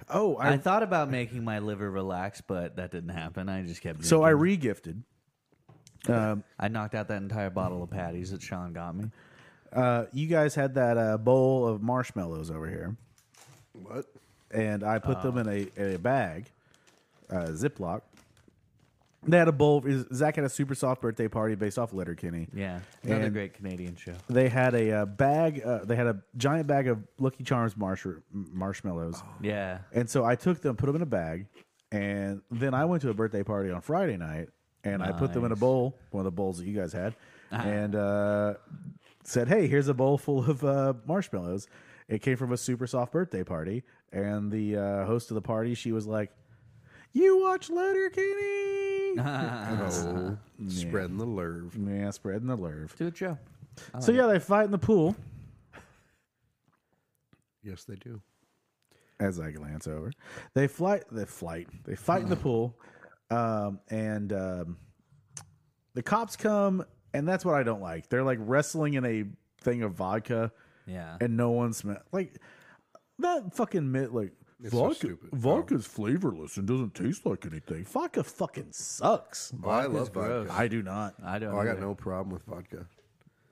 S1: Oh, I,
S3: I, thought about making my liver relax, but that didn't happen. I just kept
S1: so I
S3: drinking.
S1: regifted. Um,
S3: I knocked out that entire bottle of patties that Sean got me.
S1: uh, you guys had that uh, bowl of marshmallows over here,
S2: What?
S1: and I put them in a, in a bag, uh, Ziploc. They had a bowl. Zach had a super soft birthday party based off Letterkenny.
S3: Yeah. Another
S1: And-
S3: great Canadian show.
S1: They had a uh, bag. Uh, they had a giant bag of Lucky Charms marsh- marshmallows.
S3: Yeah.
S1: And so I took them, put them in a bag, and then I went to a birthday party on Friday night, and I put them in a
S3: Nice. Uh-huh.
S1: bowl, one of the bowls that you guys had, and uh, said, "Hey, here's a bowl full of uh, marshmallows." It came from a super soft birthday party, and the uh, host of the party, she was like, "You watch Letterkenny?"
S3: Uh-huh.
S2: Oh, spreading the lerv.
S1: yeah, spreading the lurve.
S3: Do it, Joe.
S1: So yeah, they fight in the pool.
S2: Yes, they do.
S1: as I glance over. They flight they flight. They fight in the pool. Um, and um, the cops come and that's what I don't like. They're like wrestling in a thing of vodka
S3: Yeah.
S1: and no one smells like that fucking myth like
S2: so
S5: Vodka,
S2: stupid.
S5: vodka's flavorless and doesn't taste like anything.
S1: vodka fucking sucks.
S2: Oh, I love
S3: gross.
S2: vodka.
S1: I do not.
S3: I don't
S2: Oh, I got
S3: either.
S2: no problem with vodka.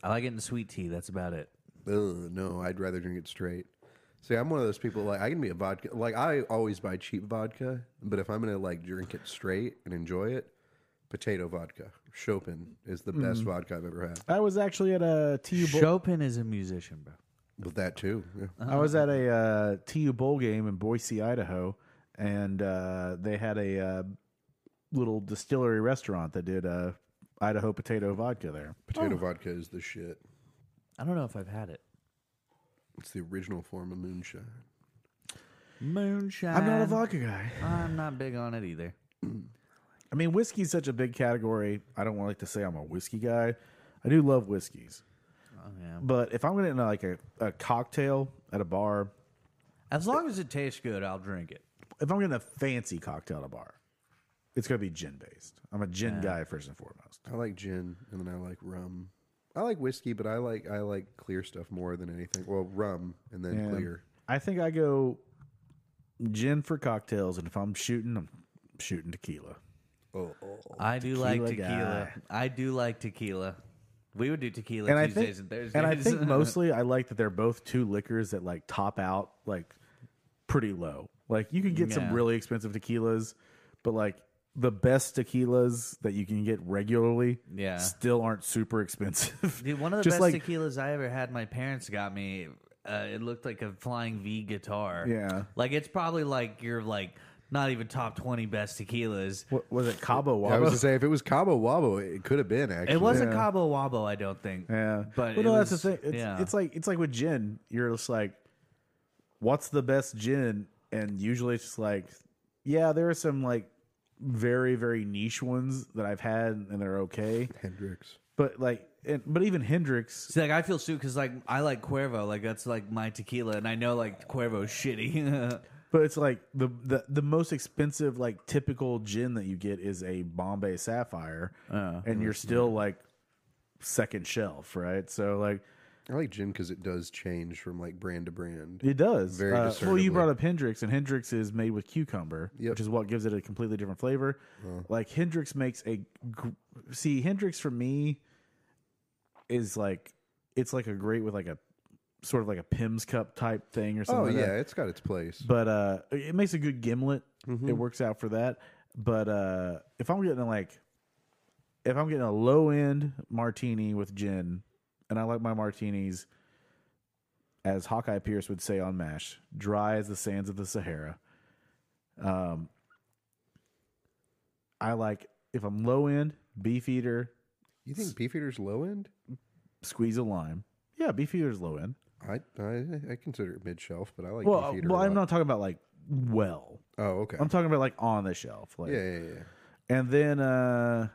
S3: I like it in sweet tea, that's about it.
S2: Ugh, no, I'd rather drink it straight. See, I'm one of those people like I can be a vodka. Like I always buy cheap vodka, but if I'm gonna like drink it straight and enjoy it, potato vodka, Chopin is the best
S1: Mm.
S2: vodka I've ever had.
S1: I was actually at a TU bowl.
S3: Chopin is a musician, bro.
S2: But that too, yeah.
S1: I was at a uh, TU bowl game in Boise, Idaho, and uh, they had a uh, little distillery restaurant that did uh, Idaho potato vodka there.
S2: potato vodka is the shit.
S3: I don't know if I've had it.
S2: It's the original form of moonshine.
S3: Moonshine.
S1: I'm not a vodka guy.
S3: I'm not big on it either.
S1: I mean, whiskey's such a big category. I don't like to say I'm a whiskey guy. I do love whiskeys,
S3: Oh, yeah.
S1: but if I'm getting like a, a cocktail at a bar,
S3: As long as it tastes good, I'll drink it.
S1: if I'm getting a fancy cocktail at a bar, it's gonna be gin based. I'm a gin guy first and foremost.
S2: I like gin, and then I like rum. I like whiskey, but I like I like clear stuff more than anything. Well, rum and then
S1: And
S2: clear.
S1: I think I go gin for cocktails, and if I'm shooting, I'm shooting tequila.
S2: Oh, oh.
S3: I do like
S1: Tequila
S3: tequila.
S1: guy.
S3: I do like tequila. We would do tequila
S1: And I
S3: Tuesdays
S1: think,
S3: and Thursdays.
S1: and I think mostly I like that they're both two liquors that like top out like pretty low. Like you can get some
S3: Yeah.
S1: really expensive tequilas, but like the best tequilas that you can get regularly,
S3: Yeah.
S1: still aren't super expensive.
S3: Dude, one of the
S1: Just
S3: best
S1: like,
S3: tequilas I ever had, my parents got me. Uh, it looked like a flying V guitar.
S1: Yeah.
S3: like it's probably like you're like not even top twenty best tequilas.
S1: What was it? Cabo Wabo.
S2: I was to say if it was Cabo Wabo, it could have been actually.
S3: It wasn't Cabo Wabo, I don't think.
S1: Yeah,
S3: but
S1: well,
S3: it
S1: no,
S3: was-
S1: that's the thing. It's,
S3: yeah.
S1: it's like it's like with gin. You're just like, what's the best gin? And usually it's just like, yeah, there are some like very very niche ones that I've had and they're okay.
S2: Hendrix.
S1: But like, and, but even Hendrix,
S3: See, like I feel stupid because like I like Cuervo, like that's like my tequila, and I know like Cuervo's shitty.
S1: but it's like the the the most expensive like typical gin that you get is a Bombay Sapphire,
S3: Oh,
S1: and you're still like second shelf, right? So like.
S2: I like gin because it does change from like brand to brand.
S1: It does.
S2: Very
S1: Uh, well,
S2: discernibly.
S1: you brought up Hendrix, and Hendrix is made with cucumber,
S2: Yep. Uh-huh.
S1: which is what gives it a completely different flavor. Like Hendrix makes a gr- see Hendrix for me is like it's like a great with like a sort of like a Pim's cup type thing or something.
S2: Oh
S1: like
S2: yeah,
S1: that.
S2: it's got its place.
S1: but uh, it makes a good gimlet. It works out for that. But uh, if I'm getting like if I'm getting a low end martini with gin, and I like my martinis as Hawkeye Pierce would say on MASH, dry as the sands of the Sahara. Um, I like if I'm low end beefeater,
S2: You think Beefeater's low end?
S1: squeeze a lime. Yeah, beefeater's low end.
S2: I I, I consider it mid shelf, but I like
S1: Well, uh,
S2: Beefeater.
S1: well,
S2: a
S1: I'm
S2: lot.
S1: not talking about like well.
S2: Oh, okay.
S1: I'm talking about like on the shelf. Like,
S2: yeah, yeah, yeah.
S1: And then uh,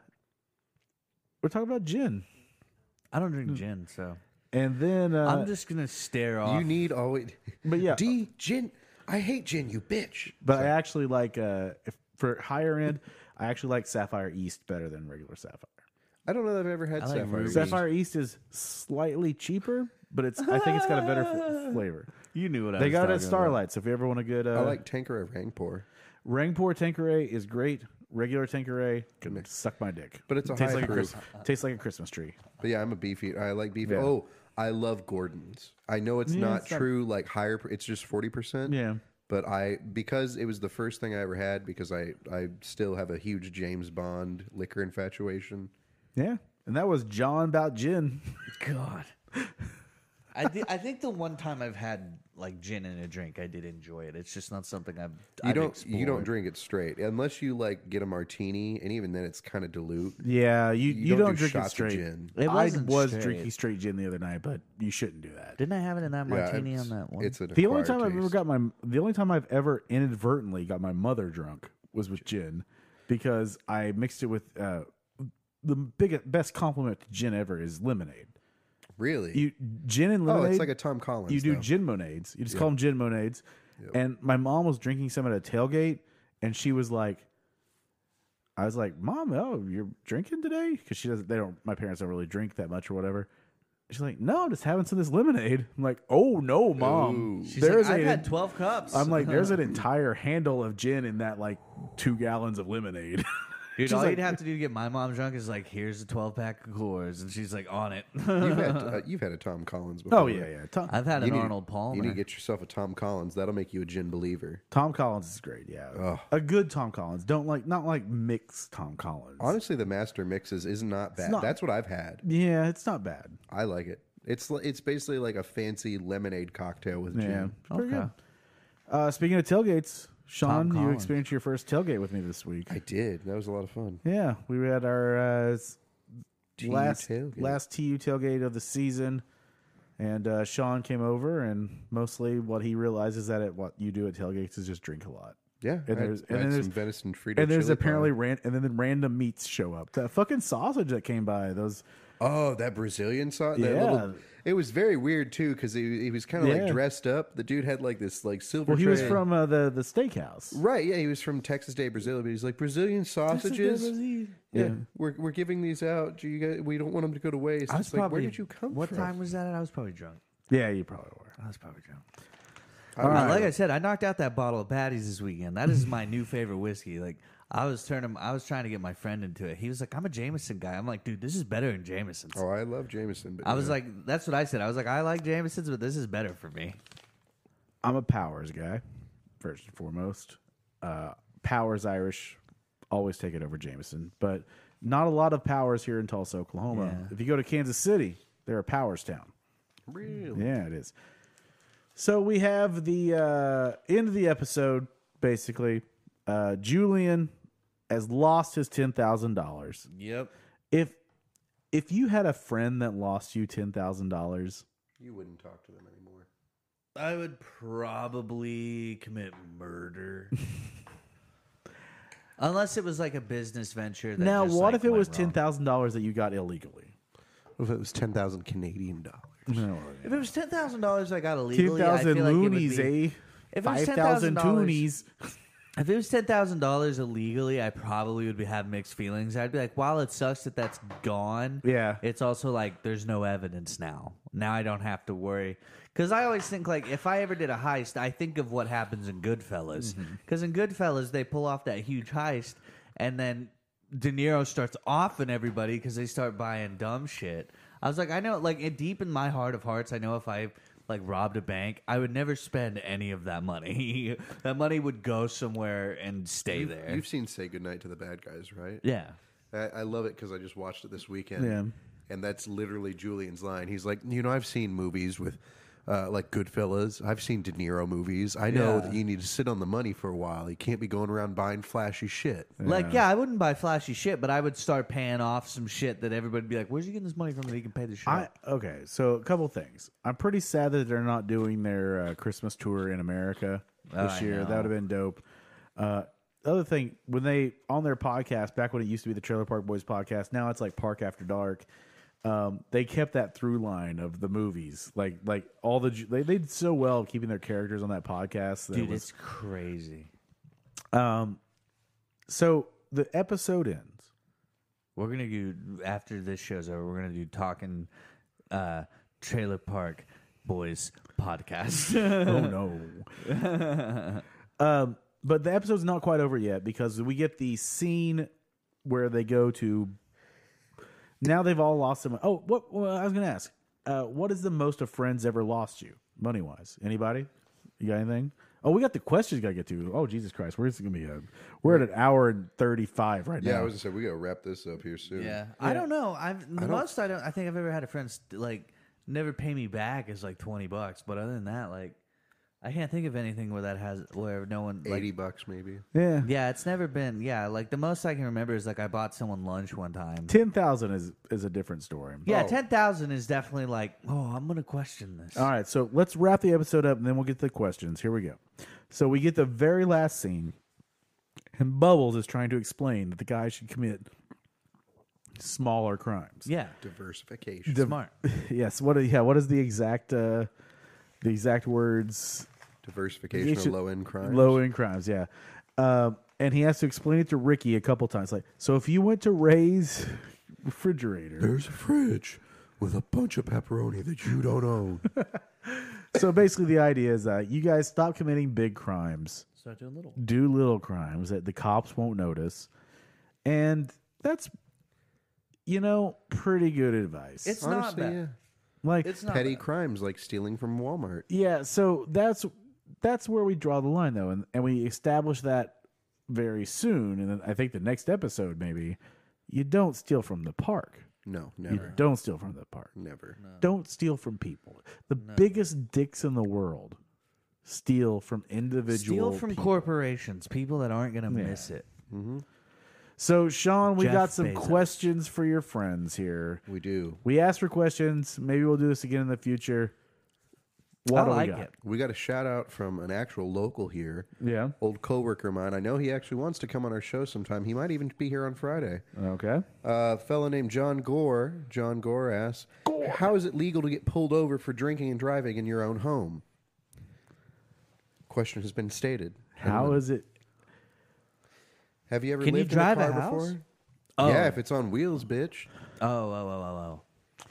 S1: we're talking about gin.
S3: I don't drink gin, so
S1: And then Hmm. uh,
S3: I'm just gonna stare off.
S2: You need always.
S1: But yeah.
S2: D gin. I hate gin, you bitch.
S1: But I actually like uh, if for higher end, I actually like Sapphire East better than regular Sapphire.
S2: I don't know that I've ever had
S3: I like
S2: sapphire.
S3: ruby.
S2: Sapphire.
S1: Sapphire East is slightly cheaper, but it's I think it's got a better fl- flavor.
S3: you knew what I
S1: They
S3: was
S1: got it
S3: talking
S1: at
S3: about.
S1: Starlight, so if you ever want a good, uh,
S2: I like Tanqueray Rangpur,
S1: Rangpur Tanqueray is great. Regular Tanqueray can suck my dick,
S2: but it's a
S1: tastes
S2: high
S1: like a
S2: proof.
S1: Christ- tastes like a Christmas tree.
S2: But yeah, I'm a Beefeater. I like Beefeater.
S1: Yeah.
S2: Oh, I love Gordon's. I know it's not
S1: it's not-
S2: true. Like higher, pr- it's just forty percent.
S1: Yeah.
S2: But I because it was the first thing I ever had because I I still have a huge James Bond liquor infatuation.
S1: Yeah, and that was John about gin.
S3: God. I, thi- I think the one time I've had like gin in a drink, I did enjoy it. It's just not something I've.
S2: You
S3: I've
S2: don't you don't
S3: explored.
S2: drink it straight unless you like get a martini, and even then it's kind of dilute.
S1: Yeah, you, you,
S2: don't
S1: don't,
S2: do
S1: drink it
S2: shots of
S1: straight.
S2: gin.
S3: It
S1: I
S3: wasn't
S1: was
S3: straight.
S1: drinking straight gin the other night, but you shouldn't do that.
S3: Didn't I have it in that
S2: Yeah,
S3: martini
S2: it's-
S3: on that one?
S2: It's an
S1: The only
S2: acquired
S1: time I've ever
S2: taste.
S1: got my the only time I've ever inadvertently got my mother drunk was with gin because I mixed it with uh, the biggest best compliment to gin ever is lemonade.
S2: really.
S1: You gin and
S2: oh,
S1: lemonade.
S2: it's like a Tom Collins.
S1: you do
S2: though.
S1: gin monades. You just call them gin monades. And my mom was drinking some at a tailgate, and she was like, "I was like, Mom, oh, you're drinking today?" Because she doesn't. They don't. My parents don't really drink that much or whatever. She's like, "No, I'm just having some of this lemonade." I'm like, "Oh no, Mom!
S3: She's like, I've had twelve cups.
S1: I'm like, there's an entire handle of gin in that like two gallons of lemonade.
S3: dude,
S1: she's
S3: all
S1: like-
S3: you'd have to do to get my mom drunk is like, here's a twelve pack of Coors, and she's like, on it.
S2: You've had uh, you've had a Tom Collins before.
S1: oh yeah, yeah. Tom,
S3: I've had
S2: You
S3: an
S2: need-
S3: Arnold Palmer.
S2: You need to get yourself a Tom Collins. That'll make you a gin believer.
S1: Tom Collins is great. Yeah,
S2: Ugh.
S1: a good Tom Collins. Don't like not like mixed Tom Collins.
S2: Honestly, the master mixes is not bad.
S1: not-
S2: That's what I've had.
S1: yeah, it's not bad.
S2: I like it. It's li- it's basically like a fancy lemonade cocktail with
S1: Yeah,
S2: gin.
S1: pretty
S3: Okay.
S1: good. Uh, speaking of tailgates, Sean, you
S3: Collins.
S1: experienced your first tailgate with me this week.
S2: I did. That was a lot of fun.
S1: Yeah, we were at our uh, s-
S2: TU
S1: last
S2: tailgate.
S1: last TU tailgate of the season, and uh, Sean came over, and mostly what he realizes that at what you do at tailgates is just drink a lot.
S2: Yeah,
S1: and
S2: I had,
S1: there's
S2: I
S1: and
S2: had
S1: then there's
S2: some venison Frito.
S1: and there's
S2: chili
S1: apparently
S2: pie.
S1: ran and then the random meats show up. That fucking sausage that came by, those
S2: oh that Brazilian sauce. that
S1: Yeah.
S2: little- it was very weird too because he, he was kind of
S1: Yeah.
S2: like dressed up. The dude had like this like silver.
S1: well, he was
S2: tray.
S1: from uh, the the steakhouse.
S2: right. Yeah, he was from Texas Day, Brazil. But he's like Brazilian sausages. Yeah,
S1: Yeah.
S2: we're we're giving these out. Do you guys, we don't want them to go to waste.
S3: I was
S2: It's like, where
S3: probably-
S2: did you come
S3: What
S2: from?
S3: time was that? At? I was probably drunk.
S1: Yeah, you probably were.
S3: I was probably drunk.
S2: I don't
S3: Uh,
S2: know.
S3: Like I said, I knocked out that bottle of Patty's this weekend. That is my new favorite whiskey. Like I was turning, I was trying to get my friend into it. He was like, "I'm a Jameson guy." I'm like, "Dude, this is better than Jameson's."
S2: Oh, I love Jameson. But
S3: I was
S2: yeah.
S3: like, "That's what I said." I was like, "I like Jameson's, but this is better for me."
S1: I'm a Powers guy, first and foremost. Uh, Powers Irish, always take it over Jameson, but not a lot of Powers here in Tulsa, Oklahoma.
S3: Yeah.
S1: If you go to Kansas City, they're a Powers town.
S2: really.
S1: Yeah, it is. So we have the uh, end of the episode, basically. Uh, Julian has lost his ten thousand dollars.
S3: Yep.
S1: If if you had a friend that lost you ten thousand dollars,
S2: You wouldn't talk to them anymore.
S3: I would probably commit murder. Unless it was like a business venture. That
S1: now
S3: just,
S1: what
S3: like,
S1: if it
S3: went
S1: was
S3: wrong.
S1: ten thousand dollars that you got illegally?
S2: What if it was ten thousand Canadian dollars?
S3: If it was ten thousand dollars, I got
S1: Ten
S3: illegally. I
S1: thousand
S3: feel like it would
S1: loonies,
S3: be-
S1: eh?
S3: If it was
S1: Five thousand
S3: $10,000
S1: toonies.
S3: If it was ten thousand dollars illegally, I probably would be have mixed feelings. I'd be like, while it sucks that that's gone,
S1: Yeah.
S3: it's also like there's no evidence now. Now I don't have to worry because I always think like if I ever did a heist, I think of what happens in Goodfellas because in Goodfellas they pull off that huge heist and then De Niro starts offing everybody because they start buying dumb shit. I was like, I know, like it- deep in my heart of hearts, I know if I like robbed a bank, I would never spend any of that money. that money would go somewhere and stay there.
S2: You've seen "Say Goodnight to the Bad Guys," right?
S3: yeah.
S2: I, I love it because I just watched it this weekend.
S1: Yeah.
S2: and that's literally Julian's line. He's like, you know, I've seen movies with uh, like Goodfellas. I've seen De Niro movies. I know
S3: Yeah.
S2: that you need to sit on the money for a while. You can't be going around buying flashy shit.
S3: Like, yeah, I wouldn't buy flashy shit, but I would start paying off some shit that everybody'd be like, "Where's he getting this money from that he can pay this shit?"
S1: I okay. So a couple things. I'm pretty sad that they're not doing their uh, Christmas tour in America this
S3: I
S1: year. That
S3: know.
S1: would have been dope. Uh, other thing, when they on their podcast back when it used to be the Trailer Park Boys podcast, now it's like Park After Dark. Um, they kept that through line of the movies, like like all the they they did so well keeping their characters on that podcast. That it
S3: Dude,
S1: was-
S3: it's crazy.
S1: so the episode ends.
S3: We're gonna do after this show's over. We're gonna do talking uh, trailer park boys podcast.
S1: oh no. um, but the episode's not quite over yet because we get the scene where they go to. Now they've all lost some. Oh, what? Well, I was going to ask. Uh, what is the most a friend's ever lost you, money wise? Anybody? You got anything? Oh, we got the questions got to get to. Oh, Jesus Christ, where's it gonna be? At? We're at an hour and thirty five right now.
S2: Yeah, I was gonna say we gotta wrap this up here soon.
S3: yeah, I don't know. I've the most I don't. I think I've ever had a friend st- like never pay me back is like twenty bucks, but other than that, like I can't think of anything where that has where no one like
S2: eighty bucks maybe.
S1: yeah.
S3: yeah, it's never been yeah. Like the most I can remember is like I bought someone lunch one time.
S1: ten thousand is is a different story.
S3: Yeah,
S2: Oh.
S3: ten thousand is definitely like, oh, I'm gonna question this.
S1: All right, so let's wrap the episode up and then we'll get to the questions. Here we go. So we get the very last scene, and Bubbles is trying to explain that the guy should commit smaller crimes.
S3: Yeah,
S2: Diversification.
S3: smart.
S1: yes. What? Are, yeah. What is the exact uh, the exact words?
S2: Diversification of
S1: should-
S2: low end crime.
S1: Low end crimes. Yeah. Um, and he has to explain it to Ricky a couple times. Like, so if you went to Ray's refrigerator,
S2: There's a fridge with a bunch of pepperoni that you don't own.
S1: so basically the idea is that you guys stop committing big crimes.
S3: Start doing little.
S1: do little crimes that the cops won't notice. And that's you know, pretty good advice.
S3: It's not
S2: Honestly,
S3: bad.
S2: yeah.
S1: like
S3: It's not
S2: Petty
S3: bad.
S2: crimes like stealing from Walmart.
S1: yeah, so that's that's where we draw the line though and, and we establish that very soon and then I think the next episode maybe you don't steal from the park.
S2: No,
S1: You
S2: never.
S1: don't steal from the park.
S2: Never.
S1: Don't steal from people. The biggest dicks in the world steal from individual
S3: Steal from
S1: people.
S3: corporations, people that aren't gonna miss it.
S1: So Sean, we
S3: Jeff
S1: got some
S3: Bezos.
S1: questions for your friends here.
S2: We do.
S1: We asked for questions. Maybe we'll do this again in the future. What
S3: I
S1: do
S3: like
S1: we got?
S3: it.
S2: We got a shout out from an actual local here.
S1: Yeah.
S2: Old coworker of mine. I know he actually wants to come on our show sometime. He might even be here on Friday.
S1: Okay.
S2: Uh, a fellow named John Gore. John Gore asks, "How is it legal to get pulled over for drinking and driving in your own home?" Question has been stated.
S1: How is it?
S2: Have you ever
S3: Can you
S2: lived
S3: drive
S2: in
S3: a
S2: a car
S3: house?
S2: before? Yeah, if it's on wheels, bitch.
S3: Oh, oh, oh, oh, oh.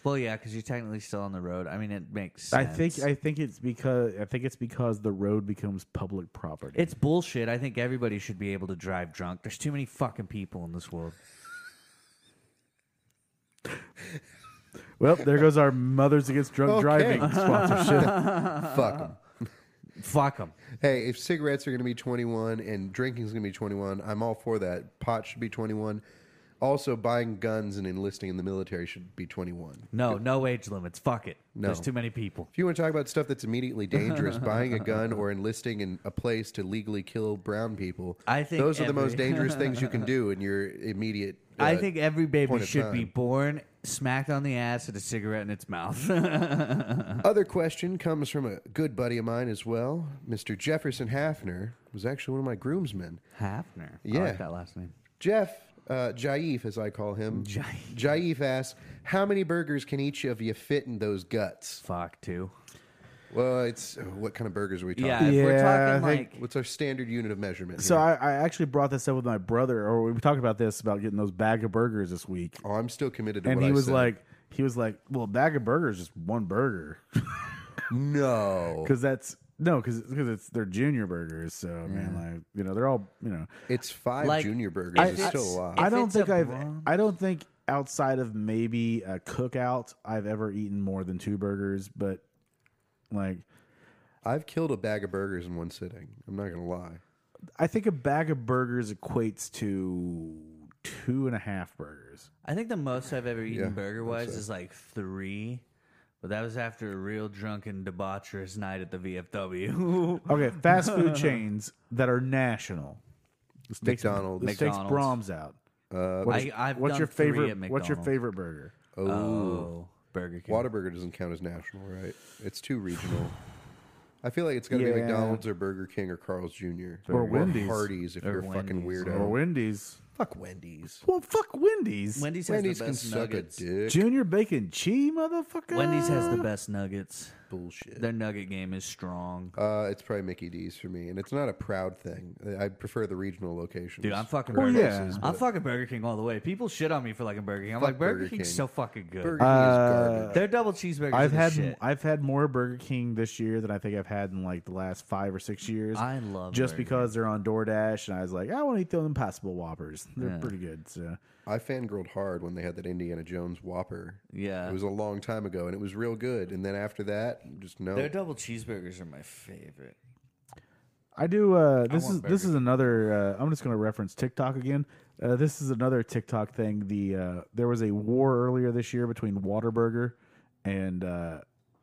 S3: Well, yeah, because you're technically still on the road. I mean, it makes.
S1: I
S3: Sense.
S1: think I think it's because I think it's because the road becomes public property.
S3: it's bullshit. I think everybody should be able to drive drunk. There's too many fucking people in this world.
S1: well, there goes our Mothers Against Drunk
S2: Okay.
S1: Driving sponsorship.
S2: Fuck 'em.
S3: Fuck them.
S2: Hey, if cigarettes are going to be 21 and drinking's going to be 21, I'm all for that. Pot should be 21. Also, buying guns and enlisting in the military should be 21.
S3: No, no age limits. Fuck it.
S2: No.
S3: There's too many people.
S2: If you want to talk about stuff that's immediately dangerous, buying a gun or enlisting in a place to legally kill brown people,
S3: I think
S2: those are the most
S3: every-
S2: dangerous things you can do in your immediate. uh,
S3: I think every baby
S2: point of
S3: should be
S2: time.
S3: born smacked on the ass with a cigarette in its mouth.
S2: Other question comes from a good buddy of mine as well, Mr. Jefferson Hafner, was actually one of my groomsmen.
S3: Hafner. I
S2: Yeah.
S3: like that last name.
S2: Jeff, uh, Jaif, as I call him,
S3: Jaif.
S2: Jaif asks, "How many burgers can each of you fit in those guts?"
S3: Fuck too.
S2: Well, it's what kind of burgers are we talking?
S3: Yeah, if we're
S1: Yeah,
S3: talking
S1: I
S3: like
S1: think-
S2: What's our standard unit of measurement?
S1: so
S2: here?
S1: I, I actually brought this up with my brother, or we talked about this about getting those bag of burgers this week,
S2: oh, I'm still committed to
S1: and
S2: what
S1: he
S2: I
S1: was
S2: said.
S1: like, he was like, "Well, a bag of burgers is just one burger,
S2: "No,
S1: because that's no, because because it's they're junior burgers. So I mean, like you know, they're all you know."
S2: it's five
S3: Like,
S2: junior burgers.
S3: I-
S2: it's still a lot."
S3: If
S1: I don't
S3: it's a
S1: think I've.
S3: brunch-
S1: I don't think outside of maybe a cookout, I've ever eaten more than two burgers. But like,
S2: I've killed a bag of burgers in one sitting. I'm not gonna lie.
S1: I think a bag of burgers equates to two and a half burgers.
S3: I think the most I've ever eaten
S2: Yeah,
S3: burger
S2: I'd
S3: wise
S2: say.
S3: is like three, But that was after a real drunken debaucherous night at the VFW.
S1: Okay, fast food chains that are national. This takes-
S2: McDonald's.
S1: This takes
S3: McDonald's.
S1: Brahms out. what's
S3: I- I've
S1: what's
S3: done
S1: your
S3: three
S1: favorite?
S3: at
S1: What's your
S3: McDonald's.
S1: favorite burger?
S3: Oh, Burger King.
S2: Whataburger doesn't count as national, right? It's too regional. I feel like it's gonna be
S1: Yeah.
S2: McDonald's or Burger King or Carl's Jr.
S1: Or Wendy's.
S2: Hardee's if
S3: Or
S2: you're a fucking
S3: Wendy's.
S2: weirdo.
S1: Or Wendy's?
S2: Fuck Wendy's.
S1: Well, fuck Wendy's.
S3: Wendy's has
S2: Wendy's
S3: the
S2: can
S3: best
S2: suck a
S3: nuggets.
S2: dick.
S1: Junior bacon cheese, motherfucker.
S3: Wendy's has the best nuggets.
S2: Bullshit.
S3: Their nugget game is strong.
S2: Uh, it's probably Mickey D's for me, and it's not a proud thing. I prefer the regional locations.
S3: Dude, I'm fucking
S1: Well,
S3: Burger
S1: yeah.
S3: King. I'm fucking Burger King all the way. People shit on me for liking Burger King. I'm
S2: Fuck
S3: like, Burger,
S2: Burger
S3: King's
S2: King.
S3: so fucking good.
S2: Burger King
S1: Uh,
S2: is garbage.
S3: Their double cheeseburgers
S1: I've
S3: are the
S1: had
S3: shit.
S1: I've had more Burger King this year than I think I've had in like the last five or six years.
S3: I love
S1: just
S3: Burger
S1: because they're on DoorDash, and I was like, I want to eat those Impossible Whoppers. They're
S3: Yeah.
S1: pretty good. So
S2: I fangirled hard when they had that Indiana Jones Whopper.
S3: Yeah.
S2: It was a long time ago, and it was real good. And then after that, just no.
S3: Their double cheeseburgers are my favorite.
S1: I do. Uh, this
S3: want
S1: is this is another. Uh, I'm just going to reference TikTok again. Uh, this is another TikTok thing. The uh, there was a war earlier this year between Waterburger and uh,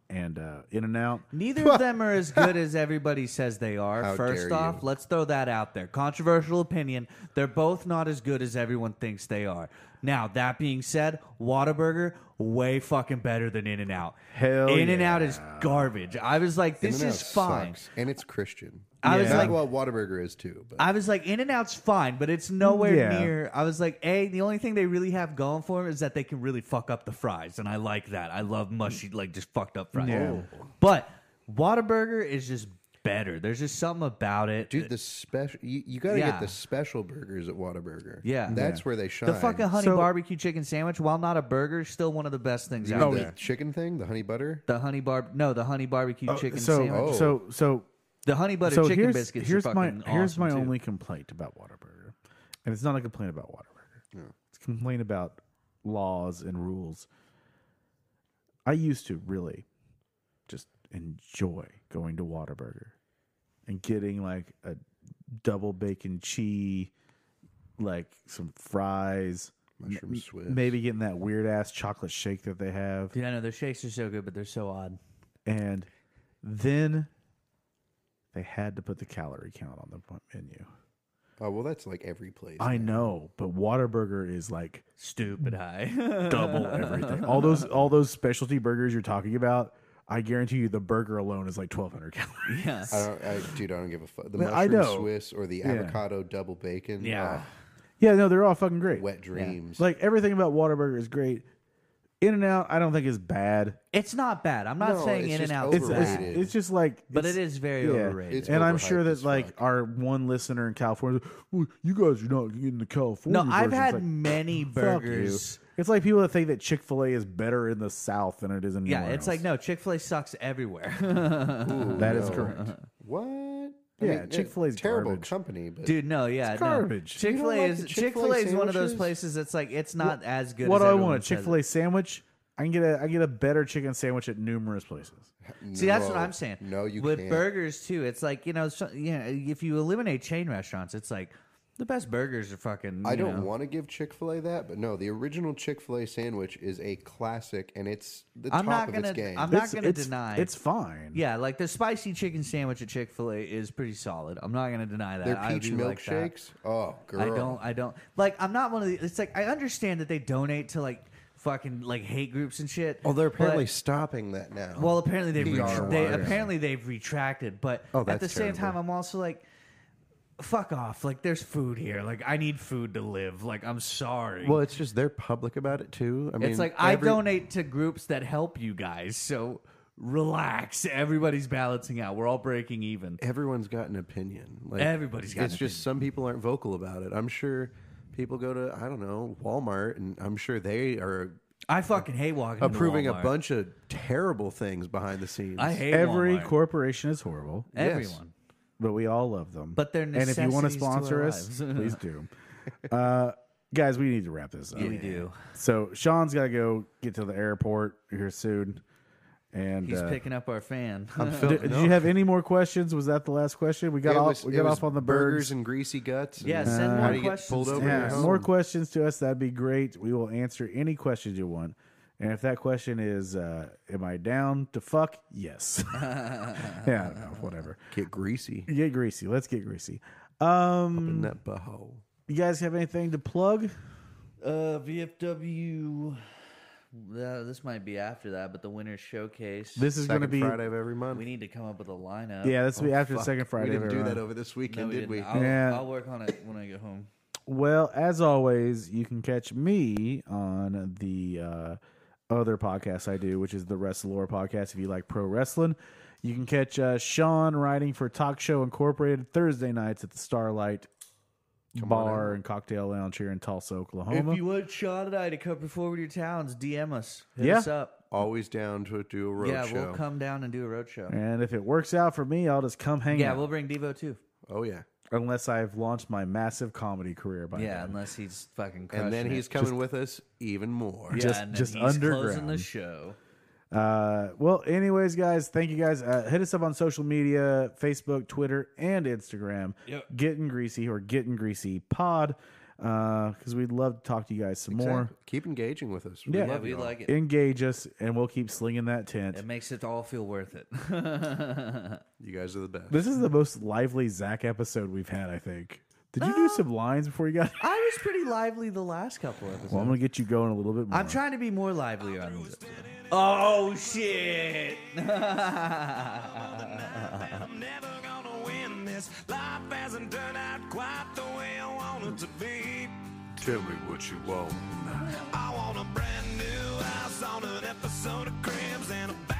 S1: and uh, In and Out.
S3: Neither of them are as good as everybody says they are.
S2: How
S3: First
S2: dare
S3: off,
S2: you.
S3: let's throw that out there. Controversial opinion. They're both not as good as everyone thinks they are. Now, that being said, Whataburger, way fucking better than In N Out.
S1: Hell
S3: In N Out is garbage. I was like, this
S2: In-N-Out
S3: is fine.
S2: sucks, and it's Christian.
S3: I was
S2: Not
S3: like-
S2: what Whataburger is too, but
S3: I was like, In and Out's fine, but it's nowhere
S1: Yeah.
S3: near. I was like, A, the only thing they really have going for them is that they can really fuck up the fries. And I like that. I love mushy, like just fucked up fries.
S1: Yeah.
S3: But Whataburger is just better. There's just something about it.
S2: dude, the special you, you got to
S3: Yeah.
S2: get the special burgers at Whataburger.
S3: Yeah.
S2: that's
S1: Yeah.
S2: where they shine.
S3: the fucking honey
S1: So-
S3: barbecue chicken sandwich, while not a burger, is still one of the best things
S2: You
S3: out
S2: know,
S3: there.
S2: the chicken thing, the honey butter.
S3: The honey barb, no, the honey barbecue chicken
S1: so
S3: sandwich.
S2: Oh.
S1: so so
S3: The honey butter
S1: so
S3: chicken
S1: here's
S3: biscuits
S1: here's
S3: are
S1: my
S3: fucking
S1: here's
S3: awesome
S1: my
S3: too.
S1: only complaint about Waterburger, and it's not a complaint about Waterburger. It's a complaint about laws and rules. I used to really just enjoy going to Waterburger and getting like a double bacon cheese, like some fries,
S2: Mushroom Swiss.
S1: maybe getting that weird ass chocolate shake that they have
S3: Dude, I know their shakes are so good, but they're so odd.
S1: and then they had to put the calorie count on the menu.
S2: Oh well, that's like every place.
S1: I know, but Whataburger is like
S3: Stupid high.
S1: double everything. all those all those specialty burgers you're talking about, I guarantee you the burger alone is like 1200 calories.
S3: yeah.
S2: I don't, I, dude, I don't give a fuck. The
S1: Man, I
S2: mushroom
S1: know.
S2: Swiss or the avocado double bacon.
S3: Yeah.
S1: Yeah, no, they're all fucking great.
S2: oh, wet dreams.
S1: Like everything about Whataburger is great. In and out, I don't think is bad.
S3: It's not bad. I'm not
S2: No,
S3: saying
S2: it's
S3: In and
S2: just
S3: Out
S1: It's, it's,
S3: bad,
S2: Overrated.
S1: it's just like,
S3: but
S1: it's,
S3: it is very overrated.
S2: It's
S1: and I'm sure
S2: overhyped
S1: that
S2: as
S1: like
S2: fuck.
S1: our one listener in California, well, you guys are not getting the California.
S3: no, I've
S1: version." It's
S3: had
S1: like,
S3: many
S1: Fuck you.
S3: burgers.
S1: It's like people that think that Chick Fil A is better in the South than it is in
S3: Yeah,
S1: anywhere else.
S3: it's like no, Chick Fil A sucks everywhere.
S2: Ooh,
S1: That is
S2: no.
S1: correct.
S2: What?
S1: Yeah, Chick-fil-A's
S2: terrible
S1: garbage.
S2: company, but
S3: Dude, no, yeah,
S1: It's
S3: no.
S1: garbage. You
S3: Chick Fil A
S2: don't like
S3: is
S2: the
S3: Chick
S2: Chick-fil-A
S3: Fil A is one of those
S2: sandwiches?
S3: places that's like it's not as good.
S1: What
S3: as
S1: do I
S3: everyone
S1: want? A
S3: says
S1: Chick Fil A sandwich? I can get a I get a better chicken sandwich at numerous places.
S3: it. See, that's what
S2: No.
S3: I'm saying.
S2: No, you
S3: with
S2: can't.
S3: burgers too. It's like you know, so, yeah. If you eliminate chain restaurants, it's like the best burgers are fucking.
S2: I
S3: you
S2: don't
S3: know.
S2: want to give Chick Fil A that, but no, the original Chick Fil A sandwich is a classic, and it's the
S3: I'm
S2: top
S3: not
S2: of
S3: gonna-
S2: its game.
S3: I'm not
S1: It's-
S3: gonna
S1: it's-
S3: deny-
S1: it's fine.
S3: Yeah, like the spicy chicken sandwich at Chick Fil A is pretty solid. I'm not gonna deny that.
S2: Their
S3: I
S2: peach
S3: do like that.
S2: milkshakes. oh, girl,
S3: I don't. I don't. Like, I'm not one of the. It's like I understand that they donate to like fucking like hate groups and shit.
S2: Oh, they're apparently
S3: but-
S2: stopping that now.
S3: well, apparently they've
S2: PR
S3: retra- they,
S2: wise.
S3: apparently they've retracted, but
S2: Oh,
S3: at
S2: that's
S3: the same
S2: terrible.
S3: time, I'm also like, fuck off. Like, there's food here. Like, I need food to live. Like, I'm sorry.
S2: well, it's just they're public about it too. I mean,
S3: it's like
S2: every-
S3: I donate to groups that help you guys, so relax. Everybody's balancing out. We're all breaking even.
S2: Everyone's got an opinion. Like
S3: Everybody's got
S2: It's
S3: an
S2: just some people aren't vocal about it. I'm sure people go to I don't know Walmart, and I'm sure they are
S3: I fucking hate walking. into
S2: approving a
S3: Walmart.
S2: bunch of terrible things behind the scenes.
S3: I hate
S1: Every
S3: Walmart.
S1: corporation is horrible,
S2: Yes.
S3: Everyone.
S1: but we all love them.
S3: But they're
S1: and if you want to
S3: necessities to our
S1: sponsor us,
S3: lives.
S1: please do. Uh, guys, we need to wrap this up.
S3: We do.
S1: So Sean's got to go get to the airport here soon, and
S3: He's
S1: uh,
S3: picking up our fan.
S1: Did, did you have any more questions? Was that the last question? We got
S2: It
S1: off.
S2: was-
S1: we
S2: it
S1: got
S2: was
S1: off on the
S2: burgers
S1: burgers.
S2: and greasy guts. and-
S3: yeah, send
S2: how
S3: more
S2: do you get
S3: questions.
S2: pulled
S3: to
S2: over?
S3: us.
S1: yeah,
S2: Yeah.
S1: more questions to us. That'd be great. We will answer any questions you want. And if that question is, uh, am I down to fuck? Yes. yeah, I don't know, whatever.
S2: Get greasy
S1: Get greasy. Let's get greasy. Um,
S2: in that boho.
S1: you guys have anything to plug?
S3: Uh, VFW. Uh, this might be after that, but the winner's showcase.
S1: This is going to
S2: Second
S1: be
S2: Friday of every month.
S3: we need to come up with a lineup.
S1: yeah. This will be after the
S2: Oh, Fuck,
S1: second Friday.
S2: We didn't
S1: of
S2: do
S1: every
S2: that
S1: month.
S2: over this weekend,
S3: No, we
S2: did we?
S3: didn't. I'll,
S1: Yeah.
S3: I'll work on it when I get home.
S1: Well, as always, you can catch me on the uh, other podcast I do, which is the Wrestlelore podcast. If you like pro wrestling, you can catch uh, Sean writing for Talk Show Incorporated Thursday nights at the Starlight Bar and Cocktail Lounge here in Tulsa, Oklahoma.
S3: If you want Sean and I to come perform in your towns, DM us. Hit
S1: Yeah.
S3: us up.
S2: Always down to do a road
S3: yeah,
S2: show.
S3: we'll come down and do a road show.
S1: and if it works out for me, I'll just come hang
S3: Yeah,
S1: out.
S3: we'll bring Devo too.
S2: Oh yeah.
S1: unless I've launched my massive comedy career by
S3: Yeah,
S1: then.
S3: unless he's fucking crushing
S2: And then
S3: it.
S2: he's coming with us even more.
S3: yeah,
S1: just-
S3: and then
S1: just
S3: he's closing
S1: underground.
S3: the show.
S1: Uh, well, anyways, guys, thank you guys. Uh, hit us up on social media Facebook, Twitter, and Instagram.
S3: Yep.
S1: Getting Greasy or Getting Greasy Pod. Because we'd love to talk to you guys some more.
S2: Exactly. Keep engaging with us.
S1: Yeah.
S3: Yeah,
S2: love
S3: we
S2: y'all.
S3: like it.
S1: Engage us, and we'll keep slinging that tent.
S3: It makes it all feel worth it.
S2: You guys are the best.
S1: This is the most lively Zach episode we've had, I think. Did you do some lines before you got?
S3: Uh, I was pretty lively the last couple episodes.
S1: Well, I'm gonna get you going a little bit more.
S3: I'm trying to be more lively on these. episodes. Oh shit!
S6: I'm never gonna win this. Life hasn't turned out quite the way I want it to be.
S2: Tell me what you want.
S6: I want a brand new house on an episode of Cribs and a